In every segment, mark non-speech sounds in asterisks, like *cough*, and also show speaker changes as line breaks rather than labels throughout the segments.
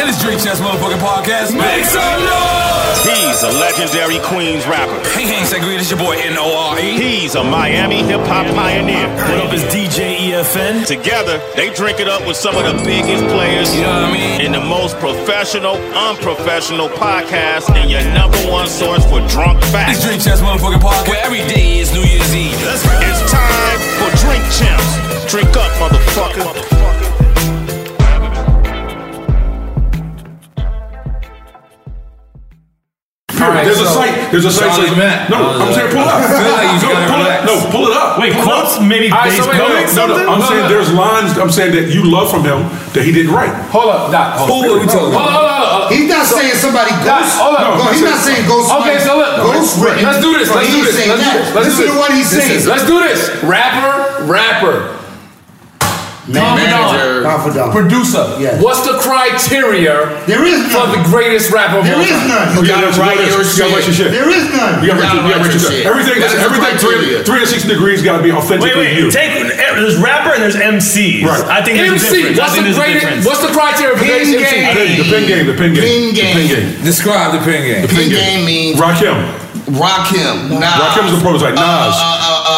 And it's Drink Chess Motherfucking Podcast. Make some noise!
He's a legendary Queens rapper.
Hey, hey, Segreed, it's your boy
E.
N-O-R-E.
He's a Miami hip hop pioneer.
What up, is DJ
E
EFN.
Together, they drink it up with some of the biggest players
You know what I mean?
in the most professional, unprofessional podcast, and your number one source for drunk
It's
facts.
Drink Chess Motherfucking Podcast, where every day is New Year's Eve. Let's go!
It's time for Drink Champs. Drink up, motherfucker.
Alright,
there's a
so-
site. There's a site.
Charlie
says-
Mack.
No, I'm saying pull it up.
I
*laughs*
feel like you
no,
gotta
pull
relax.
It, no, pull it up.
Wait,
Pull
quotes
up.
maybe
All right,
based-
so wait,
no,
wait,
no, no,
no, no, I'm
no,
saying
no.
there's lines. I'm saying that you love from him that he didn't write.
Hold up, Doc. Who
Hold
are
up.
we talking
Hold
about?
He's not saying somebody ghost. Hold up.
No,
he's not saying ghost.
Okay, so look. Let's do this. Let's do this. Let's do this. Let's do this. This is- Let's do this. Rapper, rapper. Confidant.
Confidant.
Producer.
Yes.
What's the criteria
There is
for the greatest rapper of all time?
You gotta write your shit. There is none. You gotta write your- you gotta write your shit. Everything,
That's
everything, three, three to six degrees gotta be authentically
Wait, wait,
you.
take-
there's rapper and there's MCs. Right. I think
MC, what's the greatest? What's the criteria for greatest
I
MC?
think the pin game, the pin game,
Pin game.
the pin game,
Describe the pin game.
the pin
Pin
game.
game means
Rakim.
rock him. Nas.
Rakim's the prototype.
Uh, uh,
Nas.
uh, uh, uh,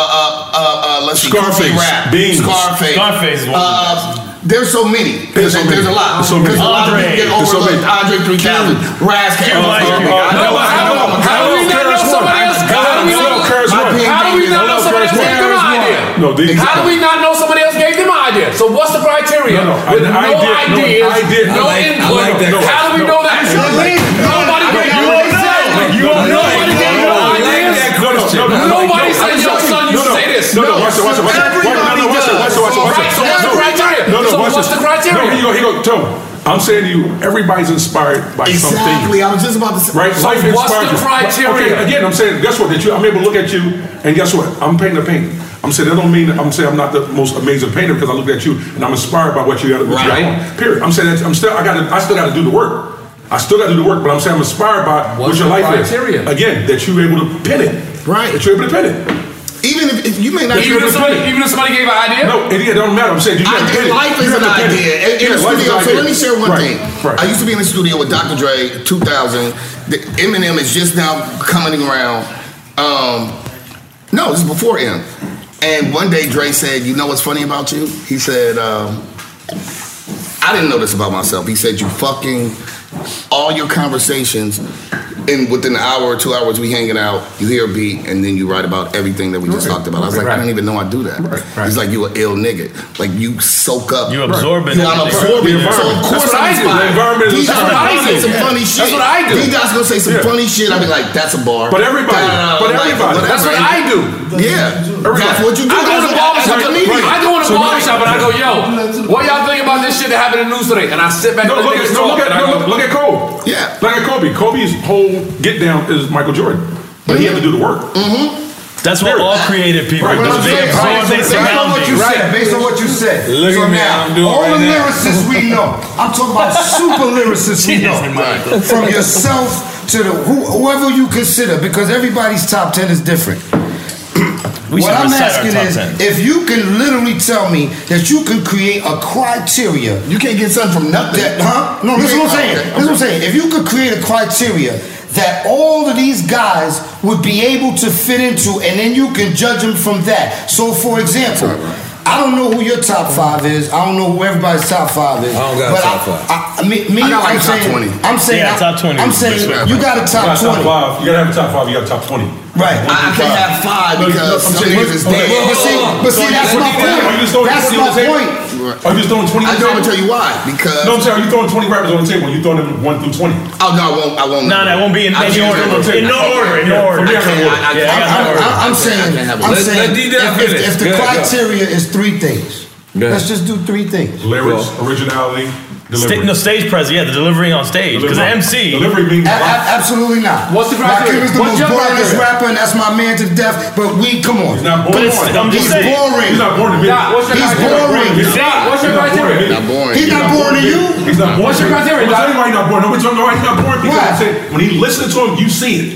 uh, uh, let's see.
Scarface.
Goofy Rap.
Beans.
Scarface.
Scarface is one of the
Uh, there's so many. There's,
There's so
there's, a
many.
lot.
There's so many.
Because a lot of
Andre.
people get
There's so
overlooked.
many.
Andre 3000. Raz Oh, Cam.
Ice Cube.
No, but how- how do we not know somebody else? How do we not know- How do we not know somebody else gave them an idea?
No, these-
How do we not know somebody else gave them an idea? So what's the criteria?
No, no,
With
an
no
idea- no, an
ideas,
idea-
no
I like- I
input.
like that.
How do we
No,
know that?
no,
Nobody
no,
gave
no,
you
no,
an
no,
idea.
you don't know.
Nobody gave you
No,
no
I like
ideas.
that question. No, no, no,
Nobody
no,
said,
no,
yo,
no,
son, you
no, no.
say this.
No, no, watch it, watch it, watch it. Watch it, no, no, watch it, watch it, watch it, watch it.
Right, so what's the
No,
criteria?
no,
So
no, watch
what's
this.
the criteria?
No, here you go, here you go. Tell him. I'm saying to you, everybody's inspired by something.
Exactly. I was just about to say.
Right?
So
Life
what's
inspires
the
you.
criteria?
Okay, again, I'm saying, guess what? That you, I'm able to look at you, and guess what? I'm painting a painting. I'm saying that don't mean I'm saying I'm not the most amazing painter because I look at you and I'm inspired by what you got. Right.
Right.
Period. I'm saying that I'm still I got to I still got to do the work. I still got to do the work, but I'm saying I'm inspired by
What's
what your
the
life
criteria?
is. Again, that you were able to pin it. Right. That you're able to pin it.
Even if, if you may not
You're
be able to
able to pin
pin
it.
it. Even if somebody gave an idea?
No, it, it don't matter. I'm saying you
I
got to
think
pin it.
life
You
is an
gotta pin it.
idea. In, in
Yeah,
the studio,
life is an
so
idea.
let me share one
Right,
thing.
right.
I used to be in the studio with Dr. Dre, 2000. The Eminem is just now coming around. Um, no, this is before M. And one day Dre said, "You know what's funny about you?" He said, um, "I didn't know this about myself." He said, "You fucking all your conversations." And within an hour or two hours, we hanging out. You hear a beat, and then you write about everything that we just
Right.
talked about. I was like,
Right.
I didn't even know I do that. He's like, you an ill nigga. Like you soak up. You
absorbing
You, I'm
everything.
absorbing.
The
So of
environment.
course
That's
I'm
what I do. The
inspired.
environment is
He's
inspiring.
gonna
That's what I
say
do.
some funny
That's
shit.
what I do.
He guys gonna say some
Yeah.
funny shit. I be like, that's a bar.
But everybody- but
like,
everybody.
whatever.
That's what I do.
Yeah. That's what you do. That's what-
I go to the
that's
barbershop.
what you need.
I go to the barbershop and I go, yo, what y'all think about this shit that happened in the news today? And I sit back and
No, look
let
at,
niggas
no,
talk.
look at,
and I
no,
go,
look- look at Kobe.
Yeah.
Look at Kobe. Kobe's whole get down is Michael Jordan, but he had to do the work.
*laughs*
Mm-hmm.
That's what all creative people
Right.
do.
That's what
They
I'm saying.
absorb
Based on-
their
based on what
surroundings.
you said, based on what you said. Look
So
at me,
now,
I'm doing
all
it right
the
now.
lyricists we know. I'm talking
*laughs*
about super lyricists we know.
Jesus, Michael.
From yourself to the who, whoever you consider, because everybody's top ten is different.
We
what
should
I'm
reset our
asking
top
is,
10.
if you can literally tell me that you can create a criteria,
you can't get something from nothing,
that, huh? No, this is what I'm saying.
Okay.
This is what I'm saying. If you could create a criteria that all of these guys would be able to fit into, and then you can judge them from that. So, for example. I don't know who your top five is. I don't know who everybody's top five is.
I don't got a
but
top
I,
five.
I, I mean, me,
I got
I'm
like top
saying,
20.
I'm saying,
Yeah,
I-
top 20
I'm
is
saying,
the best
you
way.
got a top
you got
twenty.
Top five. You gotta have a top five. You got a top twenty.
Right.
I can't have five because some niggas is dead.
But see, but see, that's my point. That's my point.
Are you just throwing twenty?
I don't tell you why. Because
no, I'm sorry. Are you throwing twenty rappers on the table? You throwing them one through twenty?
Oh no, I won't. I won't.
No, that won't be in
I
any
can't
order.
do it.
In no order. In no order.
I can't- I- I-
Yeah, I got no
I'm,
order.
I'm, I'm saying, I'm
Let-
saying,
let D Dot
if,
finish.
if, if the
Good, go.
criteria is three things,
Good.
let's just do three things.
Lyrics, originality,
Sta- no stage presence, yeah, the delivery on stage. Because the
Delivery.
MC,
Delivery
A- a- absolutely not.
What's the
Rakim
criteria?
is the most
What's your
boringest
criteria?
rapper, and that's my man to death. But we, come on, he's not
But it's- I'm
he's
just saying.
boring.
He's not boring to me. Doc, what's your
he's
criteria?
boring.
He's not- what's your criteria?
Not boring.
He's not boring to you.
He's not boring.
What's your criteria,
I'm
Doc?
telling you why he's not boring. Nobody's talking about he's not boring because
Why?
I'm saying, when he listen to him, you see it.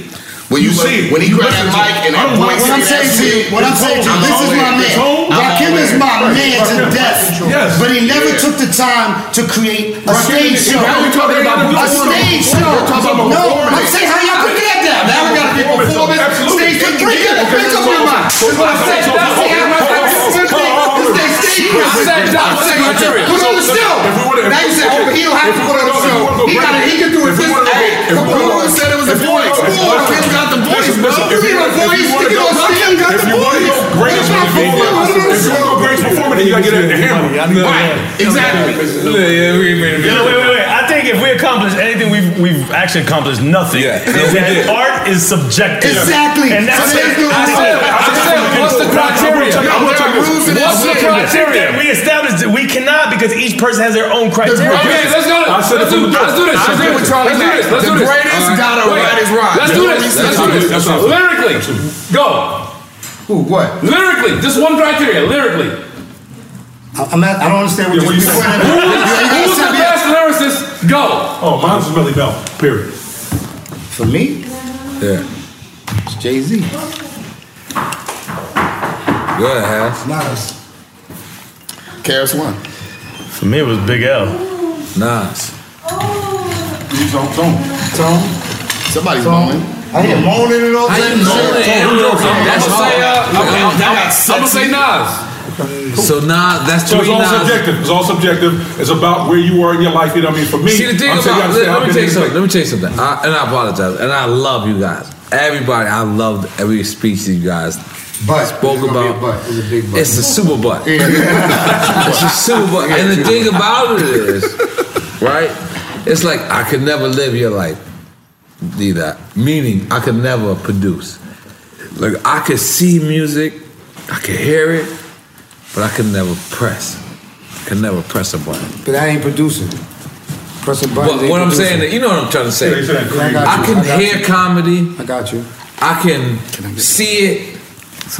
When
you
you-
see it.
when he
You
grab
listen
that
to
mic
him.
and that
I don't
voice
What I'm saying to you, what I'm saying to you, this is my
The
man.
tone,
Rakim is my man to
Rakim.
death.
Yes.
But he never
Yeah.
took the time to create a stage show.
Now we talking about
a stage show. No, I'm saying how y'all could get that. Now we gotta be performance. Stage show. Bring it. Bring up your mind. That's what I said. That's the how I said. Stage Put on the show. Now you said, oh, he don't have to put on the show. He gotta. He can do it. This. Hey, come on. Said it was a voice. Come on, Kim got the voice, bro. You need a voice. You don't see him got the voice. Greatest
If you want to go great performance, then you gotta get it in the hammer. Right.
Exactly.
Yeah, wait, wait, wait, wait. I think if we accomplish anything, we've we've actually accomplished nothing. Yeah,
No, we did.
art is subjective.
Exactly.
And that's
So
it.
there's no- I said- I said, what's the criteria?
I'm gonna talk-
There are rules and
What's the
exceptions.
criteria? We established that we cannot because each person has their own criteria.
Okay, let's go.
I said
Let's
it from
do-
the
let's do this.
jump.
I agree with Charlie
Let's do
Mack.
this. Let's
The
do this.
greatest
All
gotta
Wait.
write his rhyme.
Let's do this.
That's
Let's
what
do
I'm
this.
doing.
Lyrically, go.
Who? What?
Lyrically, just one criteria. Lyrically.
I'm not. I don't understand what you're saying.
Who's the best lyricist? Go.
Oh, mine's Melly Bell. Period.
For me?
Yeah.
It's Jay Z.
Go ahead, Half.
Nice.
Karis one.
For me, it was Big L.
Nas.
Tone, tone,
tone.
Somebody's moaning.
I hear moaning and all
How
that.
you moaning? I'm joking. I'm gonna say, uh, I'm- I'm- I'm- I'm gonna say
Nas.
So Nas, that's
so it's all
between Nas-
subjective. It's all subjective. It's about where you are in your life. You know what I mean? For me,
See the thing
I'm saying,
about
you
let, let me
understand, I've
tell
been
you
in
something. Let me tell you something. I, and I apologize. And I love you guys. Everybody, I loved every speech that you guys spoke about.
It's a big
butt. It's a super butt. *laughs* it's a super butt. And the thing about it is, right? It's like I could never live your life. Do that. Meaning I could never produce. Like I could see music, I could hear it, but I could never press. I could never press a button.
But I ain't producing. Press a button.
But what I'm saying, that you know what I'm trying to say.
Yeah, yeah, yeah. I got
I
you,
can
I got
hear
you.
comedy. I
got you.
I can see it.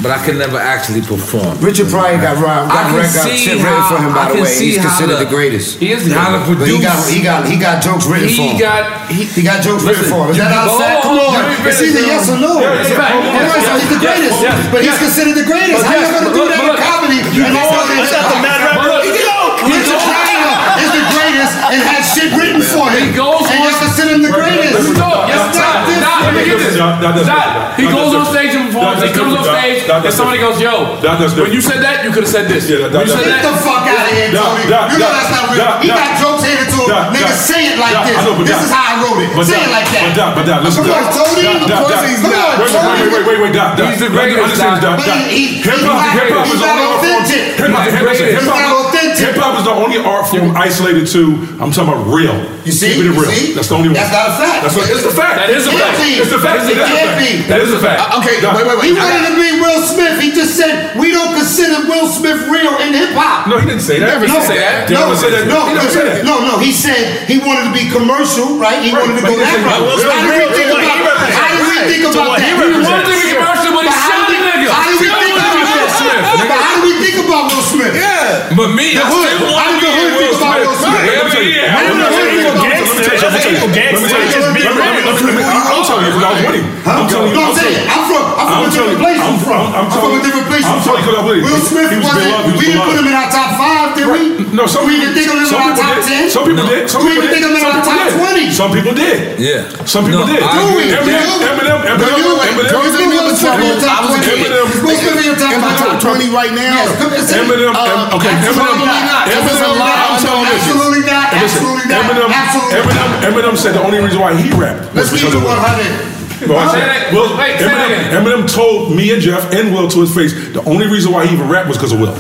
But I can never actually perform.
Richard Pryor got robbed.
I
Got
can
wrecked out.
see
Shit written for him, by
how- I
the
can
way.
see
He's
how
considered the
the-
greatest.
he is the- how to
But He got,
produce.
he got he got jokes written
He
for him.
got-
he, got jokes written
Listen,
for him. Is that
you-
outside?
oh,
Come on.
you ain't
It's
been
either
to-
yes or no.
Yeah, it's
All
right.
right, so he's the
Yes,
greatest.
yes,
But
yes.
he's considered the greatest.
But
How you
yes,
gonna do
look,
that in
look.
comedy?
You
And
know,
that's-
it's not the mad
Yo,
rapper.
Richard Pryor is the greatest and had shit written for him. And y'all consider him the greatest.
Listen, dog, yes, Todd, Todd, let me get this. Todd, he goes on stage and performs. He comes on stage, and somebody goes, "Yo, when you said that, you could have said this. When you said
Get
that,
the fuck out of here, Tony. You know that's not real. He got jokes handed to him. Nigga, say it like this. This is how I wrote it. Say it like that.
But Doc, but Doc, listen.
Come on,
Doc.
Tony.
Doc,
Of
Doc,
course
Doc.
he's not.
Wait, wait, wait, wait, wait, wait, Doc. Doc.
He's the
Doc,
greatest,
understand this,
Doc.
Doc,
But
Doc.
he- he-
Hip hop,
he's
hip hop
not-
is
he's
the
not
only art form.
authentic.
Hip hop, hip hop,
He's
hip
not
hop.
authentic.
Hip hop is the only art form isolated to. I'm talking about real.
You see?
Keeping
You
it real.
see?
That's the only one.
That's not a fact.
That's what. It's a fact.
That is a
It
fact.
can't be. It's a fact.
It
That's a
can't
fact.
be.
That is a fact.
Uh, Okay,
Doc.
wait, wait, wait. He wanted to be Will Smith. He just said we don't consider Will Smith real in hip hop.
No, he didn't say that.
Never
He
no,
didn't say that. He
No,
never said that.
No,
He never said that.
no, no. He said he wanted to be commercial, right? He wanted to
but
go
he
that
didn't say
route.
Will Smith
How do we
real.
think
What he
about that?
represents.
How do we think
To
about
what
that?
he wanted to be commercial, but he
But how
shot
do we-
a nigga.
How do we
Still
think
wanted
about
to be Will Smith,
Will
nigga.
But how do we think about Will Smith? Yeah.
But me,
the
I
hood.
still
How
wanna
did the
be
hood
Will
think about
Smith.
Will Smith?
Right, wherever he is.
How did the hood think
Evil
about Will
gangster.
Smith?
That's evil gangster. Just be real. I'm telling you, because I was winning. I'm telling you.
No, I'm saying, I'm from, I'm from a different place.
I'm from. I'm
I'm from a different place.
I'm telling you, because I was winning.
Will Smith
He was
wasn't,
beloved. He was
we didn't
beloved.
put him in our top five, did we?
No, some
we
people
didn't think of him in
some
our
people
top
did.
10.
Some people did. Some
We
people
didn't
did.
think of him in
Some
our
people
top
did.
20.
Some people did.
Yeah.
Some people
No,
did.
I
Do we? Do we?
agree.
Eminem, Eminem,
Do you? Do you
Eminem, Eminem,
think Will Smith was in the top
I was
20?
Eminem.
Will Smith in the top
Am I top 20 right now?
Yes, come and say it.
Eminem, Em- okay, Eminem,
absolutely not. That's a
Eminem,
lie.
I'm telling you,
Absolutely
listen.
not.
Listen,
Absolutely not.
Eminem,
Absolutely
Eminem, Eminem said the only reason why he rapped was
Let's keep
because
it
of Will.
100.
Well, I
Huh?
said, Will,
wait, say that
Eminem,
again.
Eminem told me and Jeff and Will to his face, the only reason why he even rapped was because of Will.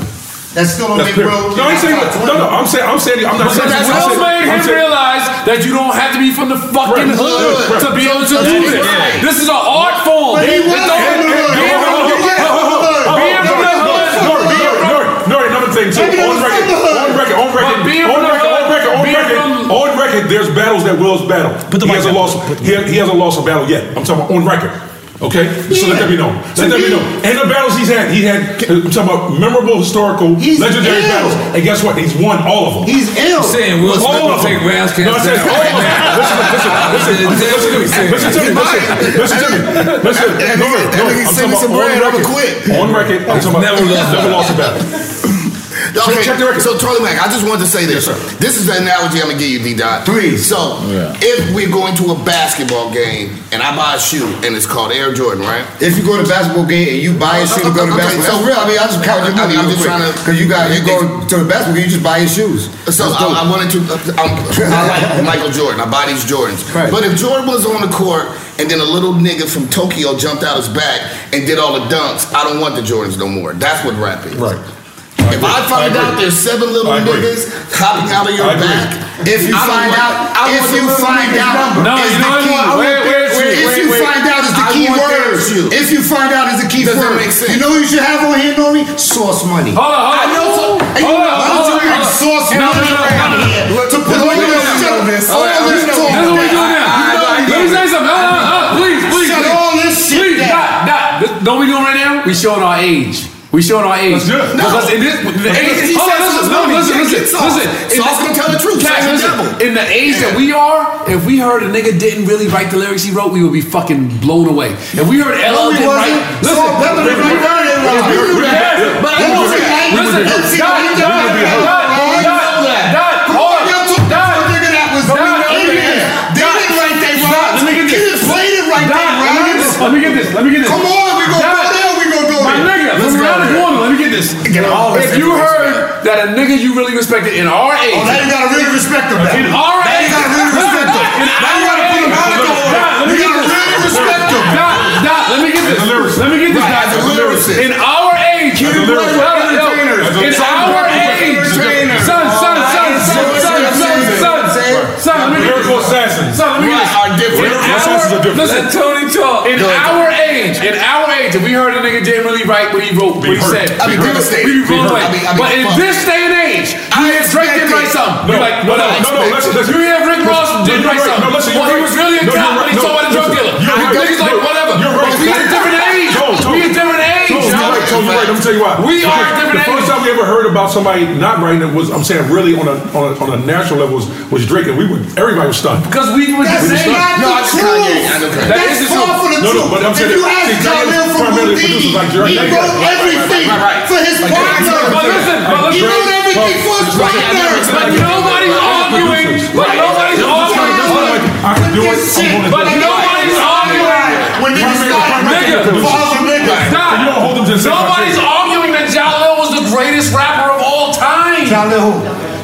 That still don't
That's
make
clear.
Will.
No, I ain't saying
top
no, no. I'm saying, I'm saying, I'm not
Because
saying.
that's
I'm
Will
saying-
made
I'm
him
saying-
realize that you don't have to be from the fucking
Right.
hood
Right.
to be able to
Right.
do
Right.
this.
Right.
This is an art form.
But he
It
was
don't-
from the hood.
Being from the
He was from the hood.
hood. Being from the hood.
Nori, Nori, Nori, Nori, another thing too.
Eminem
On
was
record,
from the hood.
on record, on record,
But being
on
from the
record, on
hood,
record, on
being
record,
from-
on record. There's battles that Will's battle. He hasn't lost. He he hasn't lost a battle yet. I'm talking about on record. Okay, so let that be known. Let that be known. And the battles he's had, he had. I'm talking about memorable, historical, legendary
ill.
battles. And guess what? He's won all of them.
He's ill.
I'm saying Will Smith
All
will
of them.
take Rams
No, I
cats
said
down
all
right
of them.
*laughs*
*laughs* now.
Listen, listen, listen, listen, listen to me. Listen to me. Listen to me. Listen.
That
Nori,
nigga- that nigga
Nori, I'm
send
talking
me some
about on
bread, I'ma
record.
quit.
On record, I'm talking about
Never lost.
never lost a battle.
*laughs* Okay, so Charlie Mack, I just wanted to say this. this is the analogy I'm gonna give you, D Dot. Please. So
Yeah.
if we're going to a basketball game and I buy a shoe and it's called Air Jordan, right?
If you go to basketball game and you buy a shoe to go to
Okay,
basketball,
so-
so real. I mean, I just count your
I
money
mean, I'm
real
just
quick.
trying to-
Cause you got you go to the basketball game, you just buy your shoes.
So
That's dope.
I, I wanted to. I, I like Michael Jordan. I buy these Jordans.
Right.
But if Jordan was on the court and then a little nigga from Tokyo jumped out his back and did all the dunks, I don't want the Jordans no more. That's what rap is. Right. If I,
I
find
agree.
out there's seven little
I agree.
niggas hopping out of your
I agree.
back,
If you
I don't
find
want-
out-
I
if
want the
you
little
find
niggas
out
number.
is the key-
Wait, wait, wait,
if
wait,
you
wait.
find out is the
I
key
want
word.
their shoes.
If you find out is the key
Does that
word.
make sense?
You know who you should have on here, Nori? Source money.
Hold on, hold on.
I know. so- and you
Hold
know, why
on, hold
don't you
on,
bring
hold on.
source
Oh, No,
money
no, no,
around
no.
here to put
This
all
is
this
what we
shit,
do now.
all this talk
This is what
down.
we do now.
You know
Let me
you
say
know.
something. Uh, uh, uh, please, please.
Shut
please.
all this shit
Please,
down.
Nah, nah. This- Don't we doing right now? We showing our age. We showing our age.
That's good.
Because
No.
in this, the
Because
age.
he
Hold on,
said
listen,
it's
no,
money.
listen,
Yeah,
listen,
it's sauce.
listen. In
Sauce
the-
gonna tell the truth.
Cash,
Sauce the
listen.
devil.
In the age that we are, if we heard a nigga didn't really write the lyrics he wrote, we would be fucking blown away. If we heard
No,
LL
we
didn't
wasn't.
write, listen.
Salt Pepper didn't write none of them lyrics.
We
You knew that. You
Yes, But I
knew that. You
Listen,
knew that. You
Dot,
knew
Dot,
that. You
Dot, Dot,
knew that.
Dot,
Come
hold
on,
on.
y'all took
Dot.
the nigga that was
Dot,
doing
let me
it.
get this.
They
Dot.
didn't write they
Dot,
rhymes.
let me get
They
this.
didn't play the right
Dot,
they
let me get
rhymes.
this. Let me get this. Let me get this.
Come on, we gonna
Dot,
go there, we gonna go
My
there.
nigga,
Let's
from
go
around the
there.
corner, let me get this.
Get all this
If you
information
heard that a nigga you really respected in our age,
Oh, now you gotta really respect them.
In our
Now you
age-
gotta really respect them.
In
Now you
our
gotta put them
age-
out of the order.
Dot, let me
You
get
gotta
this.
really respect them.
Dot, Dot, let me get this. Let me get this.
Right,
Dot.
as a lyricist.
In our age,
As a
Yo,
lyricist.
yo,
As a
in
lyricist.
our
As a
age,
entertainer.
son, son, son,
As a
son, son,
lyricist.
son, son, son, let me get
Lyrical
this.
assassins.
Son, let me get this.
Right, are different.
In
Lyrical assassins
our-
are different.
Listen,
Let
Tony talk. In
Go ahead,
our age, in our age, if we heard a nigga didn't really write what he wrote, what
Be
he
hurt.
said,
I'd be
we would-
devastated.
we'd be
Be
blown
hurt.
away.
I'd be- I'd be
But in
fucked.
this day and age, you hear Drake didn't write something. You're like,
no,
what
no,
up?
no, no, listen, listen.
You hear Rick Ross
No,
didn't
you're
write
right.
something.
No, listen,
well,
you're
he
right.
was really a
No,
cop,
you're
but he saw
right. No,
about a drug
listen,
dealer.
you're right.
Niggas like,
You're
whatever.
right.
But we a different age.
Tone, tone.
We a different age.
Tone, tone. you why.
We
Because
are at different
The first
ages.
time we ever heard about somebody not writing it was, I'm saying, really on a on a, on a national level was, was Drake, and we were everybody was stunned
Because we were
That's
the same. No, I
not the
just
truth.
Kanye. I know Kanye.
That's
That is
far from the
No, no,
truth.
but I'm
If
saying
you
that-
ask
see, Kanye
Jalil
was
from
primarily
Houdini,
producers like
he
Jerry Jenkins.
wrote
Right, right, right,
everything
right, right, right.
for his
Like,
partner.
But listen, but
He
listen.
wrote everything for his
Right.
partner.
But nobody's arguing. But nobody's arguing.
I can do it. I'm gonna
But
do it.
nobody's arguing.
When niggas start-
nigga,
Follow niggas.
Stop.
You don't hold them to the same
Nobody's
criteria.
arguing that Jalil was the greatest rapper of all time. Jalil who?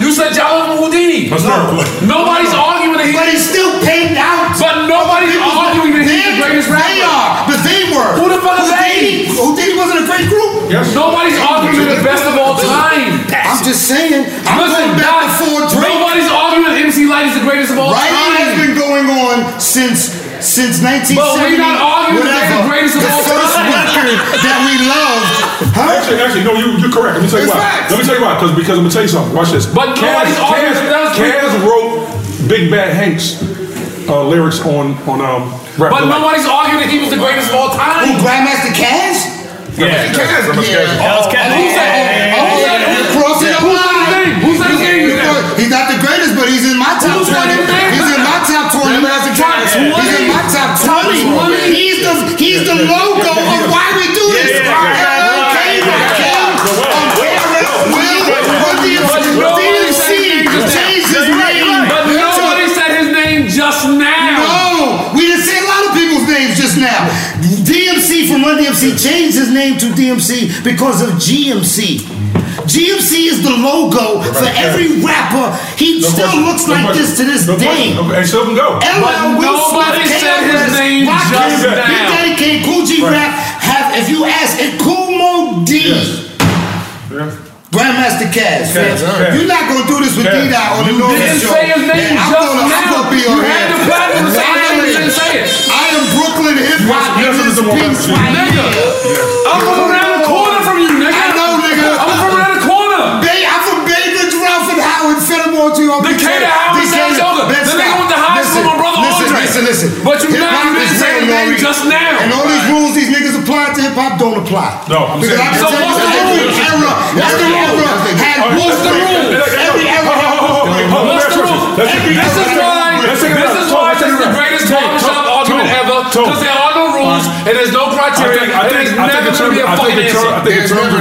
You said Jalil from Houdini. No. Nobody's arguing that he.
But he's still paid out.
But nobody's arguing that he's the
They-
greatest rapper.
They are, but they were.
Who the fuck is
Houdini-
they?
Houdini wasn't a great group.
Yes. Nobody's arguing they're the best of all time.
I'm just saying. I'm
Listen,
going back
Doc,
before Drake.
nobody's arguing that MC Light is the greatest of all
Writing
time.
has been going on since since 1970.
But we're not arguing that
whatever.
they're the greatest of
The
all
first
time.
record that we loved.
Actually, actually, no, you, you're correct. Let me tell you
It's
why.
facts.
Let me tell you why, because because I'm gonna tell you something. Watch this.
But nobody's arguing that that's-
Kaz wrote Big Bad Hanks uh, lyrics on on um. Rap
But
Delight.
nobody's arguing that he was the greatest of all time.
Who, Grandmaster Caz?
Yeah, Kaz.
Yeah. Oh,
That was Kaz.
who said-
Yeah.
oh, who said- who- Crossing the
Who said his
line.
name? Who said his name?
He's not- He's not the greatest, but he's in my top
Who said
20.
his name?
He's in my top 20.
Grandmaster Caz.
He's in my top 20.
Top 20.
He's the, he's the logo of why we do this. LLK, Raquel, O'Hara, Will, what do you-
But
what do you
nobody said
see?
his name just now.
Change his name.
But nobody said his name just now.
No, we didn't say a lot of people's names just now. DMC from Run DMC changed his name to DMC because of GMC. GMC is the logo for every rapper. He
No
still
question.
looks
No
like
question.
this to this
No
day.
question. No- And still can go.
LL Will
nobody
Smith,
said his
KRS,
name
Rock
just
Big
now.
Daddy Kane, Cool G
Right.
Rap have, if you ask, and Kumo D. Grandmaster Caz,
Caz,
man.
Caz.
you're not gonna do this with
Caz.
D-Dot on the
You
North
didn't
Show.
say his name
And I'm
just
gonna, I'm
now.
gonna be
You
on
had
here.
the platform to say
I
it,
am-
you didn't say it.
I am Brooklyn hip hop. It
Yes, it
is
is a woman.
peace right
Nigga,
here.
I'm from around the corner from you, nigga.
I know, nigga.
I'm from around the corner.
Bay, I'm from Bainbridge, Ralph, and Howard, Fenimore, to your
Decatur, Howard, Saratoga.
Let's
The nigga
stop.
with the highest
Listen,
from my brother
listen,
Andre.
Listen, listen.
But you
Hip-hop
not- you
is
didn't say
real,
his name
Nori.
just now.
And all these rules these niggas apply to hip hop don't apply.
No, I'm
Because I
saying-
can
So
tell
what's
you
the
every
rule?
era,
What's the
every
rule?
era had
All right,
rules.
let's- let's- let's-
Every era had
hold, hold,
rules.
hold, hold,
What's
let's-
the rule?
let's- let's-
This is
let's-
why.
let's
This
take it out.
is
Tom,
why
let's
this is
take it
the
out.
greatest
Tom,
barbershop
Tom,
argument
Tom,
ever.
Tom.
Because there are no rules and there's no
I
criteria.
think, I think,
There's
I
never
think in
gonna
terms,
be a
I think
fucking
in terms, I
answer.
think in terms of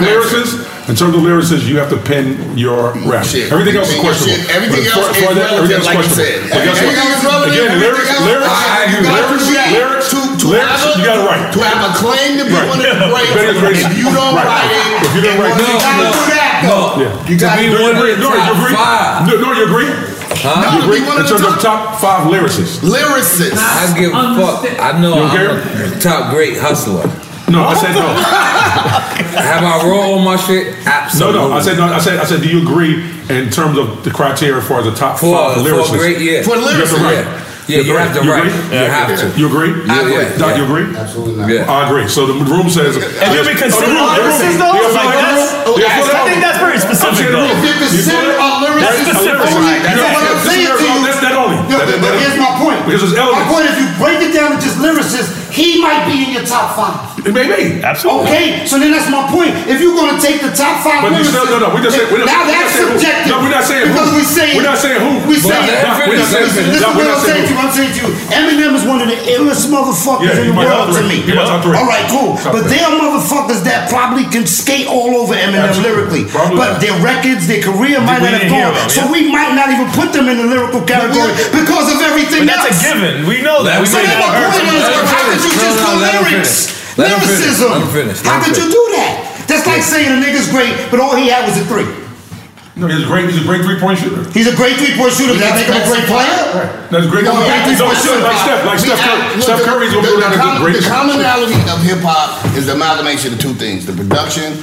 lyricists, in terms of lyricists, you have to pin your rap.
Shit.
Everything else is
Everything-
questionable.
shit, everything
But for-
else
for
is
that, everything else
relative, like
is
you
questionable.
said.
But guess what?
Everything else is relative,
Again,
everything
lyrics,
else-
lyrics,
I agree with
lyrics,
that.
lyrics,
To- to
lyrics,
have a-
you got it right.
To have a claim to be
*laughs* Right.
one of the greatest,
Better greatest.
if you don't
*laughs* Right.
write it,
If you don't
and
write it,
you gotta
no,
do that,
no.
though.
Yeah.
You
gotta
be
do
one of
Nori,
the
Nori, you
top
agree?
five.
No, Nori, you agree?
Huh?
You
No,
agree?
be one
In
of the
terms of top five lyricists.
Lyricist.
I give a fuck. I know
You don't
I'm a top great hustler.
No, I said no.
*laughs* Have I roll on my shit?
No,
Absolutely.
no. I said, no, I said, I said. Do you agree in terms of the criteria as far as the top
For-
five
for
lyricists?
great- yeah. For
You have to
lyricists,
write.
yeah. Yeah, you have to write.
agree?
You have to.
You agree?
I Yeah, agree. yeah,
Doc,
yeah.
you agree?
Absolutely not.
Yeah.
I agree. So the room says.
And you'll be considered
Oh, the room-
lyricist,
the room-
though?
the
Like,
room-
that's-
the room- the
I
room-
think that's very specific,
I'm saying the
though.
room.
If you're
You feel
considered
that?
a lyricist,
That's
it's
specific.
only-
That's-
you know what I'm
that's-
saying to you?
That's not only.
No,
That-
but,
that-
but here's my point.
Because it's
My
elements.
point, if you break it down to just lyricists, he might be in your top five.
Maybe. Absolutely.
Okay, so then that's my point. If you're gonna take the top five
But you
lyricists,
still, no, no, we just saying, we're not,
now
we're not
that's
saying who.
subjective.
No, we're not saying
because
who.
we're saying
We're not saying who.
We
But
saying
that-
we're not saying listen,
who.
listen,
That-
what
we're not
I'm saying to you. I'm saying to you, Eminem is one of the illest motherfuckers
Yeah,
in
he
the
my top
world to
three.
me.
He my top three.
All right, cool.
Top
but
three.
they are motherfuckers that probably can skate all over Eminem
Absolutely.
lyrically,
Probably
but
not.
their records, their career might
We
not have
didn't hear
gone.
about it,
So
yeah.
we might not even put them in the lyrical category because of everything
But that's
else.
a given. We know that. We
So
may
then
not
my
have
point
heard
is,
something.
how could you
No,
just
no,
do
let him
lyrics?
finish. Let him finish.
Lyricism.
Let him finish. Let
How
him
could you
finish.
do that? That's like saying a nigga's great, but all he had was a three.
No, he's a great. He's a great three-point shooter.
He's a great three-point shooter. Does that make him a great player?
That's great.
No,
No,
I think
no,
for sure.
like Steph, like
We-
Steph Curry.
I- look,
Steph
the-
Curry's gonna
the-
go down
the
as a
com-
great.
The commonality of hip hop is the amalgamation of two things: the production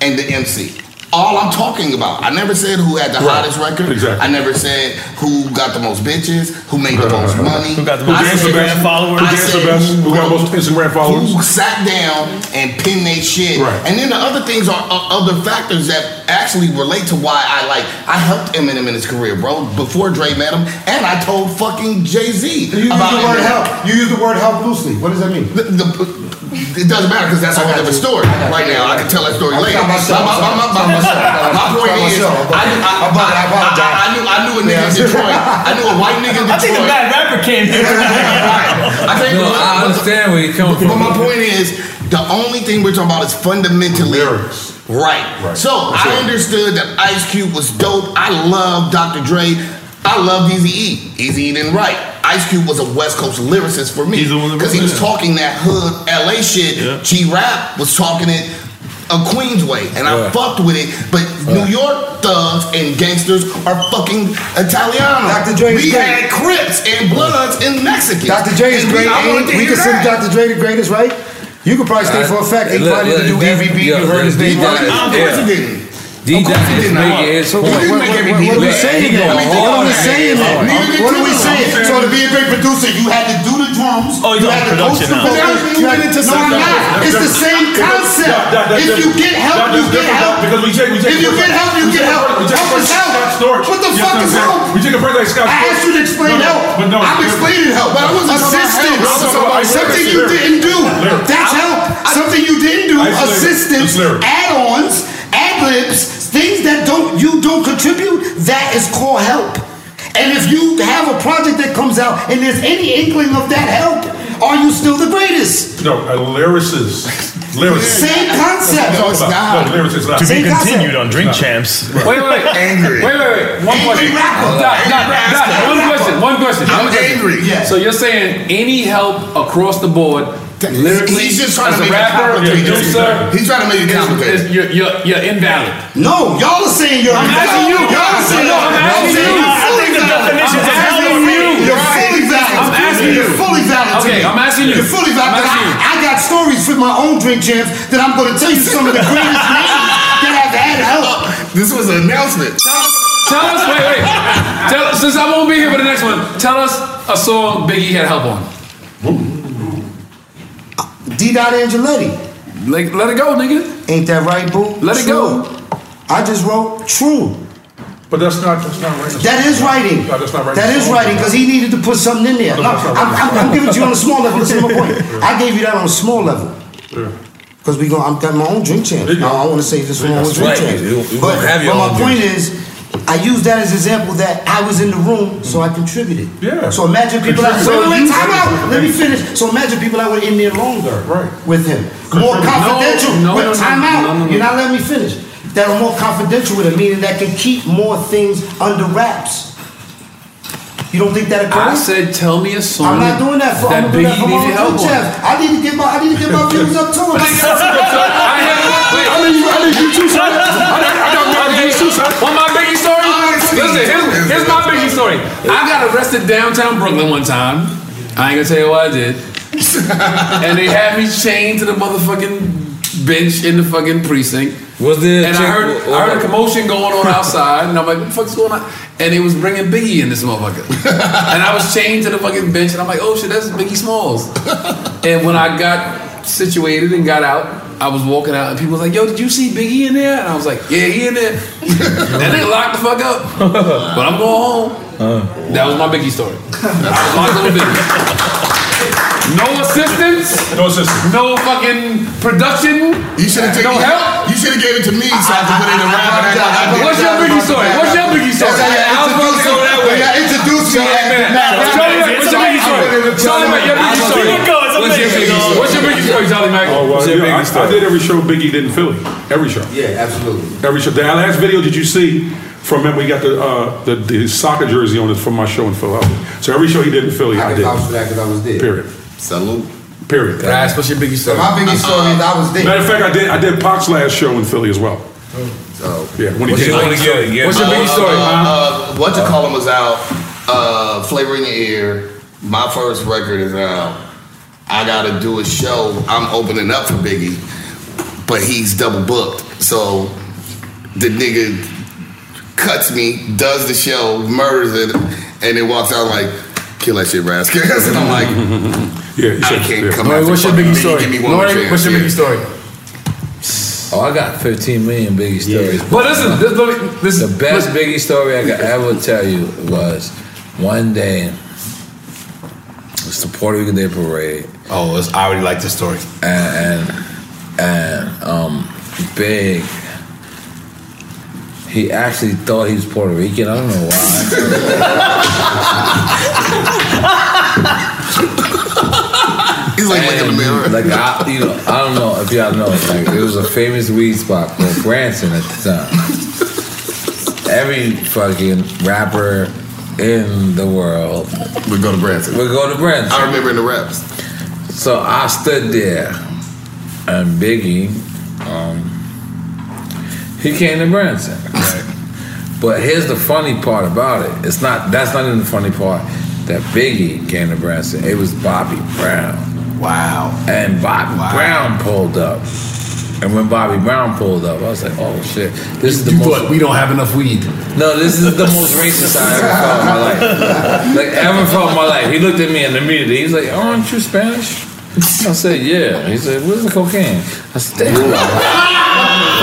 and the MC. all I'm talking about. I never said who had the hottest record. I never said who got the most bitches, who made the most money.
*laughs* Who got the most
I said
Instagram followers? Who
I
danced the
said
best? Who got the most Instagram
Oh,
followers?
Who sat down and pinned their shit.
Right.
And then the other things are uh, other factors that actually relate to why I like. I helped Eminem in his career, bro. Before Dre met him, and I told fucking Jay Z
You use
about
the word
Eminem.
help. You use the word help loosely. What does that mean?
The, the, It doesn't matter because that's a whole different story. Right now, I can tell that story
I'm
later.
talking about myself,
My- my- my- my-
I'm
my-
sorry. I'm
my- my point
talking about
is,
myself.
I knew- I-
I'm about- I apologize.
I- I knew- I knew a nigga in
Yeah.
Detroit. I knew a white nigga in
*laughs*
Detroit.
I think the bad rapper
*laughs*
came in.
Right. I think
No,
but-
I understand where you're coming
But
from.
my point is, the only thing we're talking about is fundamentally right.
That's
So I
it.
understood that Ice Cube was dope. I love Dr. Dre. I love Easy E. Easy E didn't write. Ice Cube was a West Coast lyricist for me because he was talking that hood LA shit. G Rap was talking it a Queens way, and I fucked with it. But New York thugs and gangsters are fucking Italiano.
Dr. Dre is
We
great.
had Crips and Bloods and
*laughs*
Mexicans.
Dr. Dre is
And
great.
I wanted
and
to
We
hear
consider
that.
Dr. Dre the greatest, right? You could probably state for a fact he
Look,
probably
look,
didn't do
that-
every beat
yo,
you heard his
D.
name.
Dot is- yeah. D. Dot is making his
So what, what,
point.
what, what, what are we saying then? What are we saying then? What are we saying?
So to be a great producer, you had to do the drums.
Oh,
you had to coach the
But now you
vocals.
went into
no, I'm
something
not.
else.
It's the same concept. If you get help, you get help.
Because we take, we take
If you get help, you get help.
We
Help
take
is
approach like
help.
Scott Storch.
What the
You
fuck is
understand?
help?
We take a break like
I
Scott Storch.
asked you to explain
No, no,
help.
But no,
I'm
different.
explaining help, but I was
No, no,
assistance.
help. I'm talking about
Something
lyrics,
you
lyrics.
didn't do.
Lyrics.
That's
I-
help. Something you didn't do.
It's lyrics.
Assistance,
It's lyrics.
add-ons, ad-libs, things that don't you don't contribute.
That is called help. And if you have a project that comes out and there's any inkling of that help, are you still the greatest?
No, a lyricist. Lyricist.
Same concept.
No, it's not. No, lyricist is not.
To be continued on Drink Champs.
Wait, wait, wait.
Wait, wait, wait. One question.
rapper.
Doc, Doc, Doc, One question. One question.
I'm
one question.
angry, yeah.
So you're saying any help across the board, lyrically,
He's just trying
as
to
a
make it
rapper,
complicated.
producer,
He's trying to make it
is-
complicated.
is- You're you're- you're invalid.
No, y'all are saying you're.
I'm asking you.
Y'all are saying
No, I'm
y'all
asking
saying
you.
you're
I
fully
think the
valid.
definitions
I'm asking
of help are
you.
you.
You're
Right.
fully valid.
I'm asking you.
You're fully valid. to
Okay,
me.
I'm asking you.
You're fully valid.
I'm
But
asking
I, I got stories from my own drink champs that I'm going to tell you some of the
*laughs*
greatest names that have had help.
This was an announcement.
Tell us, wait, wait. Tell, since I won't be here for the next one, tell us a song Biggie had help on.
D. Dot Angeletti.
Let, let it go, nigga.
Ain't that right, boo?
Let it go.
I just wrote true.
But that's not, that's not right.
That is writing.
No, that's not right.
That is writing because he needed to put something in there.
No,
No,
that's not
I'm,
right.
I'm- I'm giving it to you on a small level. Listen to my point. I gave you that on a small level. Because we going, I've got my own drink champ. I, I want to say this for my own
That's
drink
right.
champ.
You- you
But,
gonna have your
but my
own
point
drink
is, I use that as an example that I was in the room, so I contributed. Yeah. So imagine people out. So wait, wait,
Contributed.
time out. Let me finish. So imagine people that were in there longer with him, more
Contributed.
confidential.
No, no,
Wait,
no, no,
time
no,
out.
no, no, no.
You're not letting me finish. That are more confidential with him, meaning that can keep more things under wraps. You don't think that
I
occurs?
said, tell me a song.
I'm not doing that for. I'm
that
gonna do that
Biggie
for my
needed help
own
on.
chef. I need to get my. I need to get my views up too.
I need
you. I need you too, son.
I got my biggie story. Want my biggie story? Listen, here's, here's my biggie story. I got arrested downtown Brooklyn one time. I ain't gonna tell you what I
*laughs*
did. and they had me chained to the motherfucking bench in the fucking precinct.
Was there? a
And I
chick-
heard, I heard a commotion going on outside, and I'm like, what the fuck's going on? And they was bringing Biggie in this motherfucker. and I was chained to the fucking bench, and I'm like, oh shit, that's Biggie Smalls. and when I got situated and got out, I was walking out, and people was like, yo, did you see Biggie in there? And I was like, yeah, he in there. that nigga locked the fuck up. but I'm going home. That was my Biggie story. That was my little Biggie. No assistance.
No assistance.
No fucking production.
You should have
No
taken
help.
You should have gave it to me so I could put it in a rap. and act like I did.
What's your Biggie story? What's your Biggie story?
That's how you
I was about to go that way.
You introduced me.
Charlie Man. Charlie Mack, what's your Biggie story? Charlie Mack, your Biggie story. What's your Biggie story? What's your Biggie story, Charlie Mack?
Oh, well,
What's your
yeah,
Biggie
I, I
story?
did every show Biggie did in Philly. Every show.
Yeah, absolutely.
Every show. The last video did you see from him? We got the uh, the, the soccer jersey on it from my show in Philadelphia. So every show he did in Philly,
I
I,
can
did.
vouch for that because I was there.
Period.
Salute.
Period.
That's what's your Biggie story?
My biggest story Uh-uh. is I was there.
Matter of fact, I did I did Pac's last show in Philly as well.
So
yeah, when he
What's
came
your
out.
Biggie story? Yeah.
What's your
Uh,
Biggie story?
Uh, uh, what you call him was out. Uh, Flavor in the ear. My first record is out. I gotta do a show. I'm opening up for Biggie, but he's double booked. So the nigga cuts me, does the show, murders it, and then walks out like, kill that shit, Rascals. and *laughs* I'm like, yeah, I can't come out.
Lori, what's your biggie story?
Give me one more
Lori,
chance.
what's your
Yeah.
biggie story? Oh, I got 15 million biggie stories.
But listen, this, let me, this
the best biggie story I could ever tell you was one day it's the Puerto Rican Day Parade. Oh, it's, I already like this story. And and, and um, big. He actually thought he was Puerto Rican. I don't know why.
*laughs*
*laughs* He's like
looking in the mirror. Like I, you know, I don't know if y'all know. Like it was a famous weed spot called Branson at the time. Every fucking rapper in the world would go to Branson. Would go to Branson. I remember in the raps. So I stood there, and Biggie, um, he came to Branson. *laughs* But here's the funny part about it. It's not that's not even the funny part that Biggie came to Branson. It was Bobby Brown. Wow. And Bobby Brown pulled up. And when Bobby Brown pulled up, I was like, oh shit. This is the
You
most
thought we don't have enough weed.
No, this is the most racist I ever felt in my life. Like ever felt in my life. He looked at me and immediately he's like, oh, Aren't you Spanish? I said, Yeah. He said, Where's the cocaine? I said,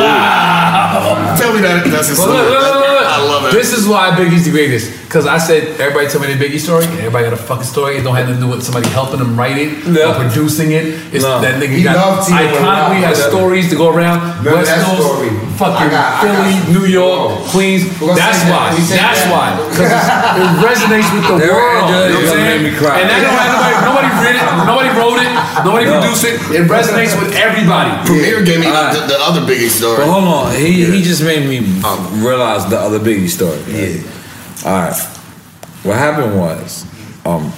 Wow.
Tell me that that's
But look, look, look, look. I love it. This is why Biggie's the greatest. Because I said everybody tell me their Biggie story. and Everybody got a fucking story. It don't have nothing to do with somebody helping them write it or producing it. It's
No.
that nigga
He
got
loved T.O. and Rock.
iconically has stories to go around.
Remember
West
that
Coast,
story.
fucking
I got- I
Philly, New York, Queens. That's
say
why.
that. We say
That's
that.
why. Because it resonates with the
They're
world.
gonna-
You know what
they're
I'm
gonna
saying?
make me cry.
And that don't have nobody. Nobody read it. Nobody wrote it. Nobody
No.
produced it. It resonates with everybody.
Premier gave me the, the other biggest story. Um,
But hold on, he, he just made me realize the other Biggie story. Yeah. All right. What happened was, um,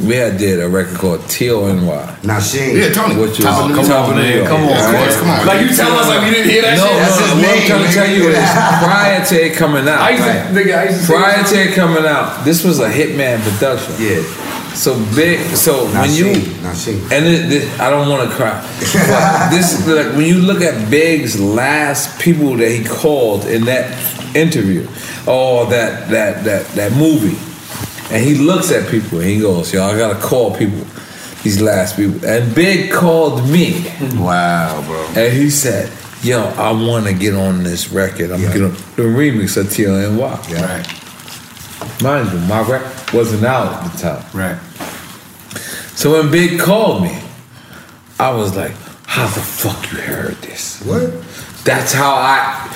we had did a record called T.O.N.Y. Now Shane.
Yeah, Tony.
Which was
Top of New
Top of
York.
New York.
Come on,
All
come on, come on. Like, you tell us like we didn't hear that
no,
shit?
No,
That's his
no, What
name,
I'm trying to
nigga.
tell you is
*laughs*
prior to it coming out.
I used to-
right?
nigga, I used to say-
prior to it coming out, this was a Hitman production. Yeah. So big. So
Not
when you
Shane, not Shane.
and it, it- I don't want to cry. But this is like when you look at Big's last people that he called in that interview, or that that that that movie, and he looks at people and he goes, "Yo, I gotta call people." These last people, and Big called me. Wow, bro! And he said, "Yo, I want to get on this record. I'm gonna the remix of TLNY." Yeah. Mind you, my rap wasn't out at the time. Right. So when Big called me, I was like, "How the fuck you heard this?" What? That's how I.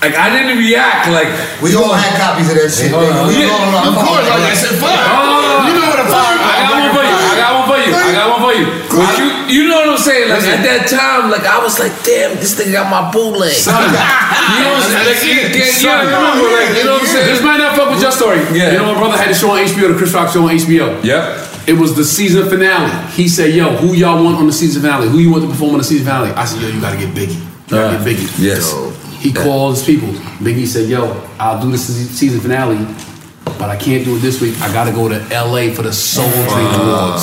Like I didn't react like Oh,
we all had copies of that shit. nigga. We all on our phone.
You know what a fire-
I got one for you. I got one for you. I got one for you. But you, you know what I'm saying? Like at that time, like I was like, damn, this thing got my bootleg.
Son.
*laughs* you know what I'm saying? Like, you can't- you
Son.
don't remember, like, you know what I'm saying?
This might not fuck with your story.
Yeah.
You know, my brother had a show on HBO, the Chris Rock show on HBO.
Yep.
It was the season finale. He said, "Yo, who y'all want on the season finale? Who you want to perform on the season finale?" I said, "Yo, you gotta get Biggie. You gotta
Uh,
get Biggie."
yes.
He called his people. Biggie said, "Yo, I'll do this se- season finale, but I can't do it this week. I gotta go to L.A. for the Soul Train Awards."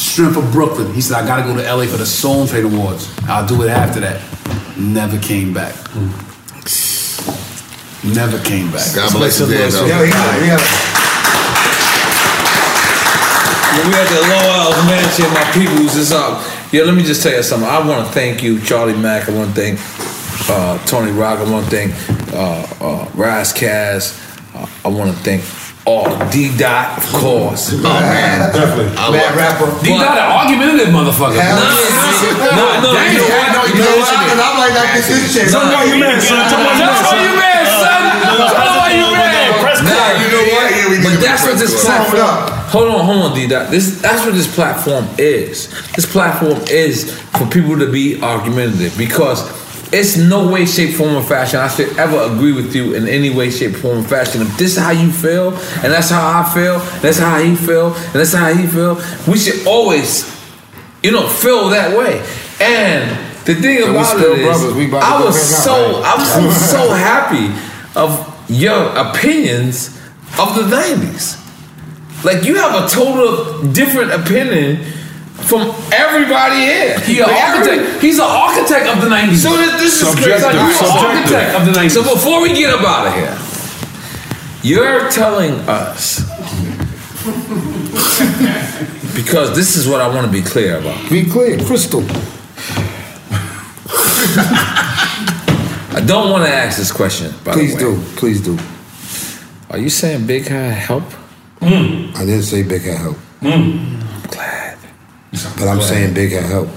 Strength of Brooklyn. He said, "I gotta go to L.A. for the Soul Train Awards. I'll do it after that." Never came back. Never came back.
God bless his dad, though.
When we at the Lowell's mansion, my peoples is up. Yeah, let me just tell you something. I want to thank you, Charlie Mack. I want to thank uh, Tony Rock. I want to thank uh, uh, Raz Kaz. Uh, I want to thank all D Dot, of course. Oh man, definitely.
Mad rapper. D Dot, an argumentative
*laughs*
motherfucker.
No, no, no, no. You know what?
know,
You know
what?
what?
Because I'm like, like this, this shit.
Tell me why you mad, son. Tell me why you mad, son. Oh, Nah, you know what? But that's what this platform. Hold on, hold on, D. Dot. This that's what this platform is. This platform is for people to be argumentative because it's no way, shape, form, or fashion I should ever agree with you in any way, shape, form, or fashion. If this is how you feel, and that's how I feel, and that's how he feel, and that's how he feel, we should always, you know, feel that way. And the thing
And we
about
still
it is,
brothers. We about to
I
go
was
back out,
so,
right?
I'm so,
*laughs*
so happy of your opinions of the '90s. Like you have a total different opinion from everybody here.
He an
Like,
architect.
every-
He's an architect of the '90s.
So this, this is
Subjective,
crazy. Like, you're an
subjective.
architect of the '90s. So before we get up out of here, you're telling us because this is what I want to be clear about.
Be clear, crystal.
I don't want to ask this question. By
Please
the way.
do. Please do.
Are you saying Big Hat help?
Mm-hmm.
I didn't say Big Hat help.
Mm-hmm.
But I'm saying Big Hat help.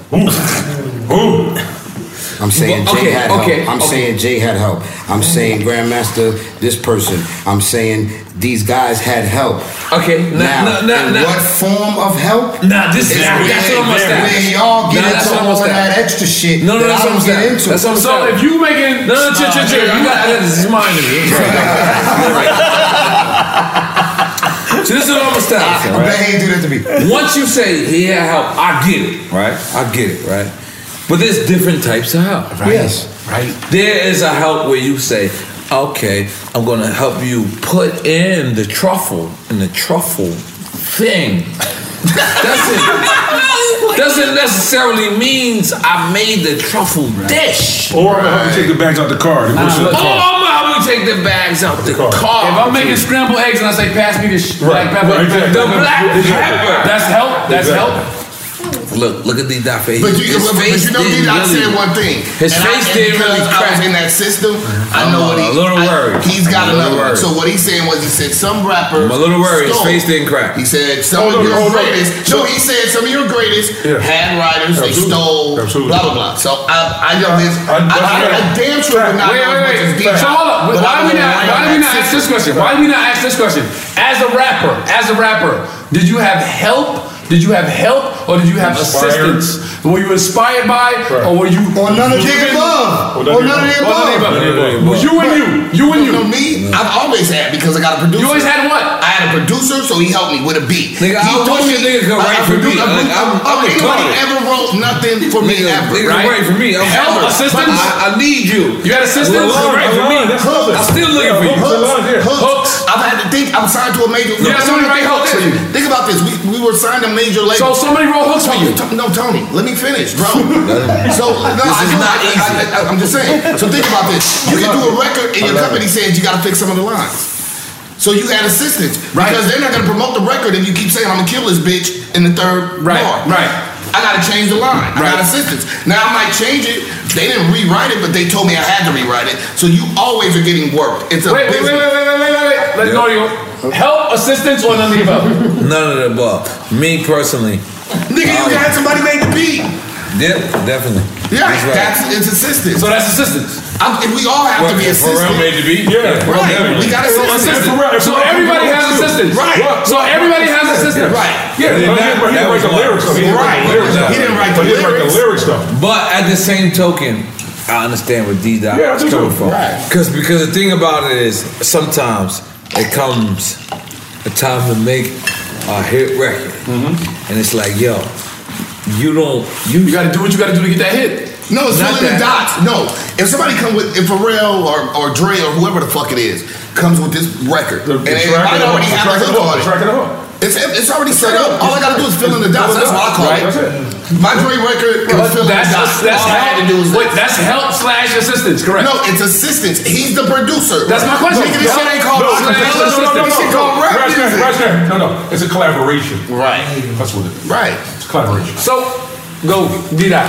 I'm saying
Well,
Jay
okay,
had
okay,
help. I'm
okay.
saying Jay had help. I'm saying Grandmaster this person. I'm saying these guys had help.
Okay, now- now- now-
in
now-
what form of help?
Nah, this is-
where,
that's what I'm gonna
where
say.
y'all get
Nah, that's
into
what I'm
all
gonna
that
say.
extra shit.
No,
that
no, that's
I
what I'm
don't get
saying.
into.
That's what I'm saying.
if you making
no, no, chill, chill, chill. You got this is mine.
*laughs*
So this is what I'm gonna stop.
I'm glad he didn't do that to me.
Once you say he had help, I get it, right? I get it, right? But there's different types of help, right?
Yes.
right. There is a help where you say, "Okay, I'm gonna help you put in the truffle in the truffle thing." doesn't doesn't necessarily means I made the truffle dish.
Or I'm gonna take the bags out the car. They go to the
Oh,
car.
I'm gonna help you take the bags out the car.
If I'm making scrambled eggs and I say, pass me the sh- black pepper,
right, exactly.
the black
Exactly.
pepper, that's help. That's
Exactly.
help.
Look, look at the Dafe.
But you, but, but you know, did I said one thing.
His
and I, and
face
because
didn't really
I
crack.
was in that system. I know
I'm
what he.
a little
I-
worried.
He's got
I'm a little
another one.
worried.
So what he's saying was, he said some rappers.
I'm a little worried. His
stole.
face didn't crack. Oh,
He said some of
Hold on,
your
hold on.
greatest. No, he said some of your greatest had writers. They
Absolutely.
stole. Blah blah blah. So uh, I, I know this. I, I, I damn sure would not
Wait,
know as much
wait,
as DJ,
wait. So hold up.
but
Why
I
do we
know
not?
right
Why
now that
do we not ask this
system.
question? Why do we not ask this question? As a rapper, as a rapper, did you have help? Did you have help, or did you have
Inspired.
assistance? Were you inspired by, or were you, or
none of the above. Or none of the above.
Well, you and you. You and you.
No, me. I've always had because I got a producer. You always had what? I had a producer, so he helped me with a beat.
Nigga, I
he
don't want
told
you niggas
I-
to write
I
for me.
produ- I-
Like, I'm-
I-
I'm
Nobody
retarded.
ever wrote nothing for me ever.
Nigga,
right?
wait for me. I'm
Ever.
help, assistance.
But I-
I, I need you.
You had assistance?
Well, look, right for me.
That's
I'm still looking for you.
Hooks. Hooks. I've had to think. I'm signed to a major.
Yeah,
Think
somebody write
about
hooks
this.
for you.
Think about this. We, we were signed to major label.
So somebody wrote hooks for you.
No, Tony. Let me finish,
*laughs*
bro. so no,
This
I
is
know,
not
I- I- I, am just saying. So think about this. You can do a record, and your company says you got to fix some of the lines. So you had assistance, right? Because they're not going to promote the record if you keep saying I'm gonna kill this bitch in the third right, bar. Right. I gotta change the line. I got assistance. Now I might change it. They didn't rewrite it, but they told me I had to rewrite it. So you always are getting worked. It's a
Wait, wait, wait, wait,
business.
wait, wait, wait, wait. Let
Yeah.
go you. Help, assistance, or none of the
*laughs*
above.
None of the above. Me personally,
Nigga, you had somebody make the beat.
yeah, definitely.
Yeah,
That's right.
that's, it's assistance.
So that's
assistance.
I'm, and we all have
Well,
to be
if
assistants.
Pharrell made the beat, yeah,
right.
Pharrell definitely.
We got
If Pharrell-
assistants.
if Pharrell- if
So
Pharrell
everybody
wrote
has
too.
assistance.
Right.
So everybody has assistance.
Right.
Yeah,
And
he
then
didn't
that-
write- he
that
didn't write
was
the
one.
lyrics, though. He didn't write the lyrics, though. He didn't write the He didn't write the lyrics. lyrics, though.
But at the same token, I understand where D Dot
Yeah, I
is
do, too.
coming from.
Right.
Because because the thing about it is sometimes it comes a time to make a hit record, and it's like yo, you don't you,
you got to do what you got to do to get that hit.
No, it's
Not
filling the
that.
dots. No, if somebody come with if Pharrell or or Dre or whoever the fuck it is comes with this record and
the
it
track
might
it up,
already
the
have
track
a
it
hook
up,
on it.
the track it up.
It's it's already set
track it
up.
up.
All I gotta do is fill in the dots. That's what I call
Right.
it. My Dre record
But
was fill in the
that's-
dots.
that's
All I had to do was
help- wait, that's help slash assistance, correct?
No, it's assistance. He's the producer.
That's my question.
Nigga, this shit ain't called
No,
slash
no, no, no, no, no, no.
assistance. This shit called rap
Right there,
music.
right there. No, no, it's a collaboration.
Right.
That's what it is.
Right.
It's a collaboration.
So, go D Dot.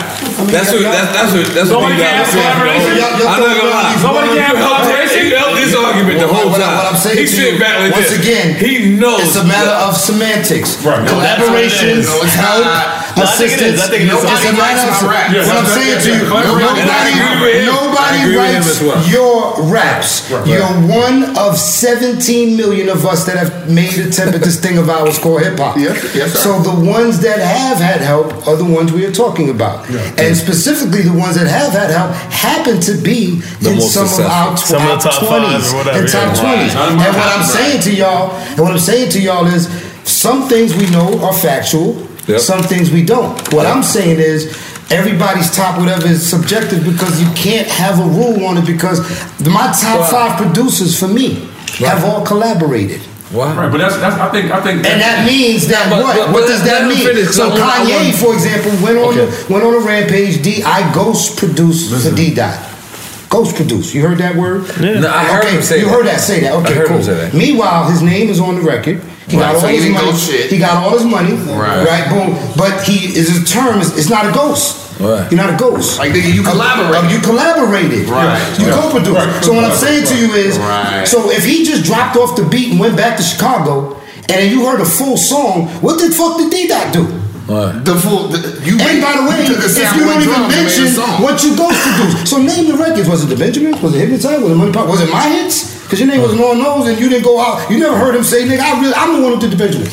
That's what that's that's what that's
Nobody
what
can have
D-Dot was
collaboration.
saying. I'm not gonna lie.
Nobody can have collaboration.
He held this argument the whole
What,
time.
I, what I'm saying
he
to
sit
you,
back like
once
this.
again,
he knows.
it's a matter of semantics.
Right. No, that's what it
Collaborations,
is. No, it's
help,
not. No, I think it
assistance.
is. I think it is.
It's a
Nobody
matter
likes
of
my rap.
rap.
Yes,
What I'm
that's-
saying
that's-
to you,
that's collaboration. And I
nobody,
agree with him. I
nobody
agree with him
writes
as well.
your raps. You're one of 17 million of us that have made attempt at this thing of ours called hip hop.
yes, sir.
So the ones that have had help are the ones we are talking about, and specifically the ones that have had help happen to be
The
in
most
some of our
successful.
top
Some of the top fives
twenties
or whatever,
and top
yeah.
twenties.
Right.
And
Not
what
in my top
I'm
five.
saying to y'all, and what I'm saying to y'all is, some things we know are factual.
Yep.
Some things we don't. What I'm saying is. Everybody's top whatever is subjective because you can't have a rule on it because my top
Right.
five producers for me have all collaborated.
What?
Right, but that's, that's I think I think
And that means that
But-
what?
but-
what
but
does
let-
that
let me
mean?
finish, 'cause
so
I want- I
Kanye,
want-
for example, went on the, went on a rampage. D, I ghost produced for D dot. Ghost produce. You heard that word?
Yeah. No, I heard
okay,
him say
You
that.
heard that say that.
I
Okay,
heard him
cool.
say that.
Meanwhile, his name is on the record. He
Right,
got all
so he
his
didn't
money.
ghost shit.
He got all his money.
Right.
Right. Boom. But he is his term is it's not a ghost.
Right.
You're not a ghost. uh,
Like nigga, you collaborate.
You collaborated.
Right.
You
Right.
co-produced.
Right.
So what I'm saying to you is,
Right.
so if he just dropped off the beat and went back to Chicago, and then you heard a full song, what the fuck did D Dot do?
The full. The, you
and by the way,
took a
if
sample
you don't
of
even
drums and made a
mention
song.
what you ghost produced, so name the records. Was it the Benjamins? Was it Hypnotize? Was it Money Pop? Was it my hits? Because your name wasn't on those, and you didn't go out. You never heard him say, "Nigga, I really, I'm the one who did the Benjamins."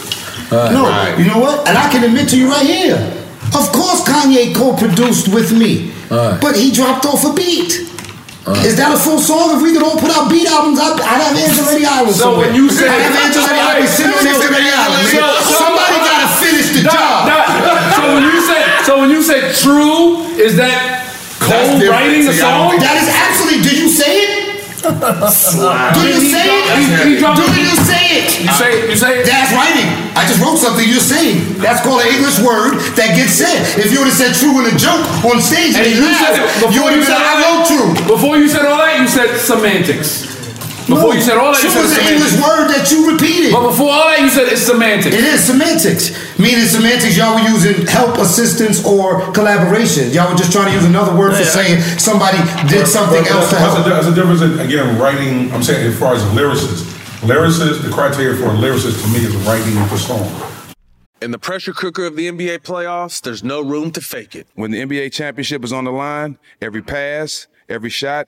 no, you know what? And I can admit to you right here. Of course, Kanye co-produced with me, but he dropped off a beat. Is that a full song? If we could all put out beat albums, I'd, I'd have Angelotti Island.
So
somewhere.
when you say-
I'd have Angelotti Island sitting on Angelotti Island.
So-
nigga.
so-
Somebody gotta finish the
Nah,
job.
nah. So when you say so when you say true, is that Cole
different.
writing the
See, I don't
song?
think-
That is absolutely. Did you say it?
Did
Did you say it?
He, he dropped
Did you say it?
You say it. You say it.
That's writing. I just wrote something you're saying. That's called an English word that gets said. If you would have said true in a joke on stage,
And
and
you said it
laughed,
before
you would
you
have
said
said, I
all
wrote true.
Before you said all that, you said semantics. Before
No,
you said all that, you
true
said
is an
semantics.
English word that you repeated.
But before all that, you said it's semantics.
It is semantics. Meaning semantics, y'all were using help, assistance, or collaboration. Y'all were just trying to use another word for saying somebody did something
But- but
else to
that's
help.
a- That's a difference in, again, writing, I'm saying as far as lyricist. Lyricist, the criteria for a lyricist to me is writing the song.
In the pressure cooker of the NBA playoffs, there's no room to fake it.
When the NBA championship is on the line, every pass, every shot,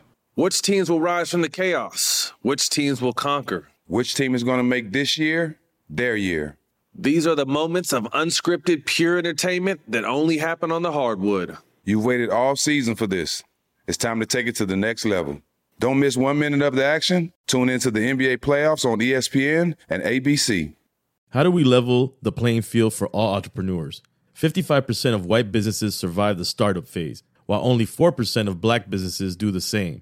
Which teams will rise from the chaos? Which teams will conquer?
Which team is going to make this year their year?
These are the moments of unscripted, pure entertainment that only happen on the hardwood.
You've waited all season for this. It's time to take it to the next level. Don't miss one minute of the action. Tune into the NBA playoffs on E ESPN and ABC.
How do we level the playing field for all entrepreneurs? 55% of white businesses survive the startup phase, while only 4% of black businesses do the same.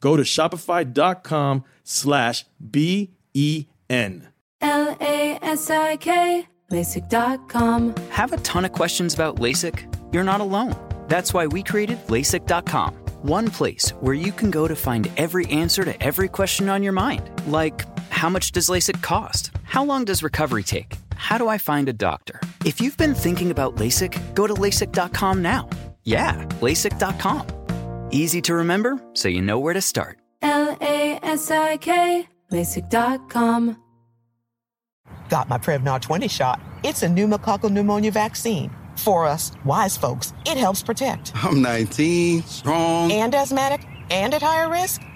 Go to shopify.com slash E B-E-N.
L A S I K, LASIK.com.
Have a ton of questions about LASIK? You're not alone. That's why we created LASIK.com, one place where you can go to find every answer to every question on your mind. Like, how much does LASIK cost? How long does recovery take? How do I find a doctor? If you've been thinking about LASIK, go to LASIK.com now. Yeah, LASIK.com. Easy to remember, so you know where to start.
L A S I K, LASIK.com.
got my *laughs* Prevnar 20 shot. It's a pneumococcal pneumonia vaccine. For us wise folks, it helps protect.
I'm 19, strong.
And asthmatic and at higher risk,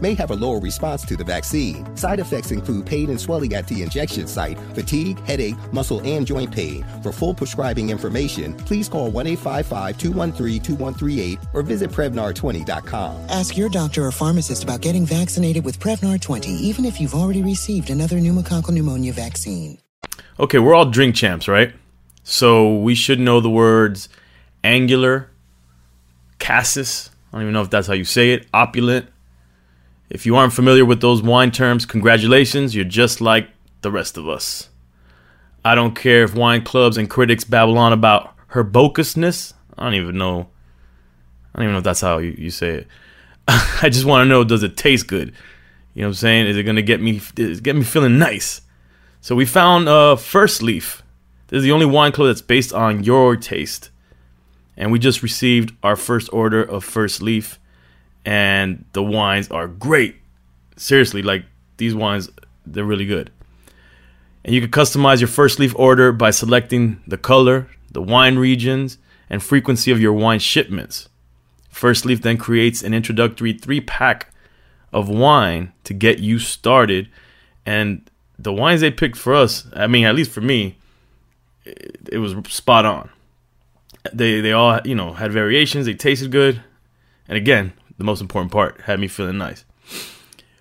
may have a lower response to the vaccine. Side effects include pain and swelling at the injection site, fatigue, headache, muscle, and joint pain. For full prescribing information, please call 1 855 213 2138 or visit Prevnar20.com.
Ask your doctor or pharmacist about getting vaccinated with Prevnar 20, even if you've already received another pneumococcal pneumonia vaccine.
Okay, we're all drink champs, right? So we should know the words angular, cassis. I don't even know if that's how you say it. Opulent. If you aren't familiar with those wine terms, congratulations, you're just like the rest of us. I don't care if wine clubs and critics babble on about her bocusness. I don't even know. I don't even know if that's how you, you say it. *laughs* I just want to know does it taste good? You know what I'm saying? Is it going to get me is it get me feeling nice? So we found uh, First Leaf. This is the only wine club that's based on your taste. And we just received our first order of First Leaf. And the wines are great. Seriously, like these wines, they're really good. And you can customize your First Leaf order by selecting the color, the wine regions, and frequency of your wine shipments. First Leaf then creates an introductory three pack of wine to get you started. And the wines they picked for us, I mean, at least for me, it, it was spot on. They, they all, you know, had variations, they tasted good. And again, the most important part, had me feeling nice.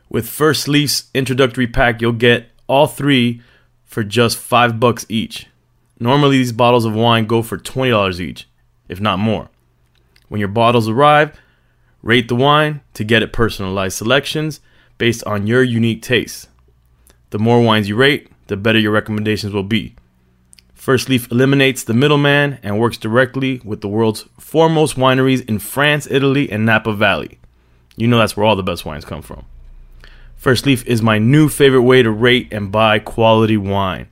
With First Leaf's introductory pack, you'll get all three for just five bucks each. Normally, these bottles of wine go for $20 each, if not more. When your bottles arrive, rate the wine to get it personalized selections based on your unique taste. The more wines you rate, the better your recommendations will be. First Leaf eliminates the middleman and works directly with the world's foremost wineries in France, Italy, and Napa Valley. You know that's where all the best wines come from. First Leaf is my new favorite way to rate and buy quality wine.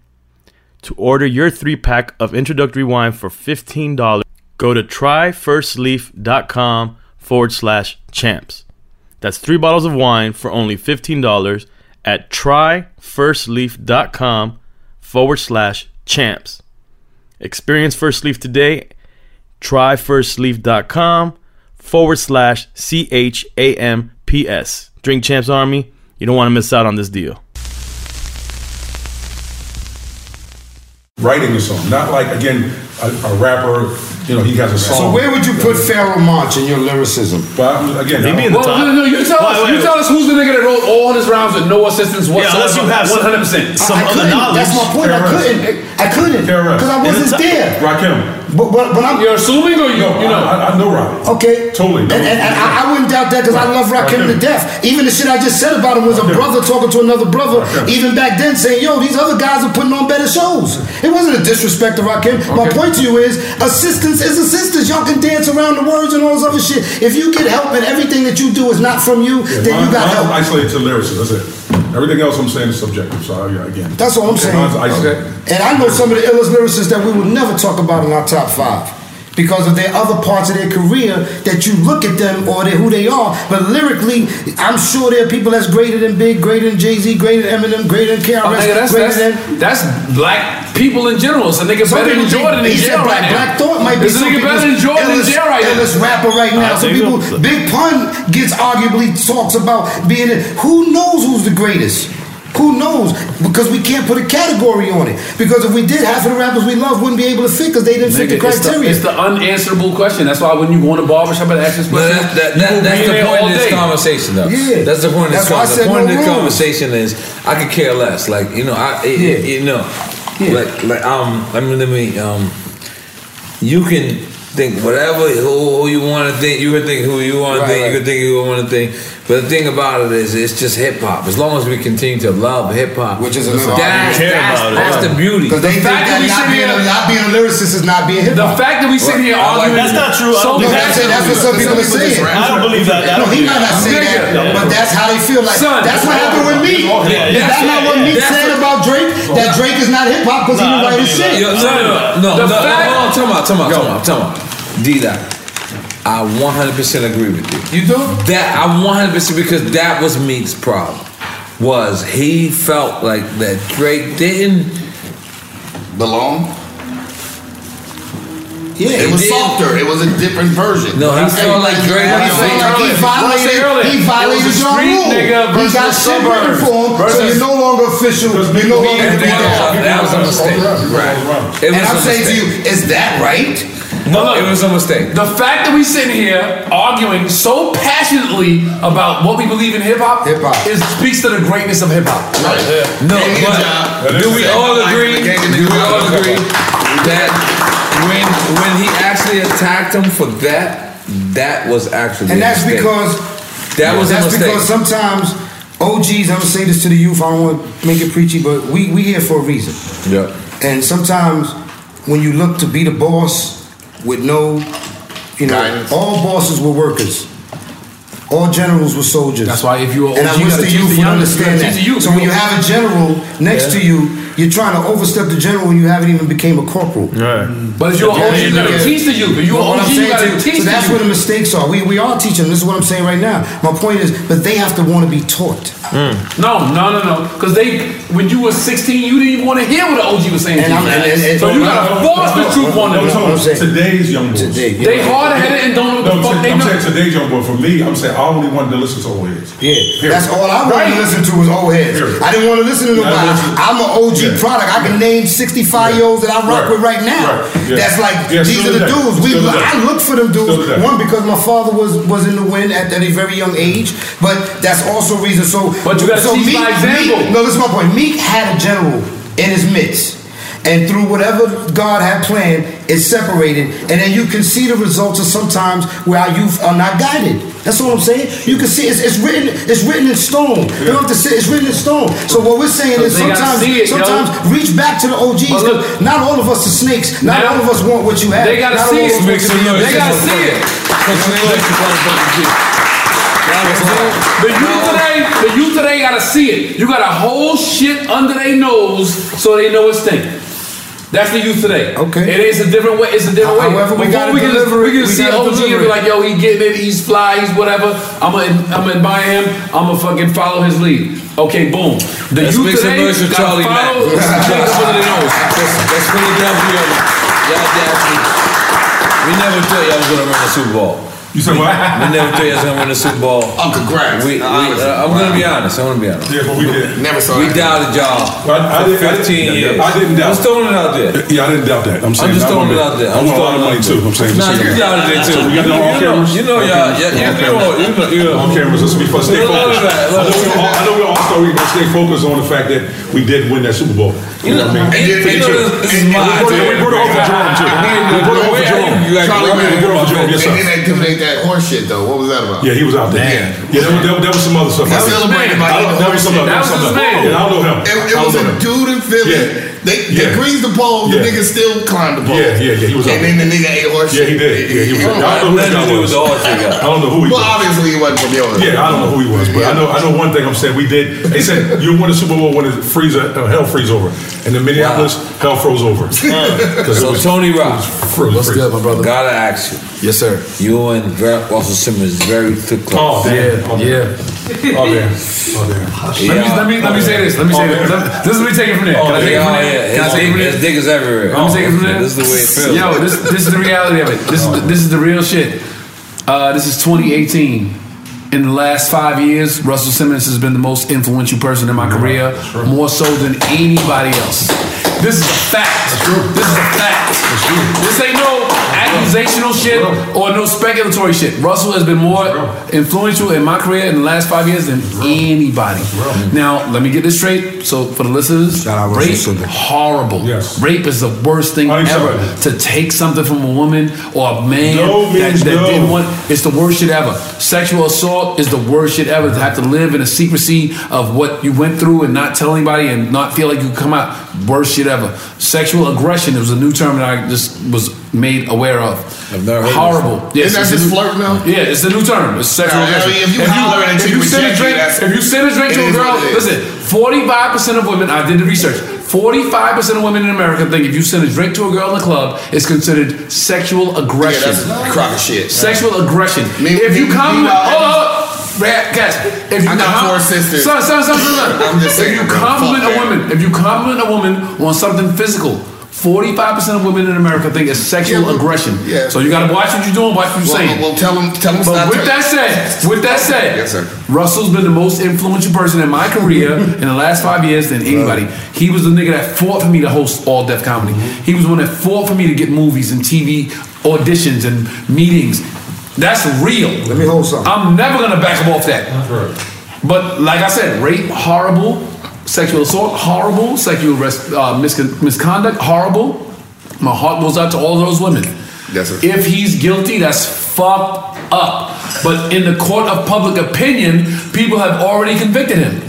To order your three pack of introductory wine for $15, go to tryfirstleaf.com forward slash champs. That's three bottles of wine for only $15 at tryfirstleaf.com forward slash champs. Experience First Leaf today. Tryfirstleaf.com forward slash C H A M P S. Drink Champs Army, you don't want to miss out on this deal.
Writing a song, not like again a, a rapper. You know, he has a song.
So where would you put Pharaoh Monch in your lyricism?
But again, I don't-
well, No, no, you tell us. you tell us who's the nigga that wrote all his rhymes with no assistance
Yeah,
whatsoever.
unless you have some-
one hundred percent.
I- I couldn't. That's my point. I couldn't. I couldn't because I
In the
wasn't
ti-
there.
Rakim.
But but, but I'm.
You're assuming or you,
No,
you know?
I, I know Rakim.
Okay.
Totally.
And, and, and I, I wouldn't doubt that because I love Rakim to death. Even the shit I just said about him was a brother talking to another brother. Even back then, saying, "Yo, these other guys are putting on better shows." It wasn't a disrespect to Rakim. My point to you is, assistance is assistance. Y'all can dance around the words and all this other shit. If you get help and everything that you do is not from you, then you got help.
I'm isolated to lyricism. That's it. Everything else I'm saying is subjective. So yeah, again,
That's all I'm saying.
Mine's isolated.
And I know some of the illest lyricists that we would never talk about in our top five because of their other parts of their career that you look at them or they're who they are. But lyrically, I'm sure there are people that's greater than Big, greater than Jay Z, greater than Eminem, greater than KRS,
Oh, nigga, that's,
greater
that's,
than.
that's black people in general. So nigga
Some
better
people
than
think-
Jordan in
he said
jail right
Black,
now.
Black Thought might be
This
some
nigga better than
people's
Jordan in
illest-
jail right now.
illest rapper right now.
Alright,
so
there you
people,
go.
Big Pun gets arguably talks about being. A, who knows who's the greatest? Who knows? Because we can't put a category on it. Because if we did, half of the rappers we love wouldn't be able to fit because they didn't fit the
Nigga, it's, the,
criteria.
it's the unanswerable question. That's why when you go in a barbershop and ask this
No,
question,
that, that, that,
you will
that's
be
the
there
point
all
of this
day.
conversation, though.
Yeah.
that's the point of this
That's why I
conversation. The
said
point of
no
this
rules.
conversation is I could care less. Like you know, I it, it- you know, like like um, let me let me um, you can think whatever who, who you want to think. You can think who you want
Right,
to think.
right.
You can think who you want to think. But the thing about it is, it's just hip hop. As long as we continue to love hip hop, which is
another argument.
that's,
Care
that's,
about it.
that's the beauty.
Because
They think that not being, a, not being a lyricist is not being hip hop.
The fact that we sit here arguing- That's not true.
So
I
no,
don't think
that's,
that's
that's what some
true.
people are
Some people
saying.
just I don't believe that. I
No,
don't
he
believe
might not
that.
say
Nigga.
that, but that's how they feel. Like
Son.
that's what happened with me.
Yeah,
Is
yeah,
that not what
yeah,
Meek
yeah.
said about Drake? That Drake is not hip hop because he
Nah,
didn't write
I don't
his shit.
believe that. Yo, No, no, no, no, no, no, no, no, no, tell me, tell me, tell me, tell me. D that. I 100% agree with you. You do? That I 100% because that was Meek's problem. Was he felt like that Drake didn't
belong? Yeah, it
He
was
did.
softer. It was a different version.
No, he
Hey,
felt like Drake.
He felt like he violated. He violated your rule. He got shit written for him, so you're no longer official. You're no longer the big dog.
That was a mistake. Right. It
And
was
I'm
a
saying to
mistake.
you, is that right?
No,
it was a mistake.
The fact that we sit here arguing so passionately about what we believe in hip hop, hip hop, is speaks to the greatness of hip hop. Right.
No, but do we all agree? Do we all agree that when when he actually attacked him for that, that was actually
And
a
that's
mistake.
because
that was
that's
a mistake.
because sometimes OGs. I'm gonna say this to the youth. I don't want to make it preachy, but we we here for a reason.
yeah.
And sometimes when you look to be the boss with no, you know, all bosses were workers. All generals were soldiers. That's
why if you are
and I
OG, you
wish
gotta
the
teach the
youth would
young-
understand
you gotta
that.
teach the youth.
So when you have a general next
Yeah.
to you, you're trying to overstep the general when you haven't even became a corporal.
Right.
But if you're an OG, you gotta teach the youth. If you're an OG, you gotta teach
So
the
that's
youth.
where the mistakes are. We we are teaching. them. This is what I'm saying right now. My point is, but they have to want to be taught.
Mm. No, no, no, no. Because they, when you were 16, you didn't even want to hear what the OG was saying.
And
to
I'm-
you.
and- and- and-
so you gotta force the truth on them.
Today's young boys.
They hard-headed and don't know what the
No,
fuck
I'm
they
saying-
know.
I'm saying today's young boy. For me, I'm saying I only wanted to listen to old heads. Yeah,
That's all I wanted to listen to was old heads.
Period.
I didn't want to listen to
Yeah, I
nobody.
listen-
I'm an OG
Yeah.
product. I can name 65 year olds that I rock
Right.
with right now.
Right. Yeah.
That's like
Yeah,
these
still
are the
today.
dudes. We
Still today.
I look for them
Still
dudes.
today.
One because my father was was in the wind at, at a very young age, but that's also a reason. So,
But you gotta
so
teach by example.
Meek- no, this is my point. Meek had a general in his midst. And through whatever God had planned, it separated. And then you can see the results of sometimes where our youth are not guided. That's all I'm saying. You can see it's, it's written. It's written in stone. You don't have to say it's written in stone. So what we're saying is
They gotta
sometimes,
see it, yo.
sometimes reach back to the OGs.
But look-
'cause not all of us are snakes. Not
Now-
all of us want what you have.
They gotta
Not
see
all of
it.
us want
Make
to
some
be a
noise. They
business
gotta see it. The youth today, the youth today gotta see it. You got a whole shit under their nose so they know it's thinking. That's the youth today. Okay. It is a different way. It's a different way.
However, we
Before
gotta
we can,
deliver
we
it. We
can see
gotta
OG and
deliver
be
it.
like, yo, he getting it. He's fly. He's whatever. I'm gonna, I'm gonna buy him. I'm gonna fucking follow his lead. Okay, boom. The
Let's
youth
make some
today
noise for
gotta
Charlie Mack.
follow.
*laughs*
Jacobs under their nose.
That's, that's Philadelphia. Y'all dancing. We never thought y'all was gonna win the Super Bowl. You
said what?
We never thought y'all was gonna win the Super Bowl.
Oh, congrats.
We, we, uh, I'm gonna be honest. I'm gonna be honest.
Yeah, but we did.
Never saw
We doubted y'all
I, I
for
didn't- I
15
didn't-
years.
I didn't doubt.
I'm just throwing it out there.
Yeah, I didn't doubt that. I'm saying
just
I
throwing
wanted-
it out there. I'm
I want a lot
throwing it out
of money too.
there.
I'm saying.
Nah, you doubted it too.
You got
You
no
know-
on cameras.
you know
On
y'all-
cameras.
yeah, you
On
know-
cameras.
you know- you know.
On cameras. Let's be focused. Stay
Look, look
focused.
at that.
I know we all- I know we all thought we were stay focused on the fact that we did win that Super Bowl. You know what I mean?
and-
And-
you know
and-
this is
and we
my
brought it- We
idea.
brought it off of Jordan too. We brought it off of Jordan.
You act
Charlie
like
Mack.
you brought it off of Jordan.
They
Yes, sir.
didn't intimidate that horse shit though. What was that about?
Yeah, he was out there.
Man.
Yeah, that was, that, was- that was some other stuff.
He celebrated by
I don't-
eating
That
horse
was some
shit.
other
That was his
something.
man.
Yeah, I don't know him.
It,
I
it
don't
was a
know him.
dude in Philly.
Yeah.
They, they
Yeah.
greased the pole. The
Yeah.
nigga still climbed the pole.
Yeah, yeah, yeah. He was
And
out
then the
there.
nigga ate horse
Yeah,
shit.
he did. Yeah, he was. I don't know who that guy was. I don't know who he
well,
was.
obviously he wasn't from yours.
Yeah, I don't know who he was, but I know I know one thing. I'm saying we did. They said you won the Super Bowl when the freezer uh, hell freeze over, and in Minneapolis hell froze over. *laughs*
so Tony Rock, what's good, my brother? Gotta ask you. Yes, sir. You and Ver- Russell Simmons very thick.
Oh, damn.
Oh, yeah.
Oh
*laughs*
damn. Oh damn.
Let me, let me, let me say this. Let me
Oh,
say this. Let- This is what we take it from there. Can I take it from there? Can I Oh, take it from there?
There's niggas everywhere.
I'm taking from
This is the way it feels.
Yo, this, this is the reality of it. This is the, this is the real shit. Uh, this is 2018. In the last five years, Russell Simmons has been the most influential person in my career, more so than anybody else. This is a fact. This is a fact. This ain't no accusational shit or no speculatory shit. Russell has been more influential in my career in the last five years than anybody. Now, let me get this straight. So, for the listeners, rape horrible. Rape is the worst thing ever. To take something from a woman or a man
No
that,
means
that
no.
didn't want it's the worst shit ever. Sexual assault is the worst shit ever. To have to live in the secrecy of what you went through and not tell anybody and not feel like you come out. Worst shit ever. Sexual aggression is a new term that I just was made aware of. I've never
heard of
Horrible.
this. Isn't
it's
that
a
just
new-
flirt now?
Yeah, it's a new term. It's sexual
Nah, I mean,
aggression.
if you holler at a
if
chick
you
with
send a
Jackie,
drink,
that's-
if you send a drink
it
to a
is
girl,
what it is.
listen, Forty-five percent of women. I did the research. Forty-five percent of women in America think if you send a drink to a girl in the club, it's considered sexual aggression.
Yeah, that's a crock of shit.
Sexual aggression.
Me-
if you
me-
come, with,
meanwhile-
hold up, Brad, guys. If you
I got
come-
four sisters.
Son, son, son, son, son.
I'm just saying,
if you
bro, fuck
compliment a
that.
woman, if you compliment a woman on something physical. 45% of women in America think it's sexual aggression.
yeah.
So you gotta watch what you're doing, watch what you're
Well,
saying.
well, tell 'em- tell 'em
But
stop
with
it.
that said, with that said,
Yes, sir.
Russell's been the most influential person in my *laughs* career in the last five years than anybody. He was the nigga that fought for me to host all deaf comedy. He was the one that fought for me to get movies and TV auditions and meetings. That's real. Let me hold something. I'm never gonna back him off that. But like I said, rape horrible, sexual assault horrible, sexual res- uh, miscon- misconduct horrible. My heart goes out to all those women.
Yes, sir.
If he's guilty, that's fucked up. But in the court of public opinion, people have already convicted him.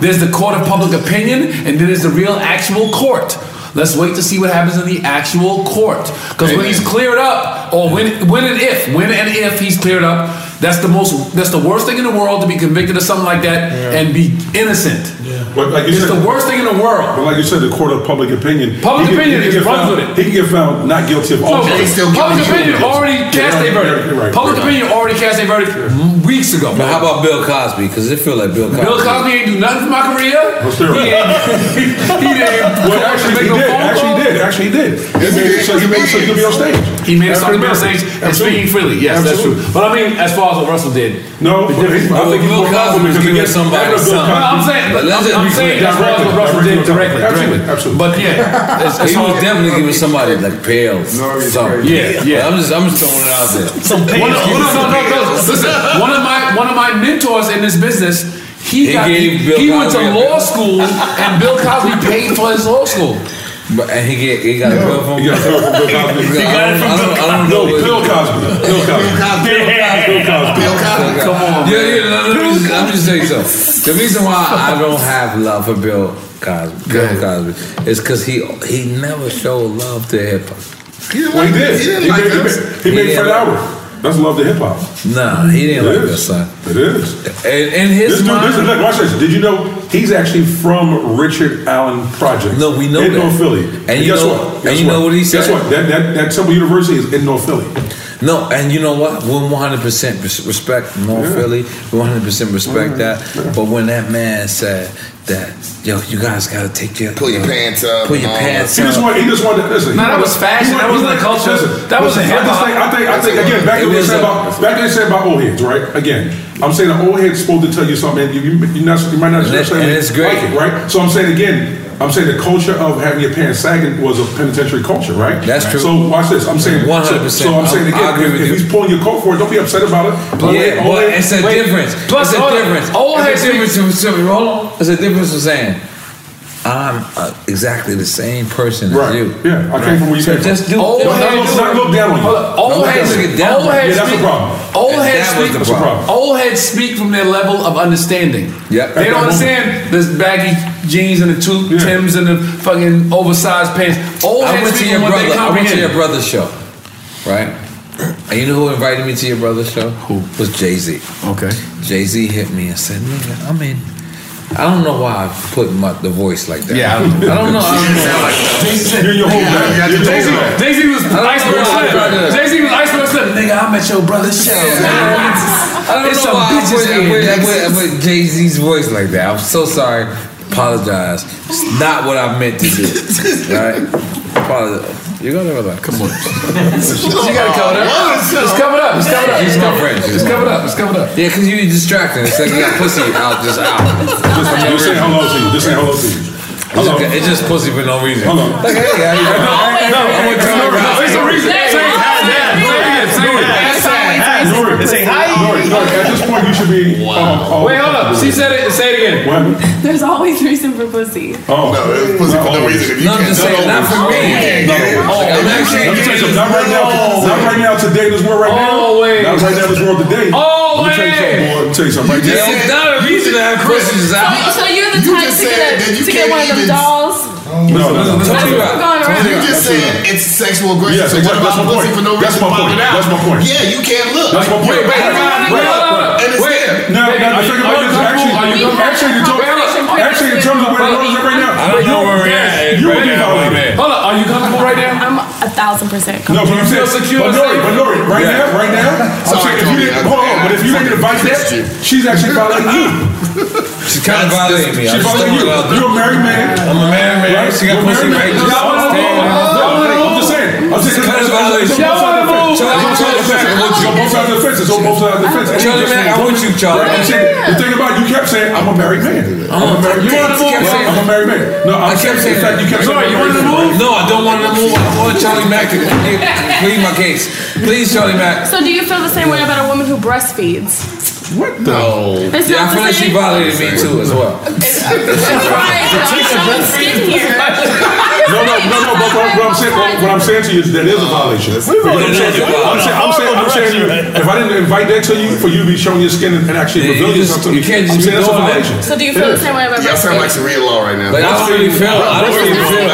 There's the court of public opinion, and then there's the real actual court. Let's wait to see what happens in the actual court. Because when
Amen.
he's cleared up, or when when and if, when and if he's cleared up, that's the most that's the worst thing in the world to be convicted of something like that and be innocent.
But like you
It's
said-
the worst thing in the world.
But like you said, the court of public opinion.
Public
he can-
opinion
he
is
can get
runs
found-
with it.
He can get found not guilty of all.
Public,
crimes.
public opinion already
Yeah,
cast a
you're
verdict.
right, you're
public
right.
opinion already cast a verdict weeks ago.
But how about Bill Cosby? Because it feel like Bill Cosby.
Bill Cosby ain't do nothing for my career.
true.
He ain't. He didn't.
Well, *laughs* actually, he did. Actually, he did. Actually, he did. He made it so he made it so he could be on stage.
He made it so he could be on
African-American.
stage and speaking freely. Yes, that's
Absolutely.
true. But I mean, as far as what Russell did,
No,
the
but
difference-
I think he's more powerful because he has- Bill Cosby-
Well, I'm saying, but
Let's just
I'm
be
saying
clear.
as far as what Russell did directly,
Absolutely,
directly.
absolutely.
But yeah, it's, it's
he
all-
was definitely giving somebody like pails. something.
Yeah, yeah.
I'm just, I'm just throwing it out
*laughs*
there.
Some One of, one of- no, no, no, *laughs* Listen, one of my one of my mentors in this business, he
He
got he,
gave Bill
he went to
Cosby a-
law school, and Bill Cosby paid for his law school.
But and he get he got a bill from
He got a bill from
*laughs*
Bill Cosby.
I don't- I don't- I don't know
No,
what-
Bill Cosby. Bill Cosby. Bill Cosby. Bill Cosby.
Come on. Yeah, yeah. no, let me just- I'm just saying so. The reason why I don't have love for Bill Cosby, Bill Cosby, is because he he never showed love to hip hop.
Well, he did. He made- he made- He made Fred Howard. That's love to hip hop.
Nah, he didn't
It
like
is.
that son.
It is.
And, and his
this dude,
mind-
this is, look, watch this. Did you know he's actually from Richard Allen Project? No, we
know
in
that.
North Philly.
And you
guess
know-
what?
and
Guess
you know what he
Guess
said?
what? That that that Temple University is in North Philly.
No, and you know what? One hundred percent respect North
Yeah. Mm-hmm.
Philly. One hundred percent respect that. But when that man said that, yo, you guys gotta take your pull
your pants up
pull your
and all
pants
He
up.
just wanted. He just wanted. Listen,
No,
he
that was
wanted-
fashion.
he
That wasn't
he
the culture. That wasn't
I just think. I think. I think again. Back to what
It
you
is
said
a-
about. Back to what you said about old heads, right? Again, I'm saying an old head's supposed to tell you something. and You, you, you're not. You might not.
And it-
necessarily
and it's great.
like it, right? So I'm saying again. I'm saying the culture of having your pants sagging was a penitentiary culture, right?
That's true.
So watch this. I'm saying
100%.
So, so I'm saying
I- I
again,
agree
if,
with
if
you.
he's pulling your coat for it, don't be upset about it. Old
Yeah,
head- old
but
head-
it's a
wait.
difference.
Plus,
it's a
hold on.
difference.
Old
it's
heads
a difference. in- so, Hold on. It's a difference in saying I'm uh, exactly the same person as you.
Yeah, I came from where you
so
came from.
just do.
Old
don't
heads-
look-
not look down on you.
Hold up.
Old
Don't
heads,
look down on
old
you.
heads speak, Old
And
heads
that was
speak.
the problem.
Old heads speak from their level of understanding.
Yep.
They don't understand this baggy jeans and the two Tims and the fucking oversized pants. Old
I
heads
went to
speak
your
from what they
brother. I went to
comprehend.
your brother's show, right? And you know who invited me to your brother's show? Who was Jay Z?
Okay.
Jay Z hit me and said, "Nigga, I mean, I don't know why I put my the voice like that. Yeah, I don't, I don't know. I don't know.
*laughs* You're your whole back. You're your whole back.
Jay Z was
don't
iceberg
know why I brought it
slim.
up.
Jay Z was iceberg slim. Nigga, I'm at your brother's show. *laughs*
I don't
It's
know
some
why I
bitches
put, I
here.
put, I put, Jay Z's voice like that. I'm so sorry. Apologize. It's not what I meant to do. All right. Apologize. You're gonna relax. Come on.
You gotta cover it up. Just cover it up. Just cover it up.
She's
Just
my
cover it
friend.
up.
She's
Just
my
cover it
friend.
up. Just cover it up.
Yeah, because you be distracting. It's like you got pussy out, just out.
Just, just say hello to you. Just say hello to you.
It's, just, it's just pussy for no reason. Like, hey, how you doing? Hey,
No, I want to tell you about-
There's a reason. Say it, say it, say it. Nori,
It's a high-
Nori, Nori, at this point, you should be. uh, Wow.
Wait, hold up. She said it. Say it again.
*laughs* There's always reason for pussy.
Oh, no, it was for no reason.
No, I'm just saying, not for me.
Oh,
Like, I'm
let me
actually-
tell you something. Not right now. Not right now. Today, in this world right now. Not right now. in This world today.
Oh,
Let me tell you something, boy. Let me tell you something right now.
It's not a reason to have pussies
So,
out.
so you're the type to get, a, to get one of them dolls.
No, no, no.
That's what's going around.
You just said it's sexual aggression.
Yes,
so what
exactly.
about
That's my
pussy
point.
for no
That's
reason?
my
popping
point.
out?
That's my point.
Yeah, you can't look.
That's my point.
You're
Wait,
right,
wait,
right, right,
wait, wait.
right. And it's there.
Now, now, I think about this. Actually,
Are you
actually, in terms- actually, in terms of where the world is right now,
I don't know
you-
where we're at.
You
Right
would be
now, I'm
violated.
at. Hold up. Are you comfortable right now?
I'm a thousand percent.
No, but I'm saying,
secure and
but Nori,
safe?
but Nori, right
Yeah.
now, right now, I'm
Sorry,
saying, if
Tony,
you didn't,
I-
hold on,
I-
but if you
I-
didn't advise that, she's actually violating you.
She kind of violated me. I
She
just
violated
threw
you.
it out there.
You're a married man.
I'm a married man.
Right?
She got
You're a
pussy right
married
there.
man. Y'all wanna
Stand
move?
up.
Y'all wanna move? I'm just saying. I'm just saying.
Kind of violation.
Y'all wanna move?
Charlie,
It's on both sides of the fence. It's on both sides of the fence. It's on both sides of the fence.
Charlie,
It's
man, I
just-
want you, Charlie.
Right, I'm saying, the thing about it, you kept saying, I'm a married man. I'm a married
You
man.
wanna move?
Right? I'm a married man. No, I'm
I kept
saying, in
saying
fact,
that.
you kept saying.
Nori,
I'm a
you want to
married man.
move? No, I don't want *laughs* to move. I want Charlie *laughs* Mack to plead my case. Please, Charlie Mack.
So do you feel the same way about a woman who
*laughs*
breastfeeds?
What the?
It's
Yeah, I
not
feel
the
like she
same.
violated me too as *laughs* well.
No, no, no, no. But what, what I'm saying, what, what I'm saying to you is that is a violation. What I'm saying, I'm saying, I'm saying, I'm saying, if I didn't invite that to you for you to be showing your skin and, and actually
Yeah, you
revealing
just-
yourself to me,
you can't just
I'm
be
saying that's a
doing that.
violation.
So do you feel
It
the
is.
same way about
Y'all sound like
breastfeeding?
some real law right now.
Like, I don't really feel. I don't really feel.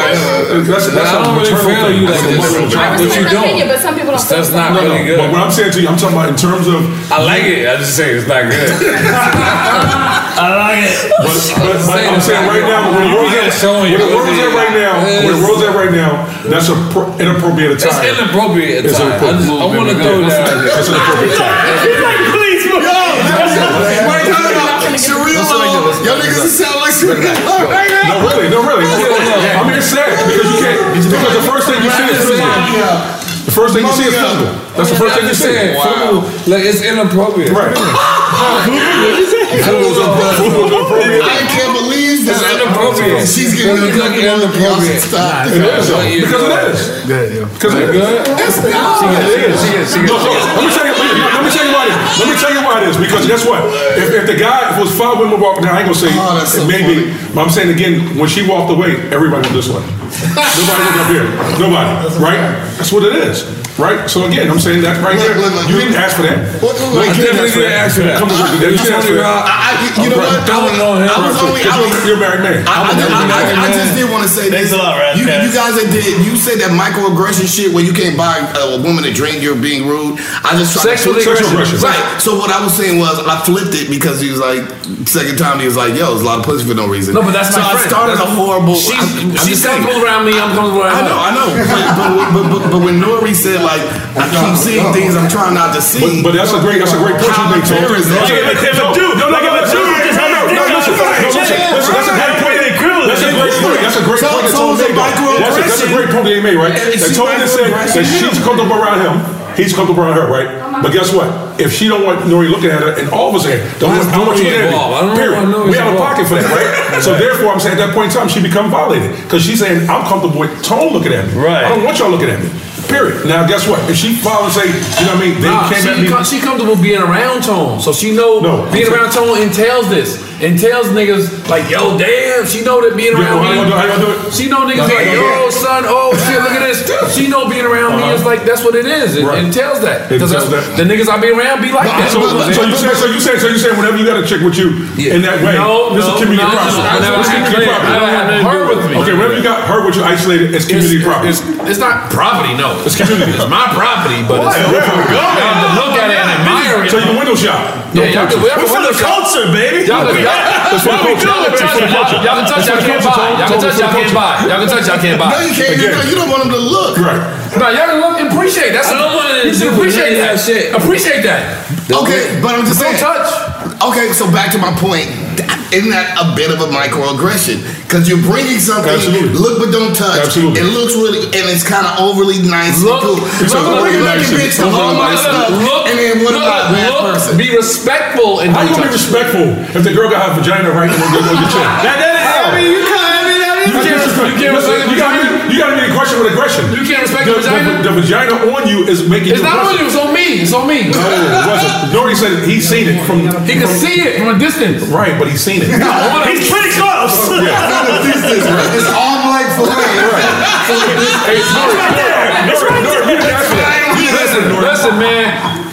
That's,
But
that's
I don't
a
really
maternal
feel
thing.
you
That's
like
a
this.
maternal
I respect
thing.
What you your doing? opinion,
but some people don't
That's
feel
not
No,
really
no.
good.
But what I'm saying to you, I'm talking about in terms of.
I like it. I just say it's not
*laughs*
good. I like it.
But, but, but I'm saying right now, where the world's at, where the world's at right now, where the world's at right now, that's a pro- inappropriate
It's
time.
inappropriate at
It's
time. I,
inappropriate.
just, I want to throw that.
It's inappropriate time.
Please, yo,
Wait, no, no, no. Surreal law. Y'all niggas sound like surreal law right
No,
now.
really, no, really. I mean, it's sad because you can't. Because the first thing you see is physical. The first thing you see is physical. That's the first thing you see.
said. Wow. Like it's inappropriate. Right. *laughs*
Food was appro- food was appropriate.
I can't believe
It's
that.
inappropriate.
She's getting
It's like inappropriate.
Stop.
It is though, because it is. Because it is.
That's
It is. No, so, let me tell you. Let me, let me tell you why it is. Let me tell you why it is. Because guess what? If, if the guy was five women walking, now I ain't gonna say maybe. But I'm saying again, when she walked away, everybody went this way. Nobody looked up here. Nobody. Right? That's what it is. Right? So again, I'm saying that right there. You didn't ask for that.
I definitely didn't ask for that.
Come to work today. You didn't ask for that.
I, I, you know
Right.
what?
I wouldn't know him.
I was only.
Right.
I was,
You're a married
I,
man.
I,
I'm a married man.
I, I, I just did want to say this. you, you guys that did, you said that microaggression shit where you can't buy uh, a, woman a drink, you're being rude. I just tried
Sexual
to
aggression. Sexual aggression.
Right. So what I was saying was I flipped it because he was like, second time he was like, yo, it's a lot of pussy for no reason.
No, but that's
so
my
I
friend.
started
That's-
a horrible.
She's-
I'm- I'm
she's
just saying.
comfortable around me, I'm comfortable
I
around
know,
her.
I know. But, but, but, but when Nori said like, I keep seeing things I'm trying not to see.
But, but that's a great, that's a great point you
How
make, Tony.
unfair is that?
dude, no, no, no, listen, no, no, no, listen, no, listen, listen, that's a great point. That's a great point. That's a great
So-
point that
so
Tony
it's a
made. though. That's a, that's a great point that he made, right?
And
That
she's
Tony just said that
microaggression.
she's comfortable around him. He's comfortable around her, right? But guess what? If she don't want Nori looking at her, and all of us here, don't want, I don't want you there.
involved? I don't
Period.
want Nori
We have a
involved.
pocket for that, right? so therefore, I'm saying at that point in time, she become violated because she's saying I'm comfortable with Tone looking at me. Right. I don't want y'all looking at me. Period. Now, guess what? If she follows, say, you know what I mean? They
Nah,
came
she,
at me.
com- she comfortable being around Tone, so she know being around Tone entails this. Entails niggas like yo, damn. She know that being
Yeah,
around
how you
me.
gonna do- how you gonna do it?
She know niggas like
Okay, okay.
yo,
Uh-huh.
son. Oh shit, look
*laughs*
at this. She know being around me is like that's what it is. It
Right.
entails that.
It
'Cause that's-
entails that.
The niggas I be around be like that.
So, so you said, so you said, so you said, whenever you got a chick with you in that way,
No,
this
no,
is community
no, no,
property.
no,
this is
I
community
declare,
property.
I don't have nothing to do
her
with
with
me.
me. Okay, whenever you got her with you isolated, it's community property.
It's, it's not property, no. It's community. it's my property, but it's
Well, yeah,
you have to look at it and admire it.
So you can window shop. No
yeah, y'all can,
purchase.
we have a window shop.
baby.
Y'all can, y'all,
It's for the
y'all, y'all
culture.
can
It's
touch,
for the culture.
y'all, y'all can touch,
It's for
y'all
the
can't buy.
culture.
Y'all can touch, y'all can't buy. Y'all can touch, y'all can't buy.
No, you can't. You, know, you don't want them to look.
Right.
No, y'all can look and appreciate. That's
I don't want it to
you should
do with
appreciate
none
that.
of that shit.
Appreciate that.
Okay, but I'm just
Don't
saying. Okay, so back to my point. Isn't that a bit of a microaggression? Because you're bringing something,
Absolutely.
look but don't touch.
Absolutely.
It looks really, and it's kind of overly nice.
Look-
and cool.
It's
So I'm bringing
overly nice
that
and
bitch to
cool.
all my stuff,
Look,
and then what
look,
about that
look,
person?
Be respectful and
How you
don't
gonna be
touch. *laughs*
respectful if the girl got her vagina right on your on your chin?
That- that- I mean, you can't- I mean, that is-
You you can't respect you gotta, meet, you gotta meet aggression with aggression.
You can't respect
the,
the vagina?
The, the vagina on you is making
It's
you
not on
aggressive.
you, it's on me. It's on me.
No, it wasn't. Dory said he's seen it from.
He can see it from a distance.
Right, but he's
*laughs*
seen it.
No, hold up. He's pretty close. *laughs*
Yeah.
It's arm like fillet,
*laughs*
right?
Hey, Dory, Dory, Dory, you didn't ask for that. You didn't ask
Listen,
for that, Dory.
listen, man.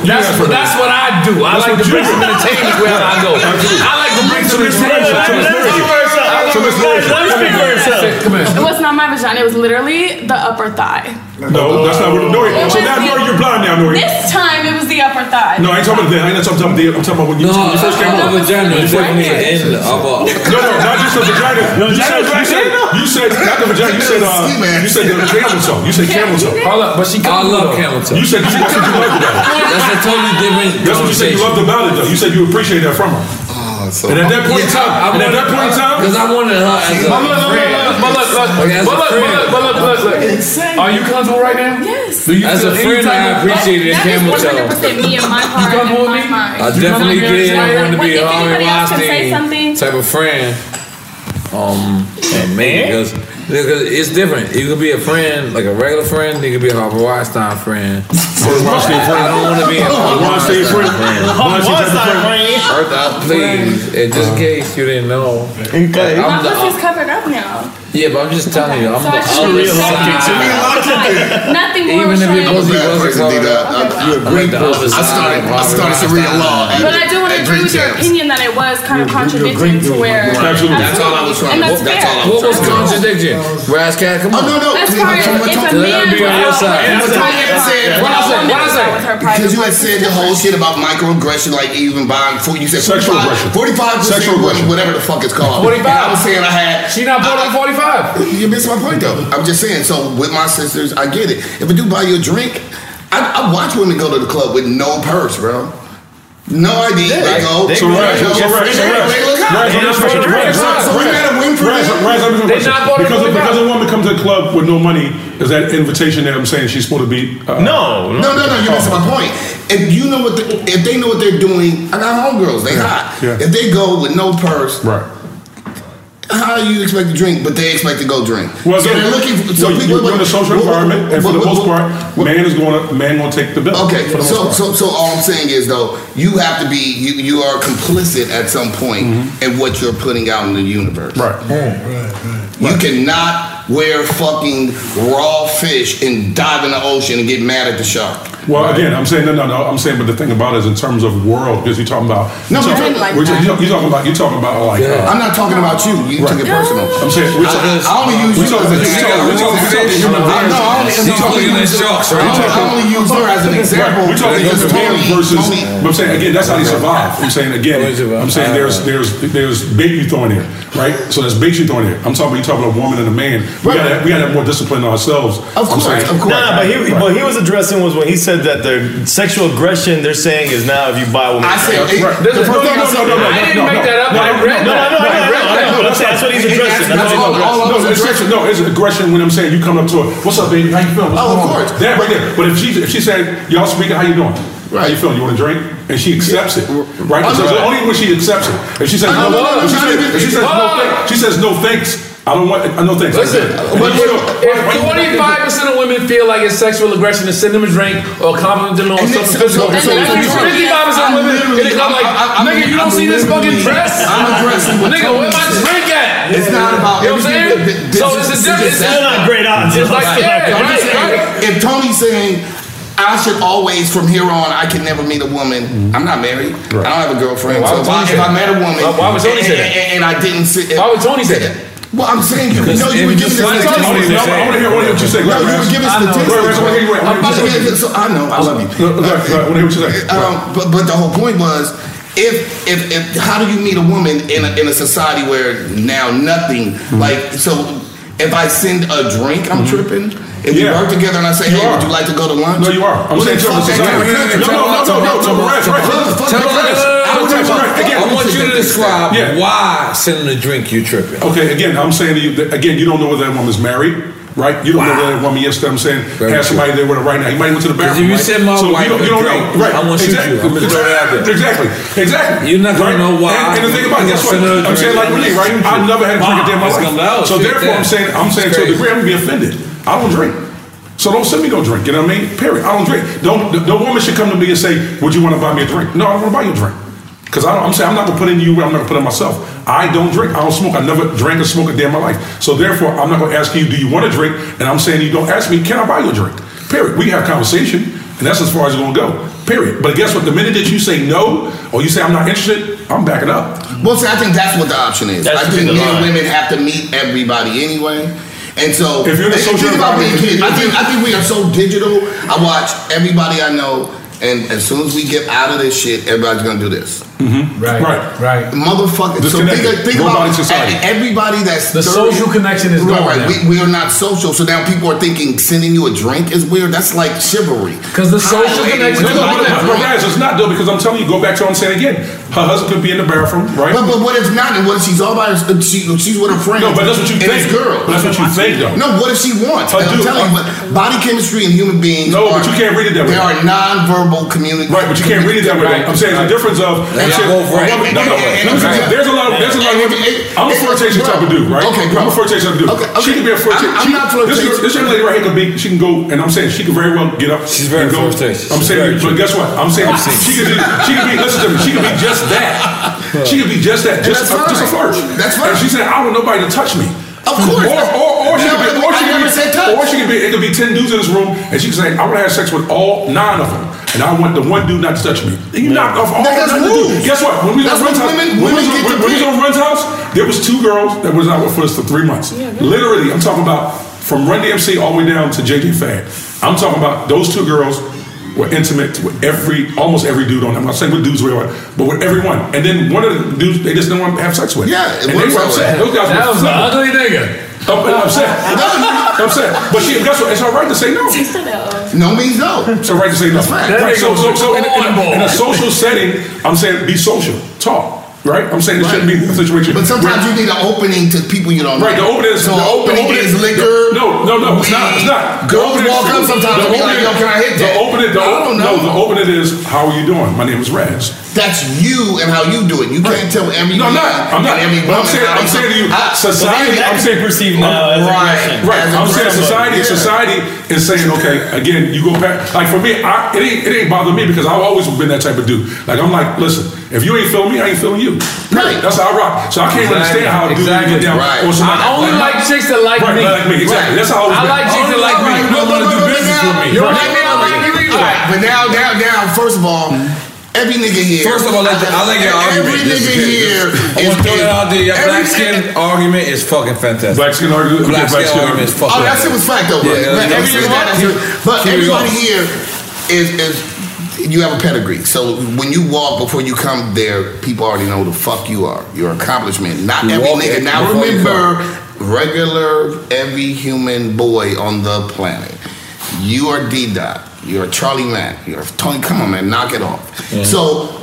That's what, that's what I do. I
That's
like to
what you
bring
do.
some entertainment wherever I go. I like to bring some entertainment.
Let- let- let her speak for herself.
I like
So
to
Miss
bring-
Lawrence,
Let her speak for herself. Come here.
It was not my vagina. It was literally the upper thigh.
No, that's not what
Oh,
Dory. So now Dory, you're blind now, Dory.
This time it was the upper thigh.
No, I ain't talking about that. I ain't talking about that. I'm talking about when you, when you first came
I'm
out.
a vagina. It's definitely
end
the
of
No, no, not just the vagina. You said, you said, you said, not the vagina. You said, uh, you said the camel toe. You said camel toe.
Hold up, but she
I love camel toe.
You said that's what you loved about it.
That's a totally different.
That's what you said you loved about it, though. You said you appreciated that from her. and at that point in
Yeah,
time,
I- I
and at that
wanted-
point in time,
because I wanted her as a
But look, look,
friend.
look, but look, look,
Like, as
but
a
look,
friend.
but look, but look, look, look. Are you comfortable right now?
Yes.
Do you
As
feel
a
any
friend,
type
I
of-
appreciate it, camel toe.
That is 100% me and my heart and my mind.
I definitely did want to be
Like,
a
if anybody
Harvey
else can say something,
Weinstein type of friend. Um, and me because because it's different. You could be a friend, like a regular friend. You could be a Harvey Weinstein friend.
Weinstein friend.
I don't want to be a Harvey Weinstein
Weinstein friend.
friend.
Harvey Weinstein friend.
Earth out, Please, in just case you didn't know,
my
I'm the-
pussy's covered up now.
yeah, but I'm just telling you, I'm
So
the
I should
other side.
Like, Nothing
Even
more was
if it
trying
was
Bad person,
wasn't
D-Dot. I- uh, you a great person. I started, I started to read law.
But I do want to agree with your opinion that it was kind of contradictory to where.
That's all I was trying
And
to.
that's
That's all I was trying to.
fair.
What was contradiction? Rascal, come on.
no, no. As far as if a man
be on your side.
was-
What I said, what I said.
Because you had said the whole shit about microaggression, like even buying food. You said
Sexual
45,
aggression.
45
Sexual aggression.
whatever the fuck it's called.
45.
And I was saying I had.
She not bought on 45.
You missed my point though. I'm just saying. So with my sisters, I get it. If I do buy you a drink, I, I watch women go to the club with no purse, bro. No ID. They go.
So Raz, so Raz, so Raz, Raz, I'm just question. Raz,
So we had a win for
Raz,
that?
Raz, I'm just
They
question.
not voting
Because
for
a-
me
because
back.
a woman comes to the club with no money, is that invitation that I'm saying she's supposed to be? uh, Oh.
No, no, no, no. You're missing my point. If you know what, the, if they know what they're doing, I got homegirls. They hot.
yeah.
If they go with no purse,
right?
How do you expect to drink? But they expect to go drink.
Well,
so they're looking. For, so
you-
people
you're in a social
what- what-
environment, and
what-
for the
what-
most part, man is going to man going to take the bill.
Okay,
for the most
so
part.
so so all I'm saying is though, you have to be you, you are complicit at some point
Mm-hmm.
in what you're putting out in the universe. Right. You cannot wear fucking raw fish and dive in the ocean and get mad at the shark.
Well, again, I'm saying no, no, no. I'm saying, but the thing about it is in terms of world, because you're talking about.
No, but I
you're talking,
didn't like
we're
that.
talking- You're talking about. You're talking about like. uh,
I'm not talking about you. You took it personal.
I'm saying we're
I-
talking.
I only use
we're
you
talking-
as an
we're talking- we're talking- we're talking human
I-
beings.
no, I only-
You're talking
I only-
as sharks,
I
right?
only- I only use her as an example.
Right, We're talking
because
human beings
Tony-
versus.
Tony-
But I'm saying again, that's how they survive. I'm saying again, I'm saying there's there's there's bait you throwing here, right? So there's bait you throwing here. I'm talking. You talking about a woman and a man. We gotta we gotta have more discipline on ourselves. I'm saying-
No, no, but he, what he was addressing was when he said that the sexual aggression they're saying is now if you buy a woman.
I said-
Right.
it- the first thing I said- I didn't make that up.
No,
I
no,
read
no,
that.
no, no,
I
no,
read
no,
that.
no, That's that's what he's
And
addressing.
that's
That's
all-
what he's addressing.
all- all-
No, it's aggression. No, it's aggression when I'm saying you coming up to her. What's up, baby? How you feeling? What's
Oh, of
going on?"
course.
That right there. But if she if she said y'all speaking, how you doing? How you feeling? You want a drink? And she accepts it, right?
Oh,
Because that's
no.
the only when she accepts it. If she says
No,
no,
no, no, no,
if she
not
says-
even-
if she says
Hold
no,
on.
thanks, she says no thanks. I don't want I no thanks.
Listen,
And
but if,
you still-
if 25% of women feel like it's sexual aggression to send them a drink or compliment them on
And then
something
so-
physical,
so- so-
that means
so-
55% of women
literally-
get it. I'm like,
I- I- I-
nigga, you
I'm
don't see this fucking
literally-
dress?
I'm addressing what
Nigga,
Tony
where my
said.
drink at?
It's not about
You know what I'm
everything. Th-
saying?
th-
So
this
it's a
is-
difference.
this is- They're not great odds.
It's like,
Right.
yeah,
I'm just
right,
saying,
right.
If Tony's saying I should always, from here on, I can never meet a woman. I'm not married. I don't have a girlfriend.
Why
so
would
if I,
Tony say
if I
that?
met a woman,
Why- why would Tony
and,
say that?
and- and I didn't sit.
Why would Tony say that?
Well, I'm saying you
Because
know you
if
were
you
giving
just like
statistics.
Tony,
No,
you say
I
it.
wanna hear- I wanna hear what you say.
No,
Grab
you
Raz.
were giving
I know.
statistics.
Grab Raz, I wanna hear what- I
I'm
wanna hear what
about
you
to
say. I know. I love you.
I wanna hear what you say.
Um, but but the whole point was, if if, if how do you meet a woman in a, in a society where now nothing like so? If I send a drink, I'm tripping. If we
Yeah.
work together and I say,
You
hey,
are.
would you like to go to lunch?
No, you are. I'm
Well,
saying
then
terms of
fuck that guy.
society. No, no, no, no, no, no, Raz, Raz.
Fuck
Tell
that
Raz.
guy.
I would say Raz. Again,
I want you to describe
Yeah.
why sending a drink you tripping.
Okay, again, I'm saying to you that, again, you don't know whether that woman's married. right? You don't know whether that woman yesterday. I'm saying have somebody there with her right now. You might go to the
'Cause
bathroom.
if you
right?
send my
So
wife
you don't,
a
you don't
drink,
know, right?
I'm gonna shoot
exactly.
you. I'm gonna throw that out there.
Exactly, exactly.
You're not gonna
Right?
know why.
And, and the thing about it, guess
I'm
what?
gonna
I'm saying
drink
like with me, right? I never had a drink a day in my
It's gonna
life.
loud
So
shit
therefore,
there.
I'm saying I'm saying
It's
to a
crazy.
degree, I'm gonna be offended. I don't drink. So don't send me no drink. You know what I mean? Period. I don't drink. Don't no woman should come to me and say, "Would you want to buy me a drink?" No, I don't want to buy you a drink. Cause I don't, I'm saying I'm not gonna put in you. I'm not gonna put in myself. I don't drink. I don't smoke. I never drank or smoked a day in my life. So therefore, I'm not gonna ask you, "Do you want a drink?" And I'm saying you don't ask me, "Can I buy you a drink?" Period. We have conversation, and that's as far as it's gonna go. Period. But guess what? The minute that you say no, or you say I'm not interested, I'm backing up.
Well, see, I think that's what the option is.
That's
I
the
think
bigger
men and
line.
women have to meet everybody anyway. And so,
If you're in a
and
social
think about
environment,
being kids.
you-
I think I think we are so digital. I watch everybody I know, and as soon as we get out of this shit, everybody's gonna do this.
Mm-hmm. Right. Right. Right.
Motherfucker. So think, think about e- everybody that's
The
thirty-
social connection is
right.
gone
right.
now.
We, we are not social, so now people are thinking sending you a drink is weird. That's like chivalry.
Because the social connection
No, no, no, no, but guys, it's not though because I'm telling you, go back to what I'm saying again. Her husband could be in the bathroom, right?
But, but what if not? And what if she's all by herself? She, she's with her friends.
No, but that's what you
and
think.
It's girls.
But that's what you think, though.
No, what if she wants?
Her
And I'm
dude-
telling you, but body chemistry and human beings.
No, but
are-
you can't read it that way.
They are nonverbal communication.
Right, but you can't read it that way. though. I'm saying the difference of I'm saying, well, no, no, no. I'm saying There's a lot. There's a lot. Of, I'm a flirtation type of dude, right? Okay, I'm a flirtation type of dude. She can be a flirtation.
I'm- I'm
she,
not
This, girl- this young lady right here could be. She can go, and I'm saying she could very well get up. She's very go,
flirtatious.
I'm
She's very
saying, but
true.
guess what? I'm saying
I've seen
she could. be- She could be. Listen to me. She could be just that. She could be just that.
And
Just,
that's
a- just a
fine.
flirt.
That's fine.
And she said, I don't want nobody to touch me.
Of course.
Or, or, or she could be, or she
I
could
never
be,
said touch.
or she could be, it could be 10 dudes in this room, and she could say, I want to have sex with all nine of them, and I want the one dude not to touch me. You knocked off all
That- that's
nine of the dudes.
rules.
Guess what? When we was
That's
on Run's
what
house,
women-
when we
women
was
get
on-
to
when we was
pick.
on Run's house, there was two girls that was out with us for three months. Literally, I'm talking about from Run DMC all the way down to JJ Fad. I'm talking about those two girls were intimate with every almost every dude on. I'm not saying with dudes we were, but with everyone. And then one of the dudes they just didn't want to have sex with.
Yeah, it
and they
works
were
that
upset.
way.
Those guys
That
were
was an
upset.
ugly
nigga. I'm, I'm upset.
*laughs*
I'm upset. But she, guess what? It's her right to say no.
No means no.
So right to say no.
That's right.
Right, So, so, so in, a- in a-
Cornball.
in a social setting, I'm saying be social, talk. Right? I'm saying it
Right.
shouldn't be a situation.
But sometimes
where-
you need an opening to people you don't know.
Right, the opening is
So
the
opening
the
is liquor,
No, no, no, it's not. It's not. The
girls
opening-
walk up sometimes and be like,
opening-
"Yo, can I hit that?"
The opening, the,
I don't
no,
know.
the opening is how are you doing? My name is Raz.
That's you and how you do it. You can't tell every
No, I'm not. I'm not.
and every
But
woman
I'm saying,
how
I'm
they-
saying to you,
I-
society.
Well, that-
I'm
that
saying
can be perceived now
I'm-
as
right,
aggression.
right.
As
I'm saying
aggression.
society.
Yeah.
Society is saying, okay, again, you go back. Like for me, I, it ain't it ain't bothered me because I've always been that type of dude. Like I'm like, listen, if you ain't feeling me, I ain't feeling you. Right. That's how I rock. So I can't
Exactly.
understand how a dude can
Exactly.
get down.
Right.
on somebody.
I only like chicks that like
Right,
me.
Exactly.
Right.
That's how I always
I
been.
like chicks that like me.
Only
Don't wanna do business with me.
You don't
Right.
like me, I don't like you.
All right.
But now, now, now, first of all, every nigga here.
First of all, I like, I like your argument.
Every
This
nigga
is-
here
I
is.
want to throw that out there. Your
every-
black skin argument is fucking fantastic.
Black skin argument.
Black
Black
skin,
skin
argument is
argument.
fucking.
Oh, that shit was fact though.
Yeah,
but
yeah,
every
yeah.
nigga got that
Keep-
shit. But
keep it
everybody
going.
here is is you have a pedigree. So when you walk before you come there, people already know who the fuck you are. Your accomplishment. Not
You
every
walk
nigga.
in
Now
before you
remember, regular every human boy on the planet. You are D Dot. You're Charlie Mack. You're Tony. Come on, man, knock it off.
Mhm.
So.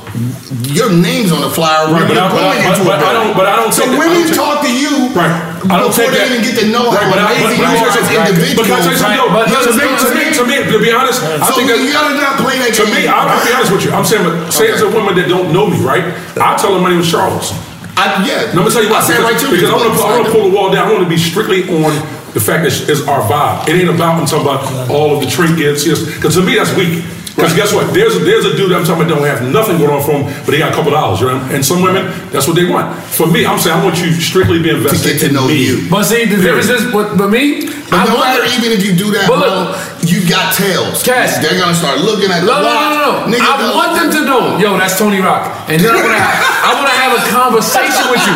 Your name's on the flyer.
Right, but
You're
I- but
going
I- but-
into a
but I
building.
don't- but I don't
So
take that- I
women
don't take-
talk to you
Right. I
before
don't take
they
that.
even get to know
right, but
how
I-
amazing
but-
you
but-
are as
right.
individuals.
But can I tell you something? No,
You
but to me,
understand
to
what
me,
I'm
to me, to be honest, I
So
think that,
you gotta not play that
To
game.
me, I'll, I'll be honest with you. I'm saying, but say it's a woman that don't know me, right? I tell her my name is Charles.
I, yeah.
No, I'm gonna tell you
I
why.
said it
because,
right to you,
because I
but
want to
it's
I want
not
to pull the wall down. I want to be strictly on the fact that it's our vibe. It ain't about I'm talking about all of the trinkets. Because to me, that's weak. Because guess what? There's there's a dude I'm talking about don't have nothing going on for him, but they got a couple dollars, you know? And some women, that's what they want. For me, I'm saying I want you strictly be invested to know you.
But see, the difference is, but, but me,
But no matter even if you do that,
But
bro,
look-
you got tails.
Cass.
They're gonna start looking at the
No, no,
watch.
no, no, no.
Nigga,
I
the-
want them to know, yo, that's Tony Rock. And then I wanna have, I wanna have a conversation with you.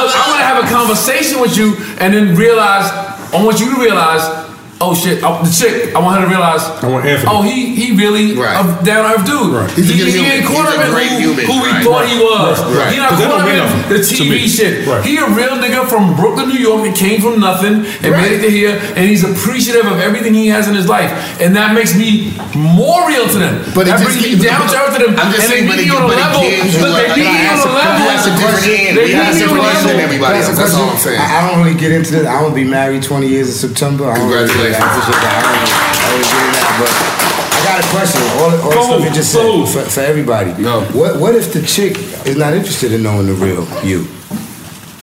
Look, I wanna have a conversation with you and then realize, I want you to realize, oh shit, I, the chick, I want her to realize, I
want Anthony.
oh, he he really a down earth dude.
He's a
He,
good
he
human.
ain't
He's
caught
a
up in
great
who,
human.
who he
Right.
thought he was.
Right.
He not
'Cause that
caught up
don't mean
in
nothing
the
to me.
TV shit.
Right.
He a real nigga from Brooklyn, New York that came from nothing and made it to here, and he's appreciative of everything he has in his life. And that makes me more real to them.
But it
that
just
brings me
gives-
down to earth to them.
I'm just
and
saying,
they
but
need
it-
you on a
but it
level.
gives you
But
a-
they
an
need you on
answer.
a level
Yes, that's a different end. We got a different end than everybody
That's
else.
a
That's all I'm
question.
saying.
I I don't really get into this. I won't be married 20 years in September. I don't really get into that. I appreciate that. I don't- I don't really get into that, but I got a question. All, all the stuff you just said for, for everybody. No. What, what if the chick is not interested in knowing the real you?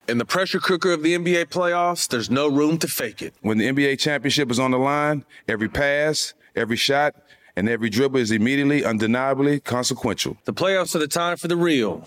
In the pressure cooker of the NBA playoffs, there's no room to fake it.
When the NBA championship is on the line, every pass, every shot, and every dribble is immediately, undeniably consequential.
The playoffs are the time for the real.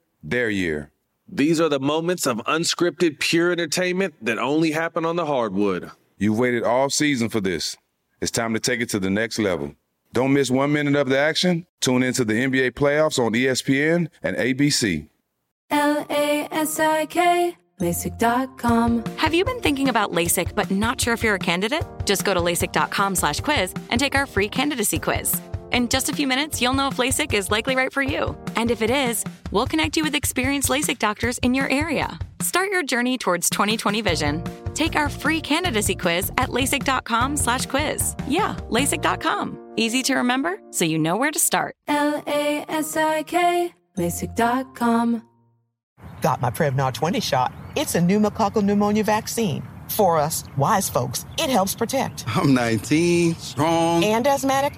their year?
These are the moments of unscripted, pure entertainment that only happen on the hardwood.
You've waited all season for this. It's time to take it to the next level. Don't miss one minute of the action. Tune into the NBA playoffs on E ESPN and ABC.
L A S I K, LASIK.com.
Have you been thinking about LASIK but not sure if you're a candidate? Just go to LASIK.com slash quiz and take our free candidacy quiz. In just a few minutes, you'll know if LASIK is likely right for you. And if it is, we'll connect you with experienced LASIK doctors in your area. Start your journey towards 2020 vision. Take our free candidacy quiz at LASIK.com slash quiz. Yeah, LASIK.com. Easy to remember, so you know where to start.
L A S I K, LASIK.com.
Got my Prevnar 20 shot. It's a pneumococcal pneumonia vaccine. For us wise folks, it helps protect.
I'm 19, strong.
And asthmatic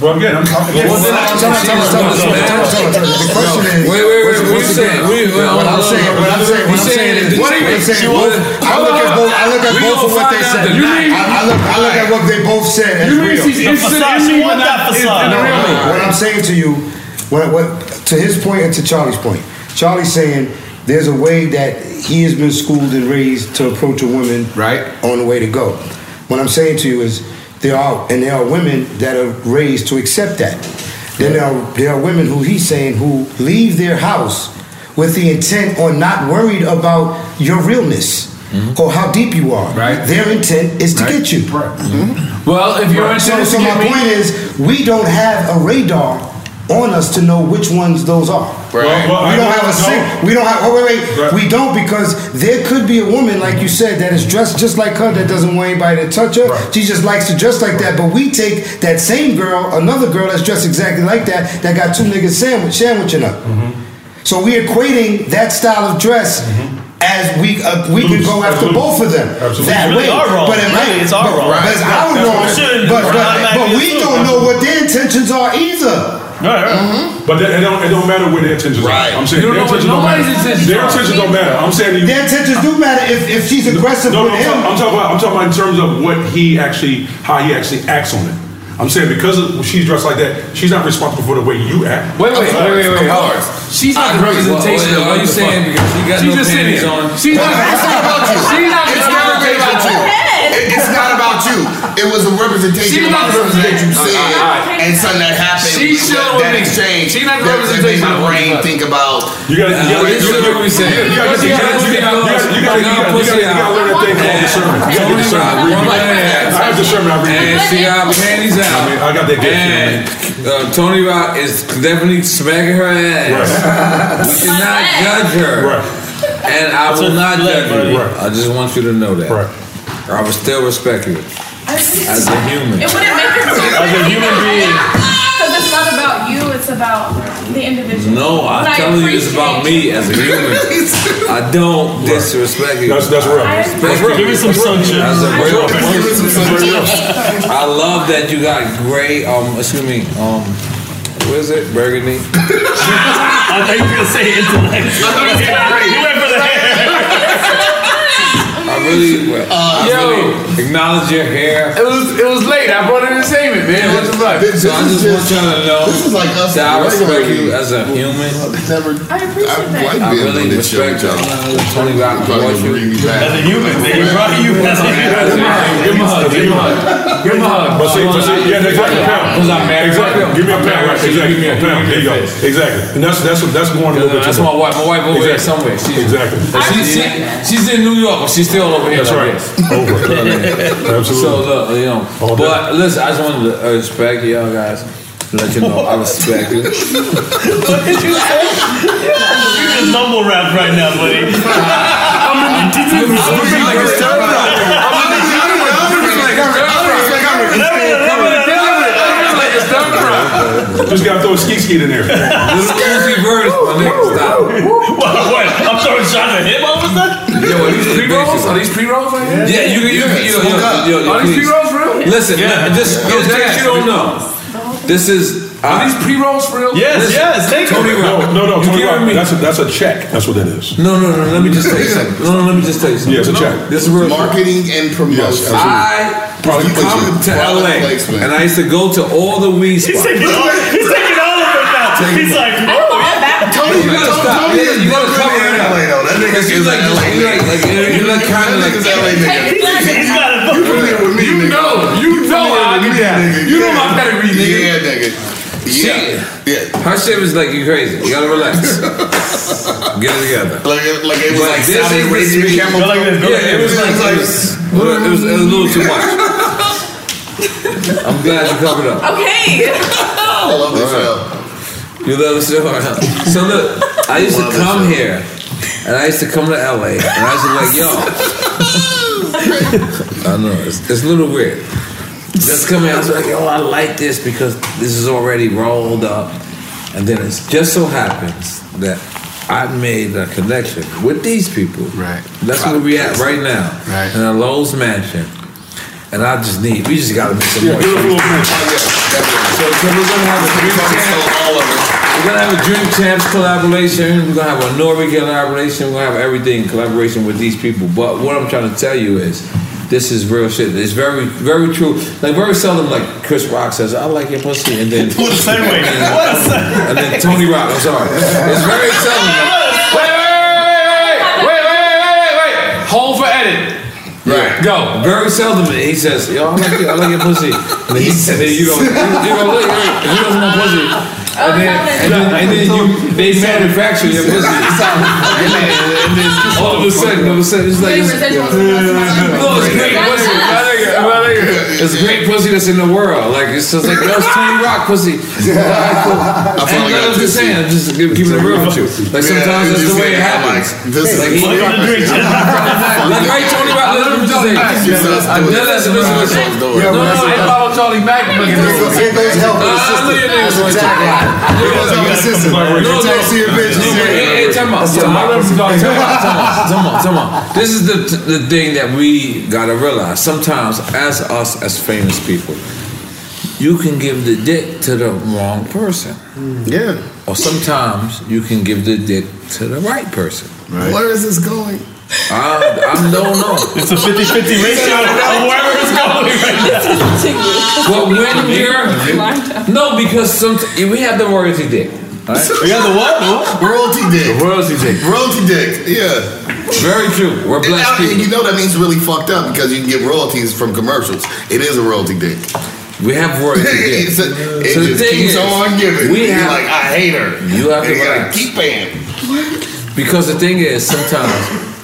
Well, again, I'm talking
Well, then I-
Tell her, tell her, tell her, tell her, tell her, tell her, tell her. The question
Wait,
is-
wait, wait. What you
What's the
saying?
difference?
We- well,
What I'm
hold
saying,
on.
what I'm saying, what
We
I'm saying
that
is- what
you-
do you
that
mean?
you
What-
want-
I look at both- I look at
We
both
gonna
of what they
find out
said.
tonight.
You mean- I- I look- I look at what they both said as You mean real. she's interested in me, but not- is that
No, no,
real?
no. What I'm saying to you, what, what, to his point and to Charlie's point, Charlie's saying there's a way that he has been schooled and raised to approach a woman right on the way to go. What I'm saying to you is there are and there are women that are raised to accept that. Then there are, there are women who he's saying who leave their house with the intent on not worried about your realness
Mm-hmm.
or how deep you are. Right. Their intent is to get you. Right.
Mm-hmm. Well, if you're
so, so
interested to
my
get me-
point is, we don't have a radar on us to know which ones those are.
Right. Well, well,
we don't
I-
have a
no.
sing- we don't have oh wait wait we don't because there could be a woman like you said that is dressed just like her that doesn't want anybody to touch her. She just likes to dress like that. But we take that same girl, another girl that's dressed exactly like that that got two niggas sandwich sandwiching her.
Mm-hmm.
So we're equating that style of dress as we uh, we can go after both of them
Absolutely.
that
It's
way.
really our wrong.
But it might,
Really, it's our
but,
wrong.
But it's
Right.
our
That's
wrong.
what we shouldn't-
But,
we're not
but, but
automatically
we
assume.
don't know what their intentions are either.
No, yeah.
Mm-hmm.
But that, it, don't, it don't matter where their intentions are. I'm saying
You don't
their
know what
intentions don't matter.
nobody's intentions
their
are.
intentions don't matter. I'm saying to you,
Their intentions do matter if, if she's aggressive
no, no,
with
I'm,
him.
talking, I'm talking about. I'm talking about in terms of what he actually, how he actually acts on it. I'm saying because of, she's dressed like that, she's not responsible for the way you act.
Wait, wait,
Of
wait, wait,
course,
wait. Hold
of
on.
course.
She's not the
I agree.
representation of what you
Well, well, yeah, what
saying
the
because she got
She's
no
just sitting
panties
here.
on.
She's not-
It's not about you.
It's not about you. It- It's not about about you. It was a representation
She's
of
not the
something that
representation.
you said
All right, all right.
and something that happened.
She's
that,
showing
that
me.
exchange.
She's not the
that- that made
representation
my
of what
brain
you
think about.
You gotta, you gotta, you gotta, you gotta, you gotta, you gotta, you gotta, you gotta, you gotta, you gotta, you gotta learn that thing called discernment. You gotta get discernment. I read it. I have discernment. I read
And
it.
she got panties out.
I mean, I got that gift.
And uh, Tony Rock is definitely smacking her ass. *laughs* We cannot judge her. And I will not judge you. I just want you to know that. I will still respect you as a human.
It wouldn't make her feel
As a human being.
Because it's not about you, it's about the individual.
No, I'm
Like,
telling you, it's about me as a human.
*laughs*
I don't disrespect you. That's that's real.
That's real. Give me some sunshine.
That's a
That's
real
real. Give me some
*laughs* person. I love that you got gray. Um, excuse me. Um, what is it?
*laughs*
Burgundy. I
thought you were gonna say intellect. *laughs* You went for the
I really,
Uh,
I really acknowledge your hair.
It was it was late. I brought entertainment, man. What's the fuck?
So I just want y'all to know
this is like us
that I
regular
respect you as a human.
Never,
I appreciate that.
I really respect you. Tony Rock, I want you.
As a human, nigga. Right? You as a human.
Give him a hug. Give him a hug. Give him a hug. But see, but see, yeah, exactly. Pound. Because I'm mad. Exactly. Give me a pound. Right. Exactly. Give me a pound. There you go. Exactly. And that's that's that's going a little bit.
That's
too
my wife.
much.
My wife over there somewhere.
Exactly.
She's,
Exactly.
But she, she, she's in New York, but she's still over here.
That's
like
right.
this.
Over. Absolutely.
*laughs* So look, you know. But listen, I just wanted to uh, respect y'all guys. Let you know I respect
*laughs*
you.
What did you say?
*laughs*
You just mumble rap right now, buddy. I'm in the deep end. I'm in the
Just gotta throw a skeet skeet
*laughs*
in there.
Little Uzi Vert is my nigga. Stop. *laughs*
What? What? I'm throwing shots at him
What was that?
Yo, are these pre rolls? Are these pre rolls right here? Yeah, you can. You,
Yeah,
you, yo,
smoke up.
yo, yo, yo,
Are these
please.
pre-rolls for real?
Listen,
Yeah.
yeah. just
Yeah,
yo, in
yes.
case you don't know, this is. Are these pre rolls for real? Listen, Tony Rock.
No, no, no.
You
Tony
hearing
Rock.
me?
That's a, that's a check. That's what that is.
No, no, no. Let me just tell you something. No, no. Let me just tell you something.
Yeah, it's a
No,
*laughs* check.
This is real.
Marketing and promotion.
Yes, I probably come to
Product
LA,
placement.
and I used to go to all the weed
He's
spots.
taking all of it now. He's like, oh, yeah.
Tony, you gotta stop. Yeah, you gotta cover it up. That nigga you like, just- you like, like, you like, kind of like.
He's got a
You familiar with me, nigga? You
know, you know how I get down. You know my pedigree, nigga.
Yeah, nigga.
Yeah. yeah. Her shit was like you crazy. You gotta
*laughs*
relax. Get it together.
Like, it- like it was
But
like
this
Saudi
is the
Arabian
speed.
camel. Go like this, go like
Yeah, it was
this.
like, it was, it was, it was a little too much. I'm glad you covered up.
Okay.
I love this
All right. You love the show. So look, I used to come here, and I used to come to LA, and I was like, yo. I know it's, it's a little weird. Just come here, I was like, yo, I like this because this is already rolled up, and then it just so happens that I made a connection with these people. Right. That's where we at right now. Right. In a Lowe's mansion. And I just need, we just gotta make some
Yeah,
more.
give it a little
So, so we're gonna have a dream champ. We're gonna have a dream champs collaboration. We're gonna have a Norby collaboration. We're gonna have everything in collaboration with these people. But what I'm trying to tell you is, this is real shit. It's very, very true. Like very seldom, like Chris Rock says, "I like your pussy," and then
What a segue. What a segue.
And then Tony Rock. I'm sorry. It's very seldom. like-
Hold for edit.
Right. Go. Very seldom he says, "Yo, I like your, I like your pussy." And then, and then you go, you go, look, look, he doesn't want pussy. And then, and then, and then you, they manufacture your pussy. And then, and then all of a sudden, all of a sudden, it's like, it's, no, it's great pussy, my nigga, my nigga. It's great pussy that's in the world. Like it's just like that's Tony Rock pussy. I
finally got
I'm just
pussy.
saying, I'm just keeping it real with you. Like
Yeah,
sometimes that's
you
the way it
just-
happens.
This is-
Like, he-
Look at the *laughs* drink.
*laughs* Like, right, Tony Rock, let him just say. I know that's a
No, no, I follow Charlie Mack. but-
Here goes help.
Ah,
Here goes help. Assistant. Taxi and bitches.
Hey, time out. Time out.
*laughs*
Time out. Time out. Time out. This is the the thing that we gotta realize. Sometimes, as us as famous people, you can give the dick to the wrong person. Mm. Yeah. Or sometimes you can give the dick to the right person.
Where is this going?
I, I don't know. It's a 50-50
ratio of wherever it's going
*laughs*
right now.
But when *laughs* you're no, because some we have the *laughs* royalty dick. Right?
We have the what? Royalty dick.
Royalty dick.
Royalty dick. Yeah.
Very true. We're
black people. You know that means really fucked up because you can get royalties from commercials. It is a royalty dick.
We have
*laughs*
royalty dick.
It's a- it
So the
just
thing
keeps
is,
on giving.
we
You're
have-
like I hate her.
You have
And
to
you gotta
like-
keep paying.
Because the thing is, sometimes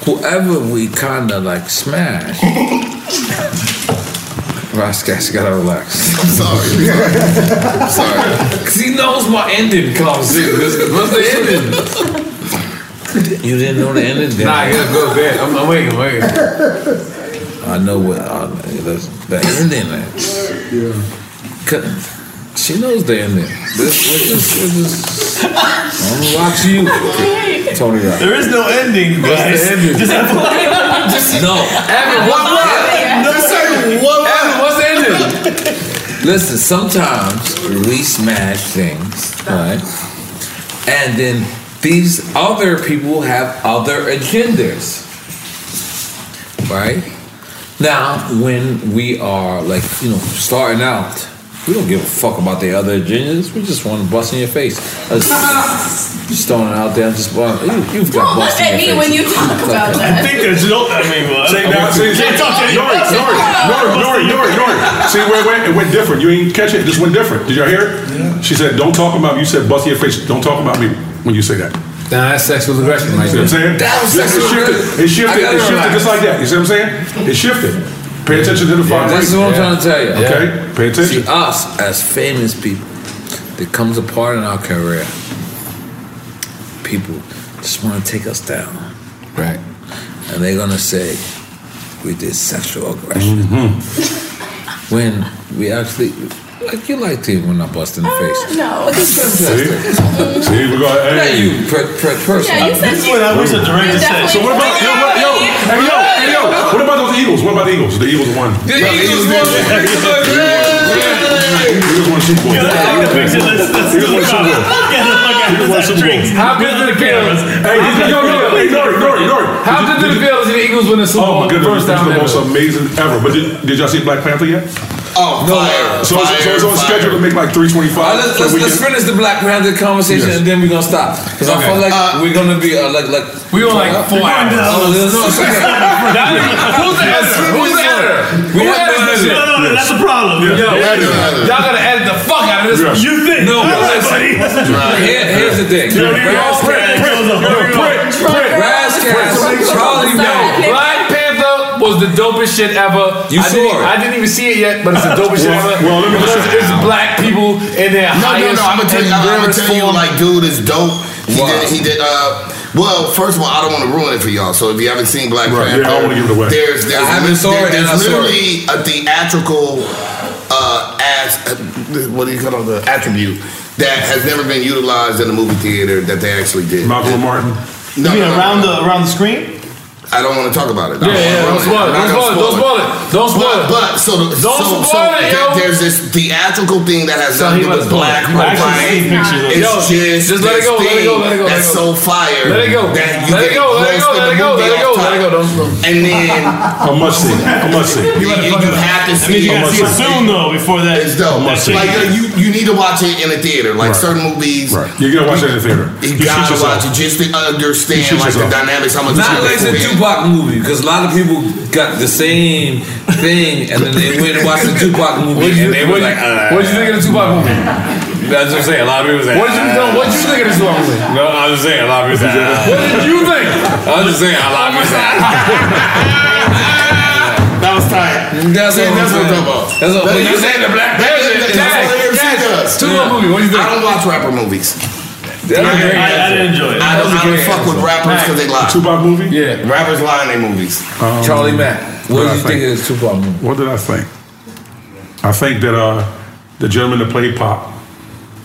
whoever we kind of like smash, Roscas gotta relax. I'm *laughs*
sorry.
I'm sorry. Because he knows my ending comes in. What's the ending? You didn't know the ending?
Nah, I gotta go to bed. I'm, I'm waiting, I'm waiting.
*laughs*
I know what uh, that's, the ending is. Yeah. She knows the ending. This, what this, what this, I'm watching you, Tony. Rock.
There is no ending,
What's the
guys.
ending?
Just
*laughs*
have fun.
Just- No. Evan, what line?
Just say
Evan, what's the ending? Listen, sometimes we smash things, right? And then these other people have other agendas, right? Now, when we are like, you know, starting out, we don't give a fuck about the other agendas. We just want to bust in your face. Us- *laughs* Just throwing it out there. I'm just, well, you, you've got
Don't
bust
look
in
at me
your face.
when you talk about
I
that.
think there's no. I mean, well, I
Say now,
don't-
say, say,
Can't talk to
Nori,
anybody.
Nori, Nori, Nori, Nori, Nori. See, wait, wait, it went different. You ain't catch it. It just went different. Did y'all hear it? She said, "Don't talk about me." You said, "Bust your face." Don't talk about me when you say that.
Nah, that's sexual aggression, right
See what I'm saying?
That was
It
sexual
shifted.
aggression.
It shifted.
I gotta
It shifted
relax.
just like that. You see what I'm saying? It shifted. Pay attention to the fine
This is
print.
what I'm trying to tell you.
Okay, pay attention.
See, us as famous people, there comes a part in our career. People just want to take us down. Right. And they're going to say, we did sexual aggression. *laughs*
Mm-hmm.
When we actually, like, you liked it when I bust in the face.
No.
Like, it's fantastic.
See, we're going,
Not you, per, per, person.
Yeah, you said
This is what I wish a director said. So what about yo, what, yo, hey yo, hey yo, what about those Eagles? What about the Eagles? The Eagles won. The Eagles won. Eagles won Super Bowl. Eagles won Super Bowl. Eagles won Super Bowl.
How good did it feel?
Hey, yo, yo, yo, hey, Nori, Nori, Nori.
How good did it feel to see the Eagles win the Super
Oh
Bowl?
my
the first
goodness, this is
time
the
ever?
most amazing ever. But did, did y'all see Black Panther yet?
Oh, no.
So, it's- so it's on schedule to make like 325.
All right, let's, let's, let's finish the Black Panther conversation
Yes.
and then we're gonna stop because I
Okay.
feel like we're gonna be uh, like like
we were like four hours. *laughs*
Oh, no, no, it's okay. *laughs*
Who's the editor? Who's the editor?
We
Who edits
have no
this
editor.
shit?
No, no, no, that's a
problem.
Yo,
Yeah. Yeah.
y'all gotta edit the fuck out of
Yeah.
this.
You think?
No,
All right,
listen.
buddy. Right. Here- here's the thing.
Yo, here we go.
Rascals-
Print, print,
Yo,
print,
print,
print.
print. Rascals, Charlie Brown.
Yo, Black Panther was the dopest shit ever.
You
I
saw
didn't, e-
it.
I didn't even see it yet, but it's the dopest shit
Well-
ever.
well, let me
because
just-
it's black people in their
No, no,
highest
no. I'm gonna tell you.
and
I'm gonna
rarest
tell you.
form.
Like, dude is dope. He
Wow.
did. He did. Uh, well, first of all, I don't want to ruin it for y'all. So if you haven't seen Black
Right,
Panther,
yeah, I wanna give it away.
There's, there's,
I haven't saw it, and
there's
I saw
literally a theatrical uh, as uh, what do you call it? The attribute that has never been utilized in a movie theater that they actually did.
Malcolm Martin.
No,
You mean
no, no,
around
no.
the uh, around the screen?
I don't want to talk about it.
Yeah, yeah, don't spoil it,
I'm not
don't
gonna
spoil it, don't spoil it, don't spoil it.
But, but so, the,
Don't
so, so
spoil it,
there-
yo.
there's this theatrical thing that has
So he
nothing to do
was
with black
born. You actually
compliance.
see pictures of it.
It's
Yo,
just,
just let it
this
go, let it go, let it go,
thing
let it
That's
go.
so fire.
Let it go.
That you
Let it
get
go, let it
close
go,
to the
let it go,
movie
let it
off
go,
top.
let it go,
And then
I must see. I must see.
You, you, you have to
That means
see
you gotta see it soon,
though before that.
It's dope.
I must see.
Like uh, you, you need to watch it in a theater. Like
Right.
certain movies,
Right. You gotta watch it in the theater.
You,
You
gotta
shoot yourself.
watch it just to understand
shoot
like
yourself.
the dynamics. How much
Not like the Tupac movie, because a lot of people got the same thing, and then they went and watched the Tupac movie,
What'd you-
and they
what'd
were
you-
like, uh,
what'd you think of the Tupac movie?
That's what I'm saying. A lot of people say.
What'd you- no, what'd you think of the Tupac movie?
No, I'm just saying. A lot of people say. uh,
What did you think?
I'm just saying. A lot of people say.
That was tight.
That's what I'm saying. That's what. But you saying the Black Panther? is-
Tupac movie. What do you think? I don't watch rapper movies.
I- I- I didn't
enjoy it.
I don't,
That was a
I don't
great
fuck with
answer.
rappers because they lie.
Tupac movie? Um,
Yeah.
Rappers lie in their movies.
Charlie Mack. What did you think of Tupac movie?
What did I think? I think that uh, the gentleman that played Pop.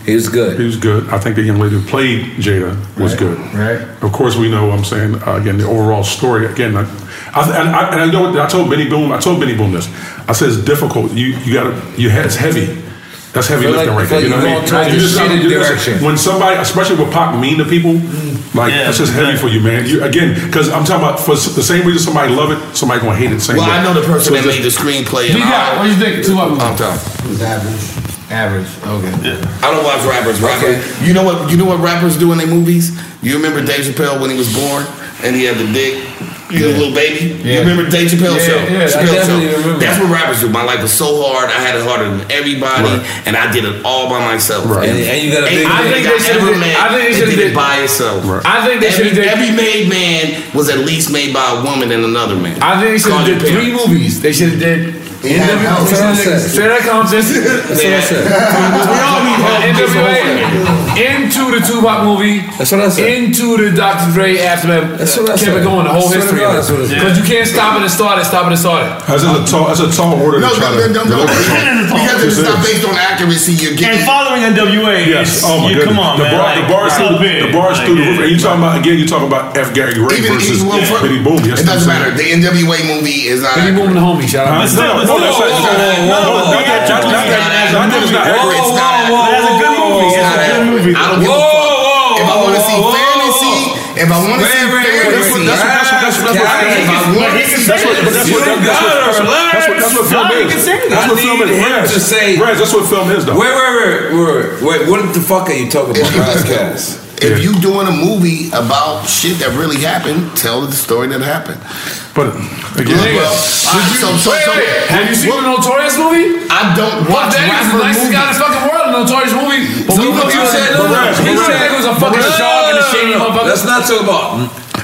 He was good.
He was good. I think the young lady who played Jada was good.
Right.
Of course, we know. I'm saying uh, again the overall story. Again, I, I, and, I, and I know what- I told Benny Boom. I told Benny Boom this. I said it's difficult. You you got to your head's heavy. That's heavy
Feel like-
lifting right there.
feel
You know
like
what
you're
I
going to
mean?
the
You just-
shitty
you just-
direction.
When somebody, especially with pop, mean to people, like that's just heavy for you, man. You, again, because I'm talking about for s- the same reason somebody love it, somebody gonna hate it. Same
Well,
way.
I know the person
So
that
just-
made the screenplay.
D-Dot, what
do you think?
Tupac
I'm done.
was average.
Average. Okay.
I don't watch rappers. Rapper. You know what? You know what rappers do in their movies? You remember Dave Chappelle when he was born? and he had the dick. He was
Yeah.
a little baby.
Yeah.
You remember Dave Chappelle
Yeah,
show?
yeah, I
Chappelle
definitely
show.
remember.
That's what rappers do. My life was so hard. I had it harder than everybody, and I did it all by myself.
Right.
And,
And- and you got a big
I
dick.
think
I
I
should've
ever
did-
met.
I think you
that
should've
did
did-
it by itself.
I think they
every,
should've did-
every made man was at least made by a woman and another man.
I think they should
Call
have
your
did three
parents.
movies. They should have did.
Yeah,
NWA.
that's what I said.
Say that concept. *laughs* That's what I said.
We all need help.
NWA. Into the Tupac movie. That's what I said. Into the Dr. Dre aftermath. That's what I Kept it
said.
going the whole
Swear to
history.
God, that's what I said.
Because you can't stop it and start it. Stop it and start it.
That's a tall. That's a tall order.
No,
to
no,
try to
no, no, no.
deliver from.
Because it's not based on accuracy. You're getting
And following NWA,
Yes.
yes.
Oh my
you,
goodness.
come on,
the
man.
Bar,
like,
the bar is
it's
through,
up in.
the bar is
Like,
through the roof.
yeah.
And you talking about again? You talking about F. Gary Gray
Even
versus
even Will Ferrell.
Benny Boom? Yes,
It doesn't
I'm
matter.
saying.
The NWA movie is not.
Benny Boom and the homie. Shout
Huh?
out.
No, no, that's not- no, no, that- that- that- that- that is not accurate.
That's a good movie. It's not accurate. I don't give a fuck. If I want to see fantasy, if I want to see fantasy,
That's what- that's what- that's what- that's what-
if I want to see
that's what- that's what- that's what- that's what- that's what- that's what film is. That's what film is.
Him
Rez.
to say,
Rez, that's what film is, though.
Wait, wait, wait, wait, wait. What the fuck are you talking about? Podcast.
If you doing a movie about shit that really happened, tell the story that happened.
But
well,
again- Nigga,
all right,
did you-
so, so,
wait,
so,
wait. Have you seen
what-
the Notorious movie?
I don't
What
watch
that is the
rapper
nicest
movies.
guy in the fucking world. The Notorious movie. But
So
we
what
what you
you
said.
said, Perez,
He
Perez,
said it was a fucking
Perez.
shark and a shady motherfucker. Mm.
Let's not talk about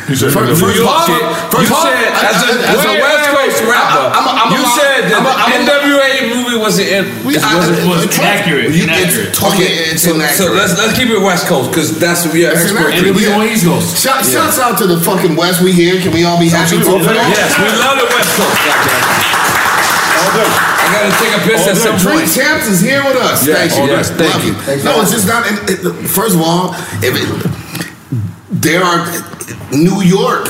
You said
First-
New
first
York.
of all, you said as a, as a West Coast rapper, you said that the NWA movie wasn't in,
We- I-
wasn't
it's- it's-
accurate.
you- it's Inaccurate. totally- it's
so, so
inaccurate.
let's let's keep it West Coast because that's what we are
It's
expert.
inaccurate. Yeah. Shout,
Yeah.
Shouts out to the fucking West. We here. Can we all be happy for that?
Yes, we love the West Coast. I gotta take a piss at some
Drink
point.
Champs is here with us.
Yes,
thank you.
yes, thank
Love
you.
No, it's just not. It, it- first of all, if it, there are New York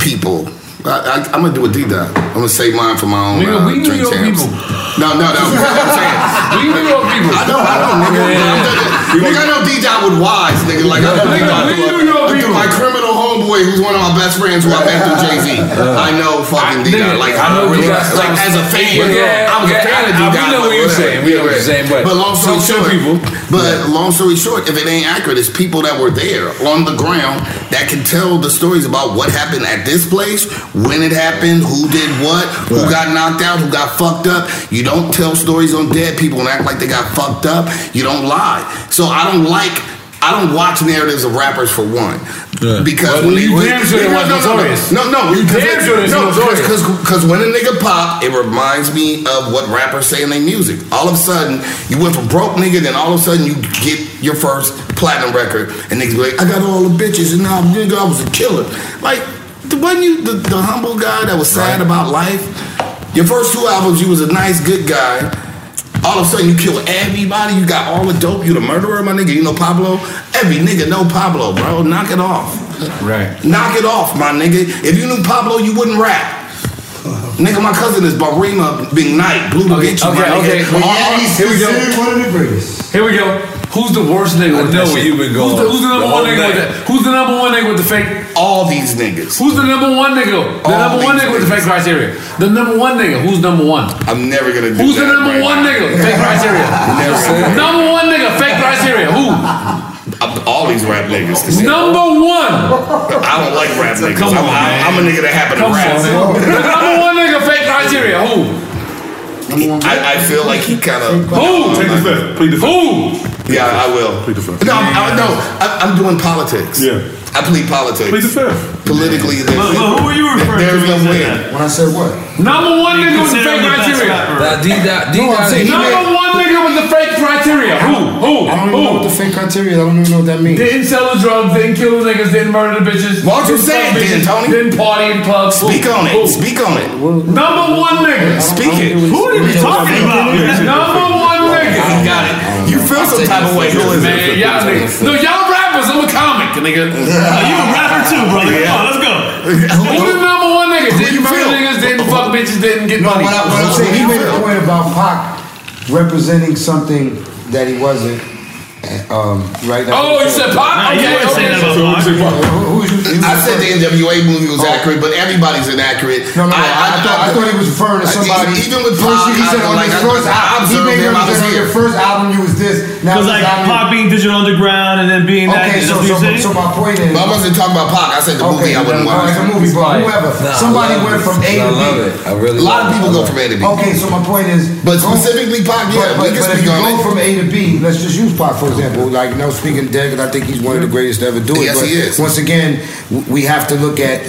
people. I, I, I'm gonna do a D dot. I'm gonna save mine for my own.
Nigga,
uh,
we New
drink
York
champs.
people.
No, no, no. I'm saying.
We New York people.
I know, I know, nigga. I'm the- Nigga, I know D dot with Wise, nigga. Like I know D dot.
We New York people.
My criminal homeboy, who's one of my best friends, who I met through Jay Z. I know fucking D dot. Like I know really,
D-Dot.
like as a fan.
Yeah,
I was a
yeah,
fan of D
I- we
dot.
know what you're saying. We know what you're saying, but
long story
some
short,
people-
But long story short, if it ain't accurate, it's people that were there on the ground that can tell the stories about what happened at this place, when it happened, who did what, who got knocked out, who got fucked up. You don't tell stories on dead people and act like they got fucked up. You don't lie. So I don't like. I don't watch narratives of rappers for one, because
Well,
when
you
they,
damn sure it
no,
was
no, no,
Notorious.
no, no, no,
You damn sure it's Notorious.
because because when a nigga pop, it reminds me of what rappers say in their music. All of a sudden, you went from broke nigga, then all of a sudden you get your first platinum record, and niggas be like, I got all the bitches, and now nigga, I was a killer. Like, the- wasn't you the, the humble guy that was sad about life? Your first two albums, you was a nice, good guy. All of a sudden, you kill everybody. You got all the dope. You the murderer, my nigga. You know Pablo. Every nigga know Pablo, bro. Knock it off.
Right.
Knock it off, my nigga. If you knew Pablo, you wouldn't rap. Nigga, my cousin is Barima Big Night, Blue the Bitch.
Okay,
my
okay.
nigga.
Well, here we go. Here we go. Who's the worst nigga
I
with
know
that
where
shit?
you been
Who's the,
going
who's the number
the
one
whole
nigga with
night.
that? Who's the number one nigga with the fake?
All these niggas.
Who's the number one nigga? The
All
number one
these
nigga with the fake criteria. The number one nigga. Who's number one?
I'm never gonna do
Who's the
that
number
right
one
now.
nigga? Fake criteria.
*laughs* Never gonna do that.
number one nigga. Fake criteria. Who?
I'm- All these rap niggas.
Number one.
I don't like rap niggas.
Come
I'm,
on, man.
I'm, I'm a nigga that happened
Come
to rap.
on. The number one nigga. Fake criteria. Who?
I, I feel like he kind of.
Who?
Take the fifth. Plead the fifth.
Who? Yeah, I will. Plead the fifth. No, I'm, I, no, I, I'm doing politics. Yeah. I plead politics. Plead the fifth. Politically, there's,
who are you referring
there's
to
no
when you
win.
said
When I said what?
Number one nigga with
Consider
the
him
fake
the best
criteria.
rapper.
Nah, D dot, D
No, I'm
dot.
saying he
Number
made-
one nigga with the fake criteria. Who? Who?
I don't even know
Who?
what the fake criteria. is. I don't even know what that means.
Didn't sell the drugs, didn't kill the niggas, didn't murder the bitches.
Why don't you
didn't
say it
fuck
then,
bitches,
Tony?
Didn't party in clubs.
Speak on it. Speak on it.
Number one nigga. Speak
it.
Who are you talking about? Number one nigga.
Got it. You feel some type of way. Who is
Man,
it?
y'all niggas. No, y'all rappers. I'm a comic, nigga.
you a rapper too, brother. Come on, let's
go. Who the number one nigga? Didn't murder niggas, didn't fuck bitches, didn't get money.
What I, what I'm saying, he made a point about Pac representing something that he wasn't. Um, right now.
Oh, you said Pac? Okay, okay.
I said the NWA movie was accurate, but everybody's inaccurate.
Oh. No, no, I thought- I thought he was referring to
I-
somebody.
Even with
First,
Pac,
he
I-
said on
like,
his
I-
first
I
album, he
observed
made
him, I was
represent on
here.
your first album you was this,
Because like Pac being Digital Underground and then being that.
Okay,
that's
so-
what you're
so-
saying?
so my point is- But I wasn't talking about Pac. I said the movie I wouldn't
all right,
watch.
the movie, but
Right.
whoever.
Nah, I
Somebody
love
went
it.
from A
I
to B.
love it. I really A lot of love it. people go from A to B.
Okay, so my point is.
But specifically Pac, yeah,
But,
we
but,
can
but if
speak
you
on
go
it.
from A to B, let's just use Pac for example. Like now speaking dead, because I think he's one of the greatest to ever do it.
Yes,
but
he is.
Once again, w- we have to look at.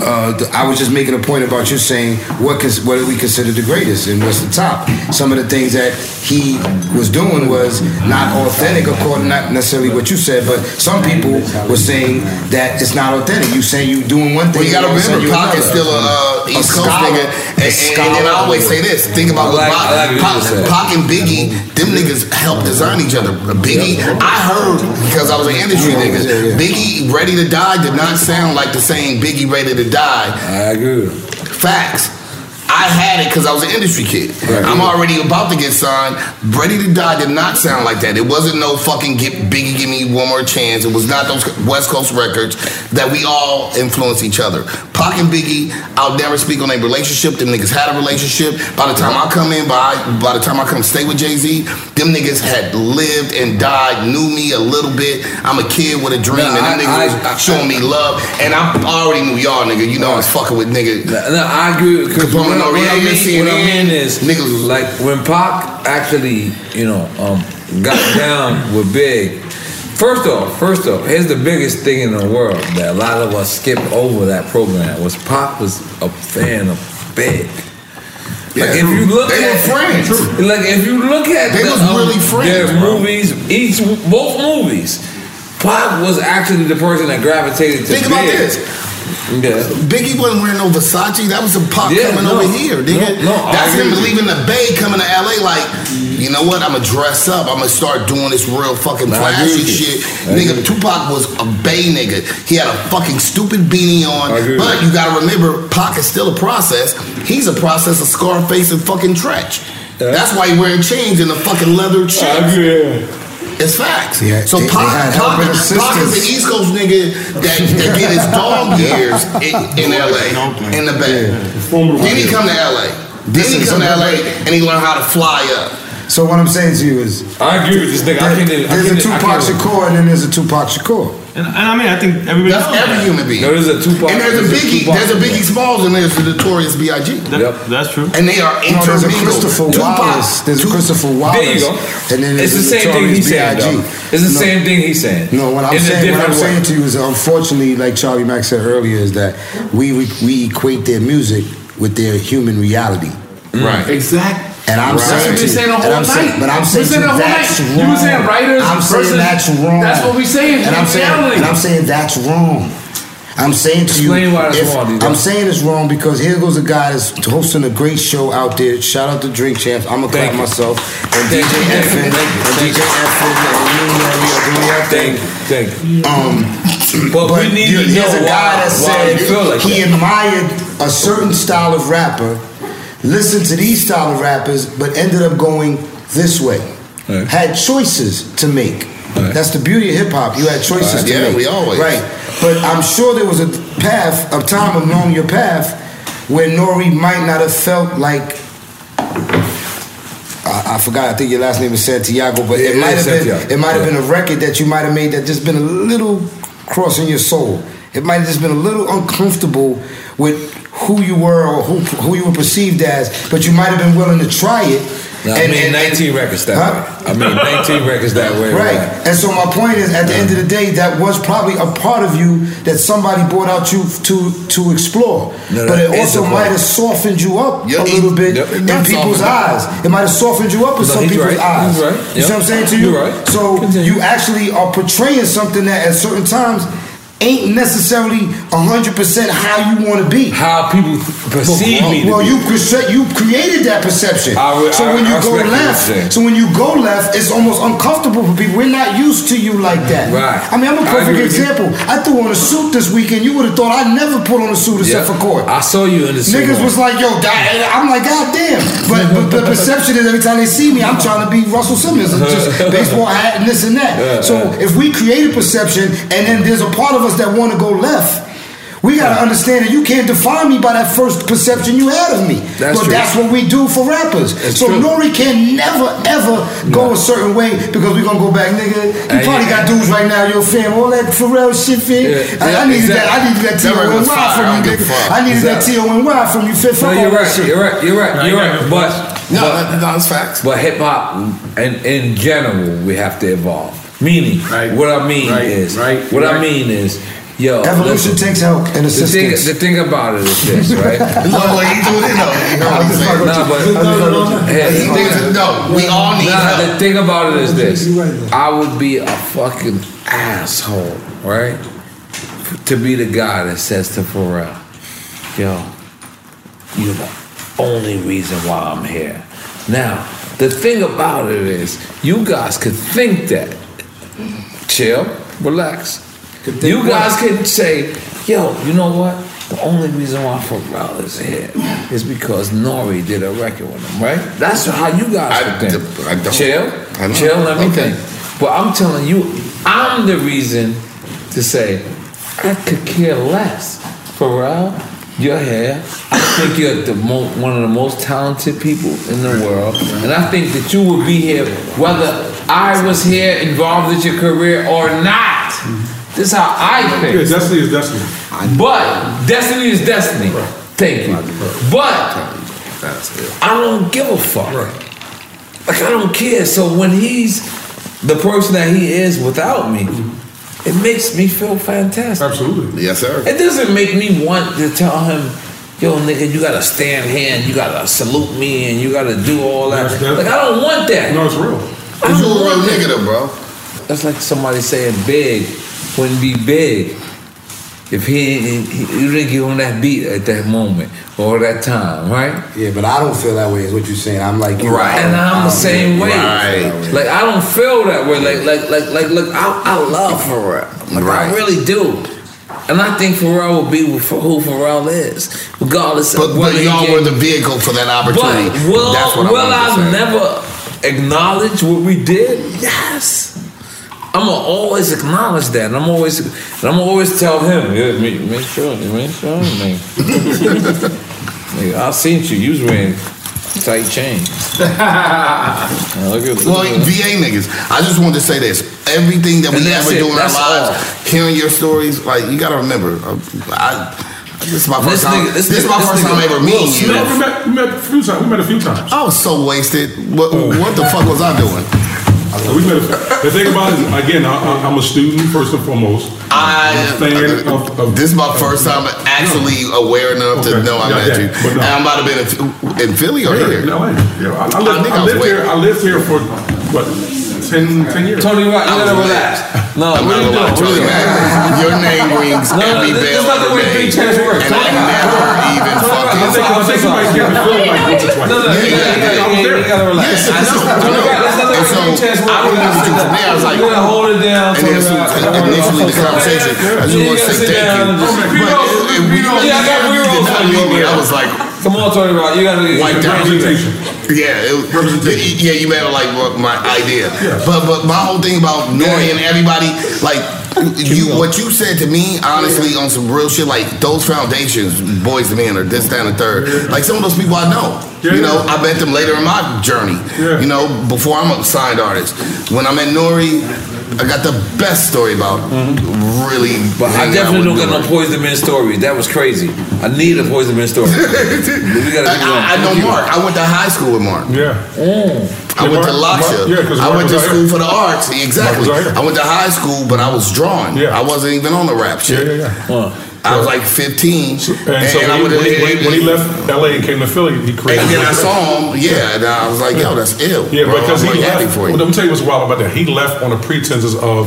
Uh, the- I was just making a point about you saying what cons- what do we consider the greatest and what's the top. Some of the things that he was doing was not authentic, according not necessarily what you said, but some people were saying that it's not authentic. You saying you doing one thing.
Well, you gotta
all of a sudden
remember,
you
Pac is
another.
still a, uh, East Coast
scholar.
nigga. And, and, and then I always say this: think about
I like-
Pac,
I like what you
Pac,
said.
Pac and Biggie. Them niggas helped design each other. Biggie, I heard because I was an industry nigga. Biggie Ready to Die did not sound like the same Biggie Ready to Die. I agree. Facts. I had it because I was an industry kid. I'm already about to get signed. Ready to Die did not sound like that. It wasn't no fucking get Biggie, give me one more chance. It was not those West Coast records that we all influence each other. Pac and Biggie, I'll never speak on a relationship. Them niggas had a relationship. By the time I come in, by by the time I come stay with Jay Z, them niggas had lived and died, knew me a little bit. I'm a kid with a dream, and
Nah,
them niggas
I-
was
I- I-
showing me love. And I already knew y'all, nigga. You know I was fucking with nigga.
No, I agree. Because what,
Capone
I-
and
what I
Noriega,
mean, what I
CNN.
mean is, niggas like when Pac actually, you know, um,
*laughs*
got down with Big. First off, first off, here's the biggest thing in the world that a lot of us skip over that program was Pac was a fan of Big. Like
Yeah,
if you
true.
look
They were
at
friends.
Like if you look at
They
the,
was
um,
really friends,
their
bro.
movies, each both movies, Pac was actually the person that gravitated to
Think about
Big.
this.
Yeah.
Biggie wasn't wearing no Versace. That was a pop
Yeah,
coming
no.
over here, nigga.
No, no,
That's
I
him
agree.
leaving the Bay, coming to LA. Like, you know what? I'm gonna dress up. I'm gonna start doing this real fucking
No, I agree
flashy
with you.
shit,
I
nigga. Tupac was a Bay nigga. He had a fucking stupid beanie on.
agree with
But you gotta remember, Pac is still a process. He's a process of Scarface and fucking Tretch. That's why he wearing chains and a fucking leather chain. It's facts.
Yeah,
so
they- they
Pac,
had
Pac,
helping
Pac is
assistance.
an East Coast nigga that, that get
*laughs*
his dog years in, in LA, in the Bay. Then he come to LA. Then he come to LA and he learn how to fly up.
So what I'm saying to you is,
I agree with this nigga. I can't even. I
there's a
can't even- I
Tupac
can't even-
Shakur and then there's a Tupac Shakur.
And, and I mean, I think everybody.
That's every human being.
No, there's a Tupac.
And there's a Biggie, there's a Biggie Smalls, and there's the Notorious B.I.G.
That's true.
And they are
No, there's a
intermingled.
Christopher
Tupac-
Wallace. There's a Christopher Wallace.
There you go.
And then
it's
there's
the
a
same thing
Notorious
he's saying.
B.I.G..
though. It's the
No.
same thing he's saying.
No, what I'm
in
saying,
a
what I'm
different
saying
way.
to you is, unfortunately, like Charlie Mack said earlier, is that we we, we equate their music with their human reality.
Right.
Exactly.
And I'm
Right. That's
saying,
what we
to you-
saying the
and
whole
I'm saying-
night.
but I'm
We
saying, to
saying the
you,
whole
that's
night.
wrong.
You were saying writers
I'm saying
versus-
that's wrong.
That's what we saying,
And I'm saying,
reality.
and I'm saying that's wrong. I'm saying to you,
Explain why that's
if-
wrong, D-Dog.
I'm saying it's wrong because here goes a guy that's hosting a great show out there. Shout out to Drink Champs. I'm gonna clap myself and DJ Effin and DJ Effin and you and we are doing our thing.
Thank
you. Um,
but,
but
we need
you-
to
here's
know
a guy
why-
that
why
said
you feel like
he
that.
admired a certain style of rapper, listened to these style of rappers, but ended up going this way. Had choices to make. That's the beauty of hip hop. You had choices
Right.
to
Yeah,
make.
we always.
Right. But I'm sure there was a path, a time of knowing your path, where Nori might not have felt like. I, I forgot. I think your last name is Santiago, but it
Yeah,
might have been.
Santiago.
It might have
Yeah.
been a record that you might have made that just been a little crossing your soul. It might have just been a little uncomfortable with who you were or who who you were perceived as, but you might have been willing to try it.
No, I made 19 records that way. I made 19 records that way.
Right. And so my point is, at the end of the day, that was probably a part of you that somebody brought out you to to explore.
No,
but
that
it
is
also
a part.
might have softened you up
Yeah,
a
it-
little bit
yep.
in
Not
people's
softened.
eyes. It might have softened you up in
No,
some
he's
people's
right.
eyes.
He's right.
You see
Yep.
what I'm saying to you?
You're right.
So you actually are portraying something that at certain times ain't necessarily 100% how you want to be.
How people perceive me to
Well,
be.
you, perce- you created that perception.
I re-
so
I-
when
I
you go
respect what you're
left,
saying.
so when you go left, it's almost uncomfortable for people. We're not used to you like that.
Right.
I mean, I'm a
I
perfect
agree with you.
example. I threw on a suit this weekend. You would have thought I never put on a suit except for court.
I saw you in the suit
Niggas
on.
was like, yo, die. I'm like, god damn. But, but the perception is every time they see me, I'm trying to be Russell Simmons. It's
*laughs*
just baseball hat and this and that. So if we create a perception and then there's a part of us that want to go left, We gotta understand that you can't define me by that first perception you had of me.
That's
but
true.
that's what we do for rappers.
That's
so
true.
Nori can never ever go a certain way because we're gonna go back, nigga. You
Hey,
probably
yeah.
got dudes right now, yo, fam, all that Pharrell shit, fam.
Yeah,
I, I
yeah,
needed that. I
exactly.
needed that
That
T O
record
N
was
Y
fire. I
from
don't
you,
give a
nigga.
fuck.
I needed that
Exactly.
T O N Y from you, fam. Fuck
No,
all
you're
that
right.
shit.
You're right. You're right. You're right. But
No,
but,
that- that's facts.
But hip hop, and in general, we have to evolve. Meaning, what I mean is, what I mean is, yo,
Evolution
listen,
takes help and
the thing,
assistance.
the thing about it is this, right?
*laughs*
No, well, you do it, no. You know what I'm saying?
Nah, but Hey,
He
the
thinks
thing-
that- no, we all need
Nah,
help.
The thing about it is this: I would be a fucking asshole, right? To be the guy that says to Pharrell, "Yo, you're the only reason why I'm here." Now, the thing about it is, you guys could think that. Chill, relax. You guys can say, "Yo, you know what? The only reason why Pharrell is here is because Nori did a record with him, right?" That's how you guys
I-
would think.
I don't-
Chill,
I know.
chill. Let me
Okay.
think. But I'm telling you, I'm the reason to say I could care less. Pharrell, you're here. I think you're the mo- one of the most talented people in the world, and I think that you would be here whether I was here involved with your career or not. This is how I think.
Yeah, destiny is destiny.
But destiny is destiny. Thank you. But I don't give a fuck. Like I don't care. So when he's the person that he is without me, it makes me feel fantastic.
Mm-hmm. Absolutely.
Yes, sir.
It doesn't make me want to tell him, yo, nigga, you gotta stand here and you gotta salute me and you gotta do all that. like I don't want that.
No, it's real.
Cause you a real nigga, though, bro.
That's like somebody saying big wouldn't be big if he, ain't- he you didn't give him that beat at that moment or that time, right?
Yeah, but I don't feel that way. Is what you're saying? I'm like you. um,
Right. And I'm the same way.
Right.
Like I don't feel that way. Like like like like look, I, I love Pharrell. Like I really do. And I think Pharrell will be with- for who Pharrell is, regardless
But,
of whether
but
he
y'all
gave-
were the vehicle for that opportunity.
But will,
That's what I
will
wanted to
I,
say.
never acknowledge what we did? Yes. I'm gonna always acknowledge that, and I'm always, and I'm always tell him, yeah, make, make sure, make sure, man. *laughs* Nigga, I seen you. You was wearing tight chains.
*laughs*
Now look at
Well, VA niggas, I just wanted to say this. Everything that we
And that's
ever
it.
do in our
That's
lives, hearing your stories, like, you gotta remember, uh, I, this is my
This
first time.
nigga- this
this, is my
nigga-
first
this
time
nigga
ever
Will
meeting you.
Smith. No, we
met, we met a few times. We met a few times.
I
Oh.
was so wasted. What, what the fuck was I doing?
*laughs* We met a- the thing about it, is, again, I, I, I'm a student first and foremost.
I,
I'm a fan of, of
this is my first time actually aware enough
Okay.
to know I
Yeah,
met
yeah.
you.
But
And
no.
I might have been in, in Philly or
Yeah,
here.
no, I, yeah, I, I, lived,
think
I,
I was
lived
waiting.
here. I lived here for what 10, 10 years.
Tony, you
I
gotta
was
relax. No,
I'm not
what are you
gonna lie,
doing? What are you
Tony,
doing?
man. Your name rings
No, no,
every
this- this
bell
is not the
every
way
day.
three chairs work.
And I
Tony,
never even fucking.
I'm sorry, I'm sorry, I'm sorry. No, no, you gotta- you gotta- you gotta relax. I know. Tony, that's not the way three chairs work. You gotta hold it
And
down,
then
Tony, relax.
so- initially the conversation, I just
Yeah,
want
you
to
gotta
say
sit down
thank you.
and just-
But if we don't,
Yeah, I got
if we
re-rolls
did not
for you
meet
over
me, I
here.
was like,
Come on, Tony, Rock, you gotta
wiped out.
representation.
Yeah, it, representation. Yeah, you made it like what my idea. But but my whole thing about Nori and everybody, like you, what you said to me, honestly, on some real shit, like those foundations, boys and men, or this, that, and the third. Like some of those people I know. You know, I met them later in my journey. You know, before I'm a signed artist. When I met Nori, I got the best story about really.
But I
hanging out
definitely
with
don't
Nori.
got no Poison Man story. That was crazy. I need a Poison Man story.
*laughs*
we gotta keep going.
I, I know Mark. I went to high school with Mark.
Yeah.
I
Yeah,
went to
Mark-
Lockshire.
Mark- yeah, 'cause
I
Mark
went to
was out
school
here.
for the arts. Exactly.
Mark was out here.
I went to high school, but I was drawing. I wasn't even on the rap shit.
Yeah, yeah,
I was like 15.
And, so when, he, when, he, when, he, when he left LA and came to Philly, he created.
And then I saw him, yeah, and I was like, yo, that's ill.
Yeah,
bro.
because
I'm
he
like, happy
left.
for you.
Well, let me tell you what's wild about that. He left on the pretenses of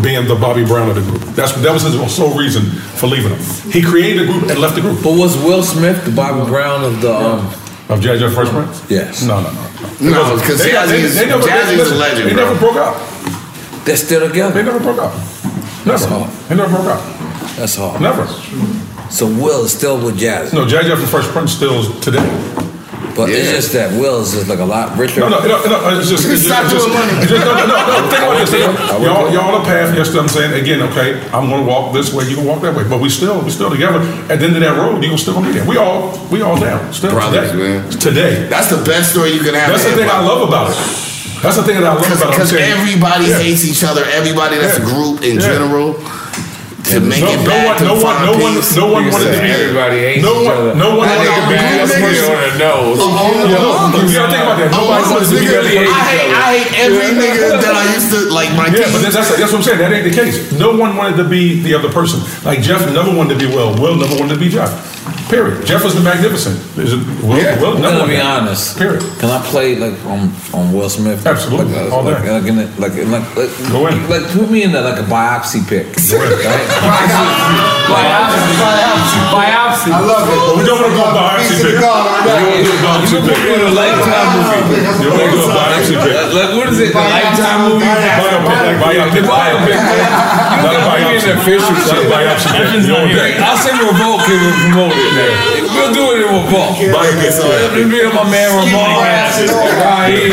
being the Bobby Brown of the group. That's that was his sole reason for leaving him. He created the group and left the group.
But was Will Smith the Bobby Brown of the um,
of Jazz Jeff Fresh Prince?
Yes.
No, no, no.
No, because
They got- they-
Jazzy's,
they never- they-
Jazzy's a
listen,
legend,
They
bro.
never broke up.
They're still together.
They never broke up. Never.
That's hard.
They never broke up.
That's hard.
Never.
So Will is still with Jazz.
No, Jazz Jeff and Fresh Prince still is today.
But it's
Yeah.
just that Will's is like a lot richer.
No, no, no, no. It's just, it's just, it's just, it's just no, no, no, no. Think about this. Think about- Y'all, y'all on a path. Yes, I'm saying again. Okay, I'm going to walk this way. You can walk that way. But we still, we still together. At the end of that road, you gonna still gonna be there. We all, we all down. Still
Brothers,
today.
man.
Today.
That's the best story you can have.
That's the thing I love about it. That's the thing that I love about it.
Because
I'm saying-
everybody
Yeah.
hates each other. Everybody that's a group in
Yeah.
general. To
And
make
no-
it
no
back
one-
to
no one-
find
no one-
peace.
no one Nigga wanted to said be- everybody hates no each one- other. no one I wanted think to be that that nigga- person on the nose.
Oh, oh, oh,
Yeah, look,
oh,
you gotta think about that.
oh,
Nobody
oh,
wants to be
nigga,
that person.
I hate, I hate every
Yeah.
nigga that I used to *laughs* like. My
yeah, but that's, that's, that's what I'm saying. That ain't the case. No one wanted to be the other person. Like Jeff never wanted to be Will. Will never wanted to be Jeff. Period. Jeff was the magnificent. Is it- Will,
Yeah,
Will
I'm gonna
never wanted
be
that.
honest.
Period.
Can I play like on on Will Smith? Absolutely. Like,
All
like,
day.
like, in a, like, in like, like, Go in. like put me in a, like a biopsy pick. Right?
Biopsy. Biopsy. Biopsy. I love it.
We don't want to go biopsy
pick.
pick.
You
do a biopsy pick. You do a lifetime movie. You want to do a biopsy pick.
Like what is it? The lifetime movie?
Biopic. Biopic. Biopic. Not a biopsy. Not a biopsy pick. You don't do that.
I'll send Revolt can promote it. We'll do it in Revolt.
Biopic.
Let me and my man Ramon. Raheem.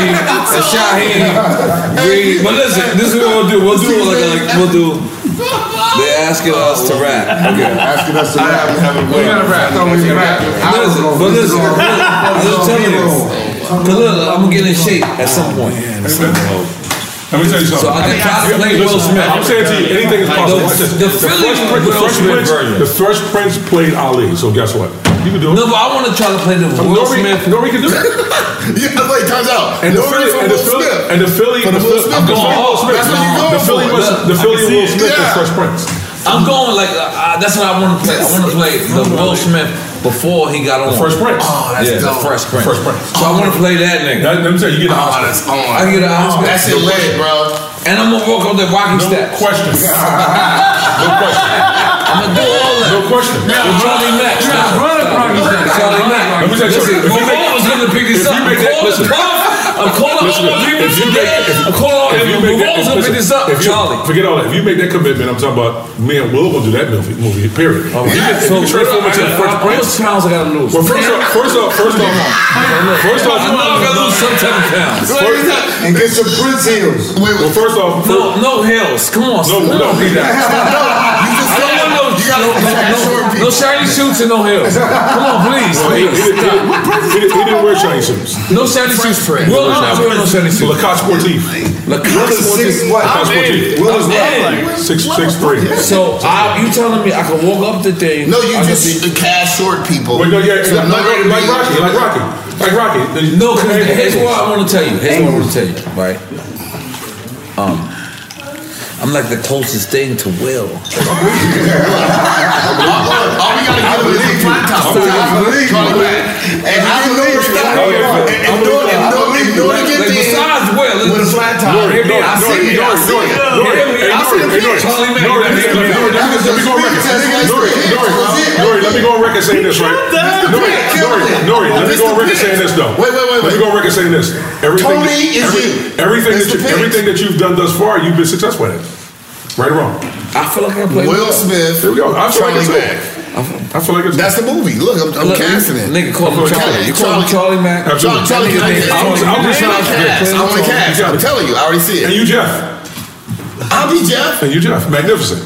*laughs*
and Shaheem. Reed. But listen, this is what we'll do. We'll do like, a, like we'll do. They're asking us to rap. Okay.
Asking us to rap.
We gotta rap. Listen, but listen, I'm just telling you. 'Cause look, I'm gonna get in shape at some point.
Let me tell you something.
So I can cosplay
Listen,
Will Smith.
I'm saying to you, anything is
Like,
possible.
the-
Watch this.
the Philly
first Prince-
Will
first
Smith
Prince-
version.
The first Prince played Ali, so guess what? You can do it.
No, but I want to try to play the Will Smith.
Nori can do it.
yeah, like turns out.
And the
Nori
Philly,
from
and the
Will
Philly,
Smith.
and the Philly,
For the
the
Will
Phil-
Smith,
the Philly,
I'm
Will
going-
Smith.
that's what you're going
The Philly
for.
was the
I
Philly
can see
Will
it.
Smith was
Yeah.
first Prince.
I'm going like uh, uh, that's what I want to play. I want to play the Will Smith before he got on.
The first Prince.
Oh, that's
Yeah.
The first Prince.
First Prince.
So I want to play that nigga.
That- let me tell you, you get
Oh,
an Oscar.
I get an Oscar.
That shit lit,
bro.
And I'm gonna walk on the Rocky
No
steps. *laughs*
question.
no
question.
I'm gonna do all that.
No question.
Now, Charlie Mack. Now, Charlie Mack.
Let me tell you
Listen,
something. If you
Ramon
make-
was gonna pick
if
this
you
up.
make that-
Call
listen.
the Puff. I'm calling all
Listen,
my people
if you make-
today.
if-
I'm calling all.
if you make that-
Ramon's gonna pick this
listen,
up.
if you-
Charlie.
Forget all that. If you make that commitment, I'm talking about me and Will gonna do that movie. Movie. Period.
All right.
You can-
So, uh,
you can transform into the
I-
first
I- How
Prince.
much pounds I gotta lose?
Well, first off, first off, first off, first off,
I know I'm gonna lose some type of pounds.
and get some Prince heels. Well, first off,
No, no heels. Come on,
no, we don't need *laughs* that.
I don't want
You gotta
no, no, no, no shiny shoots and no heels. Come on, please.
Well, he, he, didn't- he, didn't- he, didn't- he didn't wear shiny suits.
No shiny suits. Will
Will
not wear no shiny suits.
Lacoste sportif.
Will is six- what?
Lacoste
I'm
sportif.
in. Will is what?
Like Six, six, three.
So I, you telling me I can walk up the thing?
No, you
I can
just
be-
the cash short people.
Well, no, yeah,
So
like,
nobody
like, like
really-
Rocky, like Rocky, like Rocky.
No, because here's what I want to tell you. Here's what I want to tell you. Right. Um, I'm like the closest thing to Will.
Oh,
All we gotta give them is the flat top.
I believe you.
Charlie Mack. And I believe you. And do it, and do it, do it again.
Like, besides Will,
With a flat top.
Nori,
Hear me,
Nori,
I see
Nori,
it, I
Nori,
see
Nori,
it.
Nori,
Hear me, I
Nori,
see the
Nori,
picture.
Charlie Mack,
Nori,
let me-
let me-
let me-
let me- let me go on record. Nori, Nori, Nori, let me go on record saying this, right? Nori, Nori, Nori, let me go on record saying this, though.
Wait, wait, wait,
Let
wait.
me go on record saying this. Everything,
Tony is
every-
you.
Everything
It's
that you,
the pig.
everything that you've done thus far, you've been successful at. Right or wrong?
I feel like I play
Will Smith,
Here we go. I feel like
Charlie
it's
Mack.
I feel like it's
That's the movie. Look, I'm, I'm
Look,
casting it.
Nigga, call him
I'm
Charlie.
casting
You
it.
call him Charlie Mack?
Charlie, Charlie,
That nigga
Charlie,
named
I want
Tony.
to cast. I want to cast. I'm telling you, I already see it.
And you, Jeff.
I'll be Jeff.
And you, Jeff. Magnificent.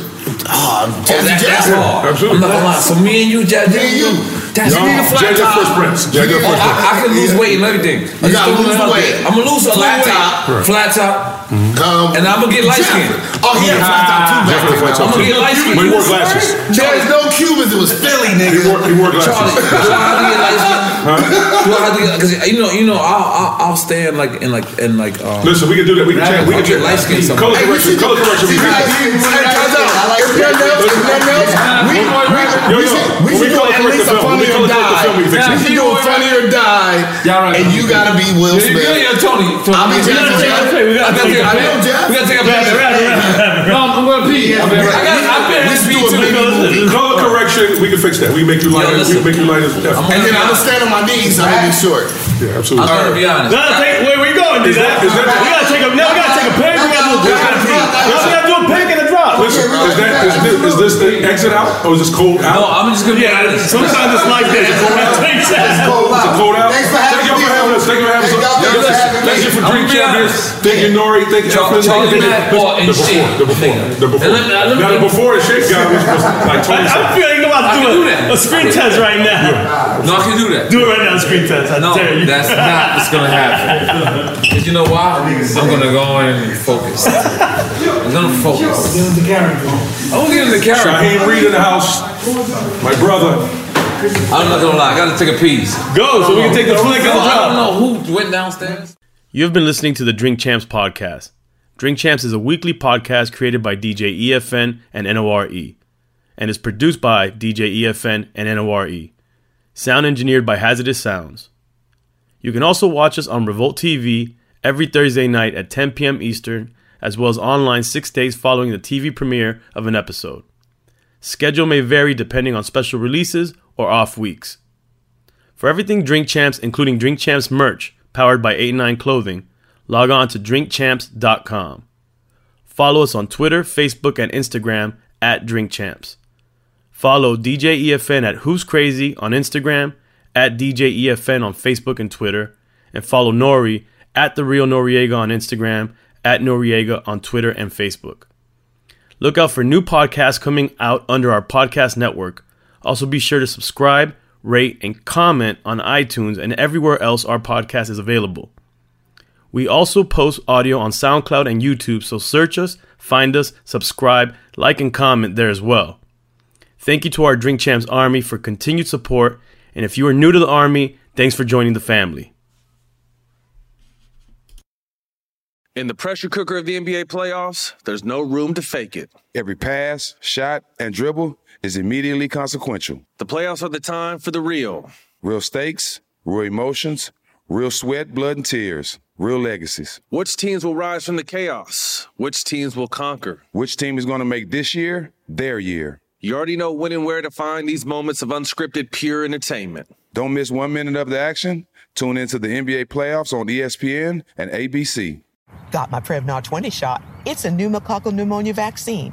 Oh,
Oh, that, that's hard.
Absolutely.
I'm not gonna lie. So me and you, Jack,
Me and you.
That's
Y'all,
me the flat
Jack,
top.
first prince. Jack,
You-
first
I, I
prince.
can lose
Yeah.
weight and everything.
You gotta lose weight.
I'm gonna lose a
Flat
lot of
top.
weight.
Right.
Flat top. and I'm gonna get light skin.
Oh, he had flat top too back
Definitely
then.
flat top
I'm
too.
gonna get light skin.
But he wore glasses.
There's no Cubans. It was Philly, nigga.
He wore, he wore
Charlie,
glasses.
do I have to get light skin? Do I have to get? Because you know, you know, I'll, I'll, I'll stand like in like in like. Um,
Listen, we can do that. We can change. We
I'll
can
get
change.
light skin. somewhere.
Color correction. Color correction. We can. Yo, yo.
We
When we
should do
color
at
correct
least
the
a
film, when
funny
we
or
color correct the film,
die.
we fix it.
We should do a funny or die. And you gotta be Will Smith. I'll be Jack.
We gotta take a
I know Jeff.
We gotta take a
Jeff,
break.
Jeff. No, I'm gonna pee.
I
I'll be right
got.
back.
I've been
We
at
should
pee
do a
too.
baby movie.
Color correction. We can fix that. We make you lighter. We make you lighter.
And then I'm gonna stand on my knees. I'm gonna be short.
Yeah, absolutely.
I'm gonna be honest.
No, take, where we going, dude?
Is that- is that-
we gotta take a, now we gotta take a pick. We gotta do a pick and a drop. Now we gotta do a pick and a drop.
Listen, is that is this, is this the exit out or is this cold out?
No, I'm just gonna be honest.
Sometimes it's like that.
It's a cold out.
Take that.
It's a cold out. Take your you for having us. Thank you for having us. Listen, Thank you for Dream Champions. Thank you, Nori. Thank you,
Talk-
Effin.
talk
Thank you.
that or in
The before.
shape.
The before. The before.
let me- let me-
Now, the before and shit guy was was like
I,
Tony said.
I feel like I'm about to
I can
do,
do
a,
that.
a screen test right now.
No, I can do that.
Do it right now, screen test. I
No,
dare you.
that's not what's gonna happen. Cause you know why? I'm gonna go in and focus. I'm gonna focus. Give him the carrot. I won't give him the carrot.
Shaheem Reed in the house. My brother.
I'm not gonna lie. I gotta take a piece.
Go, so we can take the flick
I
on top.
don't know who went downstairs.
You have been listening to the Drink Champs podcast. Drink Champs is a weekly podcast created by DJ EFN and NORE E, and is produced by DJ EFN and NORE. E. Sound engineered by Hazardous Sounds. You can also watch us on Revolt TV every Thursday night at 10 p.m. Eastern, as well as online six days following the TV premiere of an episode. Schedule may vary depending on special releases or off weeks. For everything Drink Champs, including Drink Champs merch powered by 89 Clothing, log on to drinkchamps.com. Follow us on Twitter, Facebook, and Instagram at Drink Champs. Follow DJ EFN at Who's Crazy on Instagram, at DJ EFN on Facebook and Twitter, and follow Nori at The Real Noriega on Instagram, at Noriega on Twitter and Facebook. Look out for new podcasts coming out under our podcast network. Also, be sure to subscribe, rate, and comment on iTunes and everywhere else our podcast is available. We also post audio on SoundCloud and YouTube, so search us, find us, subscribe, like, and comment there as well. Thank you to our Drink Champs Army for continued support, and if you are new to the Army, thanks for joining the family.
In the pressure cooker of the NBA playoffs, there's no room to fake it.
Every pass, shot, and dribble is immediately consequential.
The playoffs are the time for the real.
Real stakes, real emotions, real sweat, blood, and tears, real legacies.
Which teams will rise from the chaos? Which teams will conquer?
Which team is going to make this year their year?
You already know when and where to find these moments of unscripted, pure entertainment.
Don't miss one minute of the action. Tune into the NBA playoffs on E ESPN and ABC.
Got my Prevnar 20 shot. It's a pneumococcal pneumonia vaccine.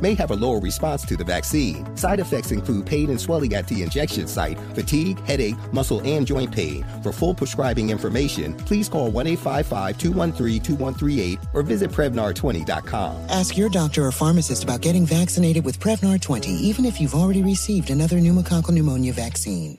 may have a lower response to the vaccine. Side effects include pain and swelling at the injection site, fatigue, headache, muscle, and joint pain. For full prescribing information, please call 1 855 213 2138 or visit Prevnar20.com.
Ask your doctor or pharmacist about getting vaccinated with Prevnar 20, even if you've already received another pneumococcal pneumonia vaccine.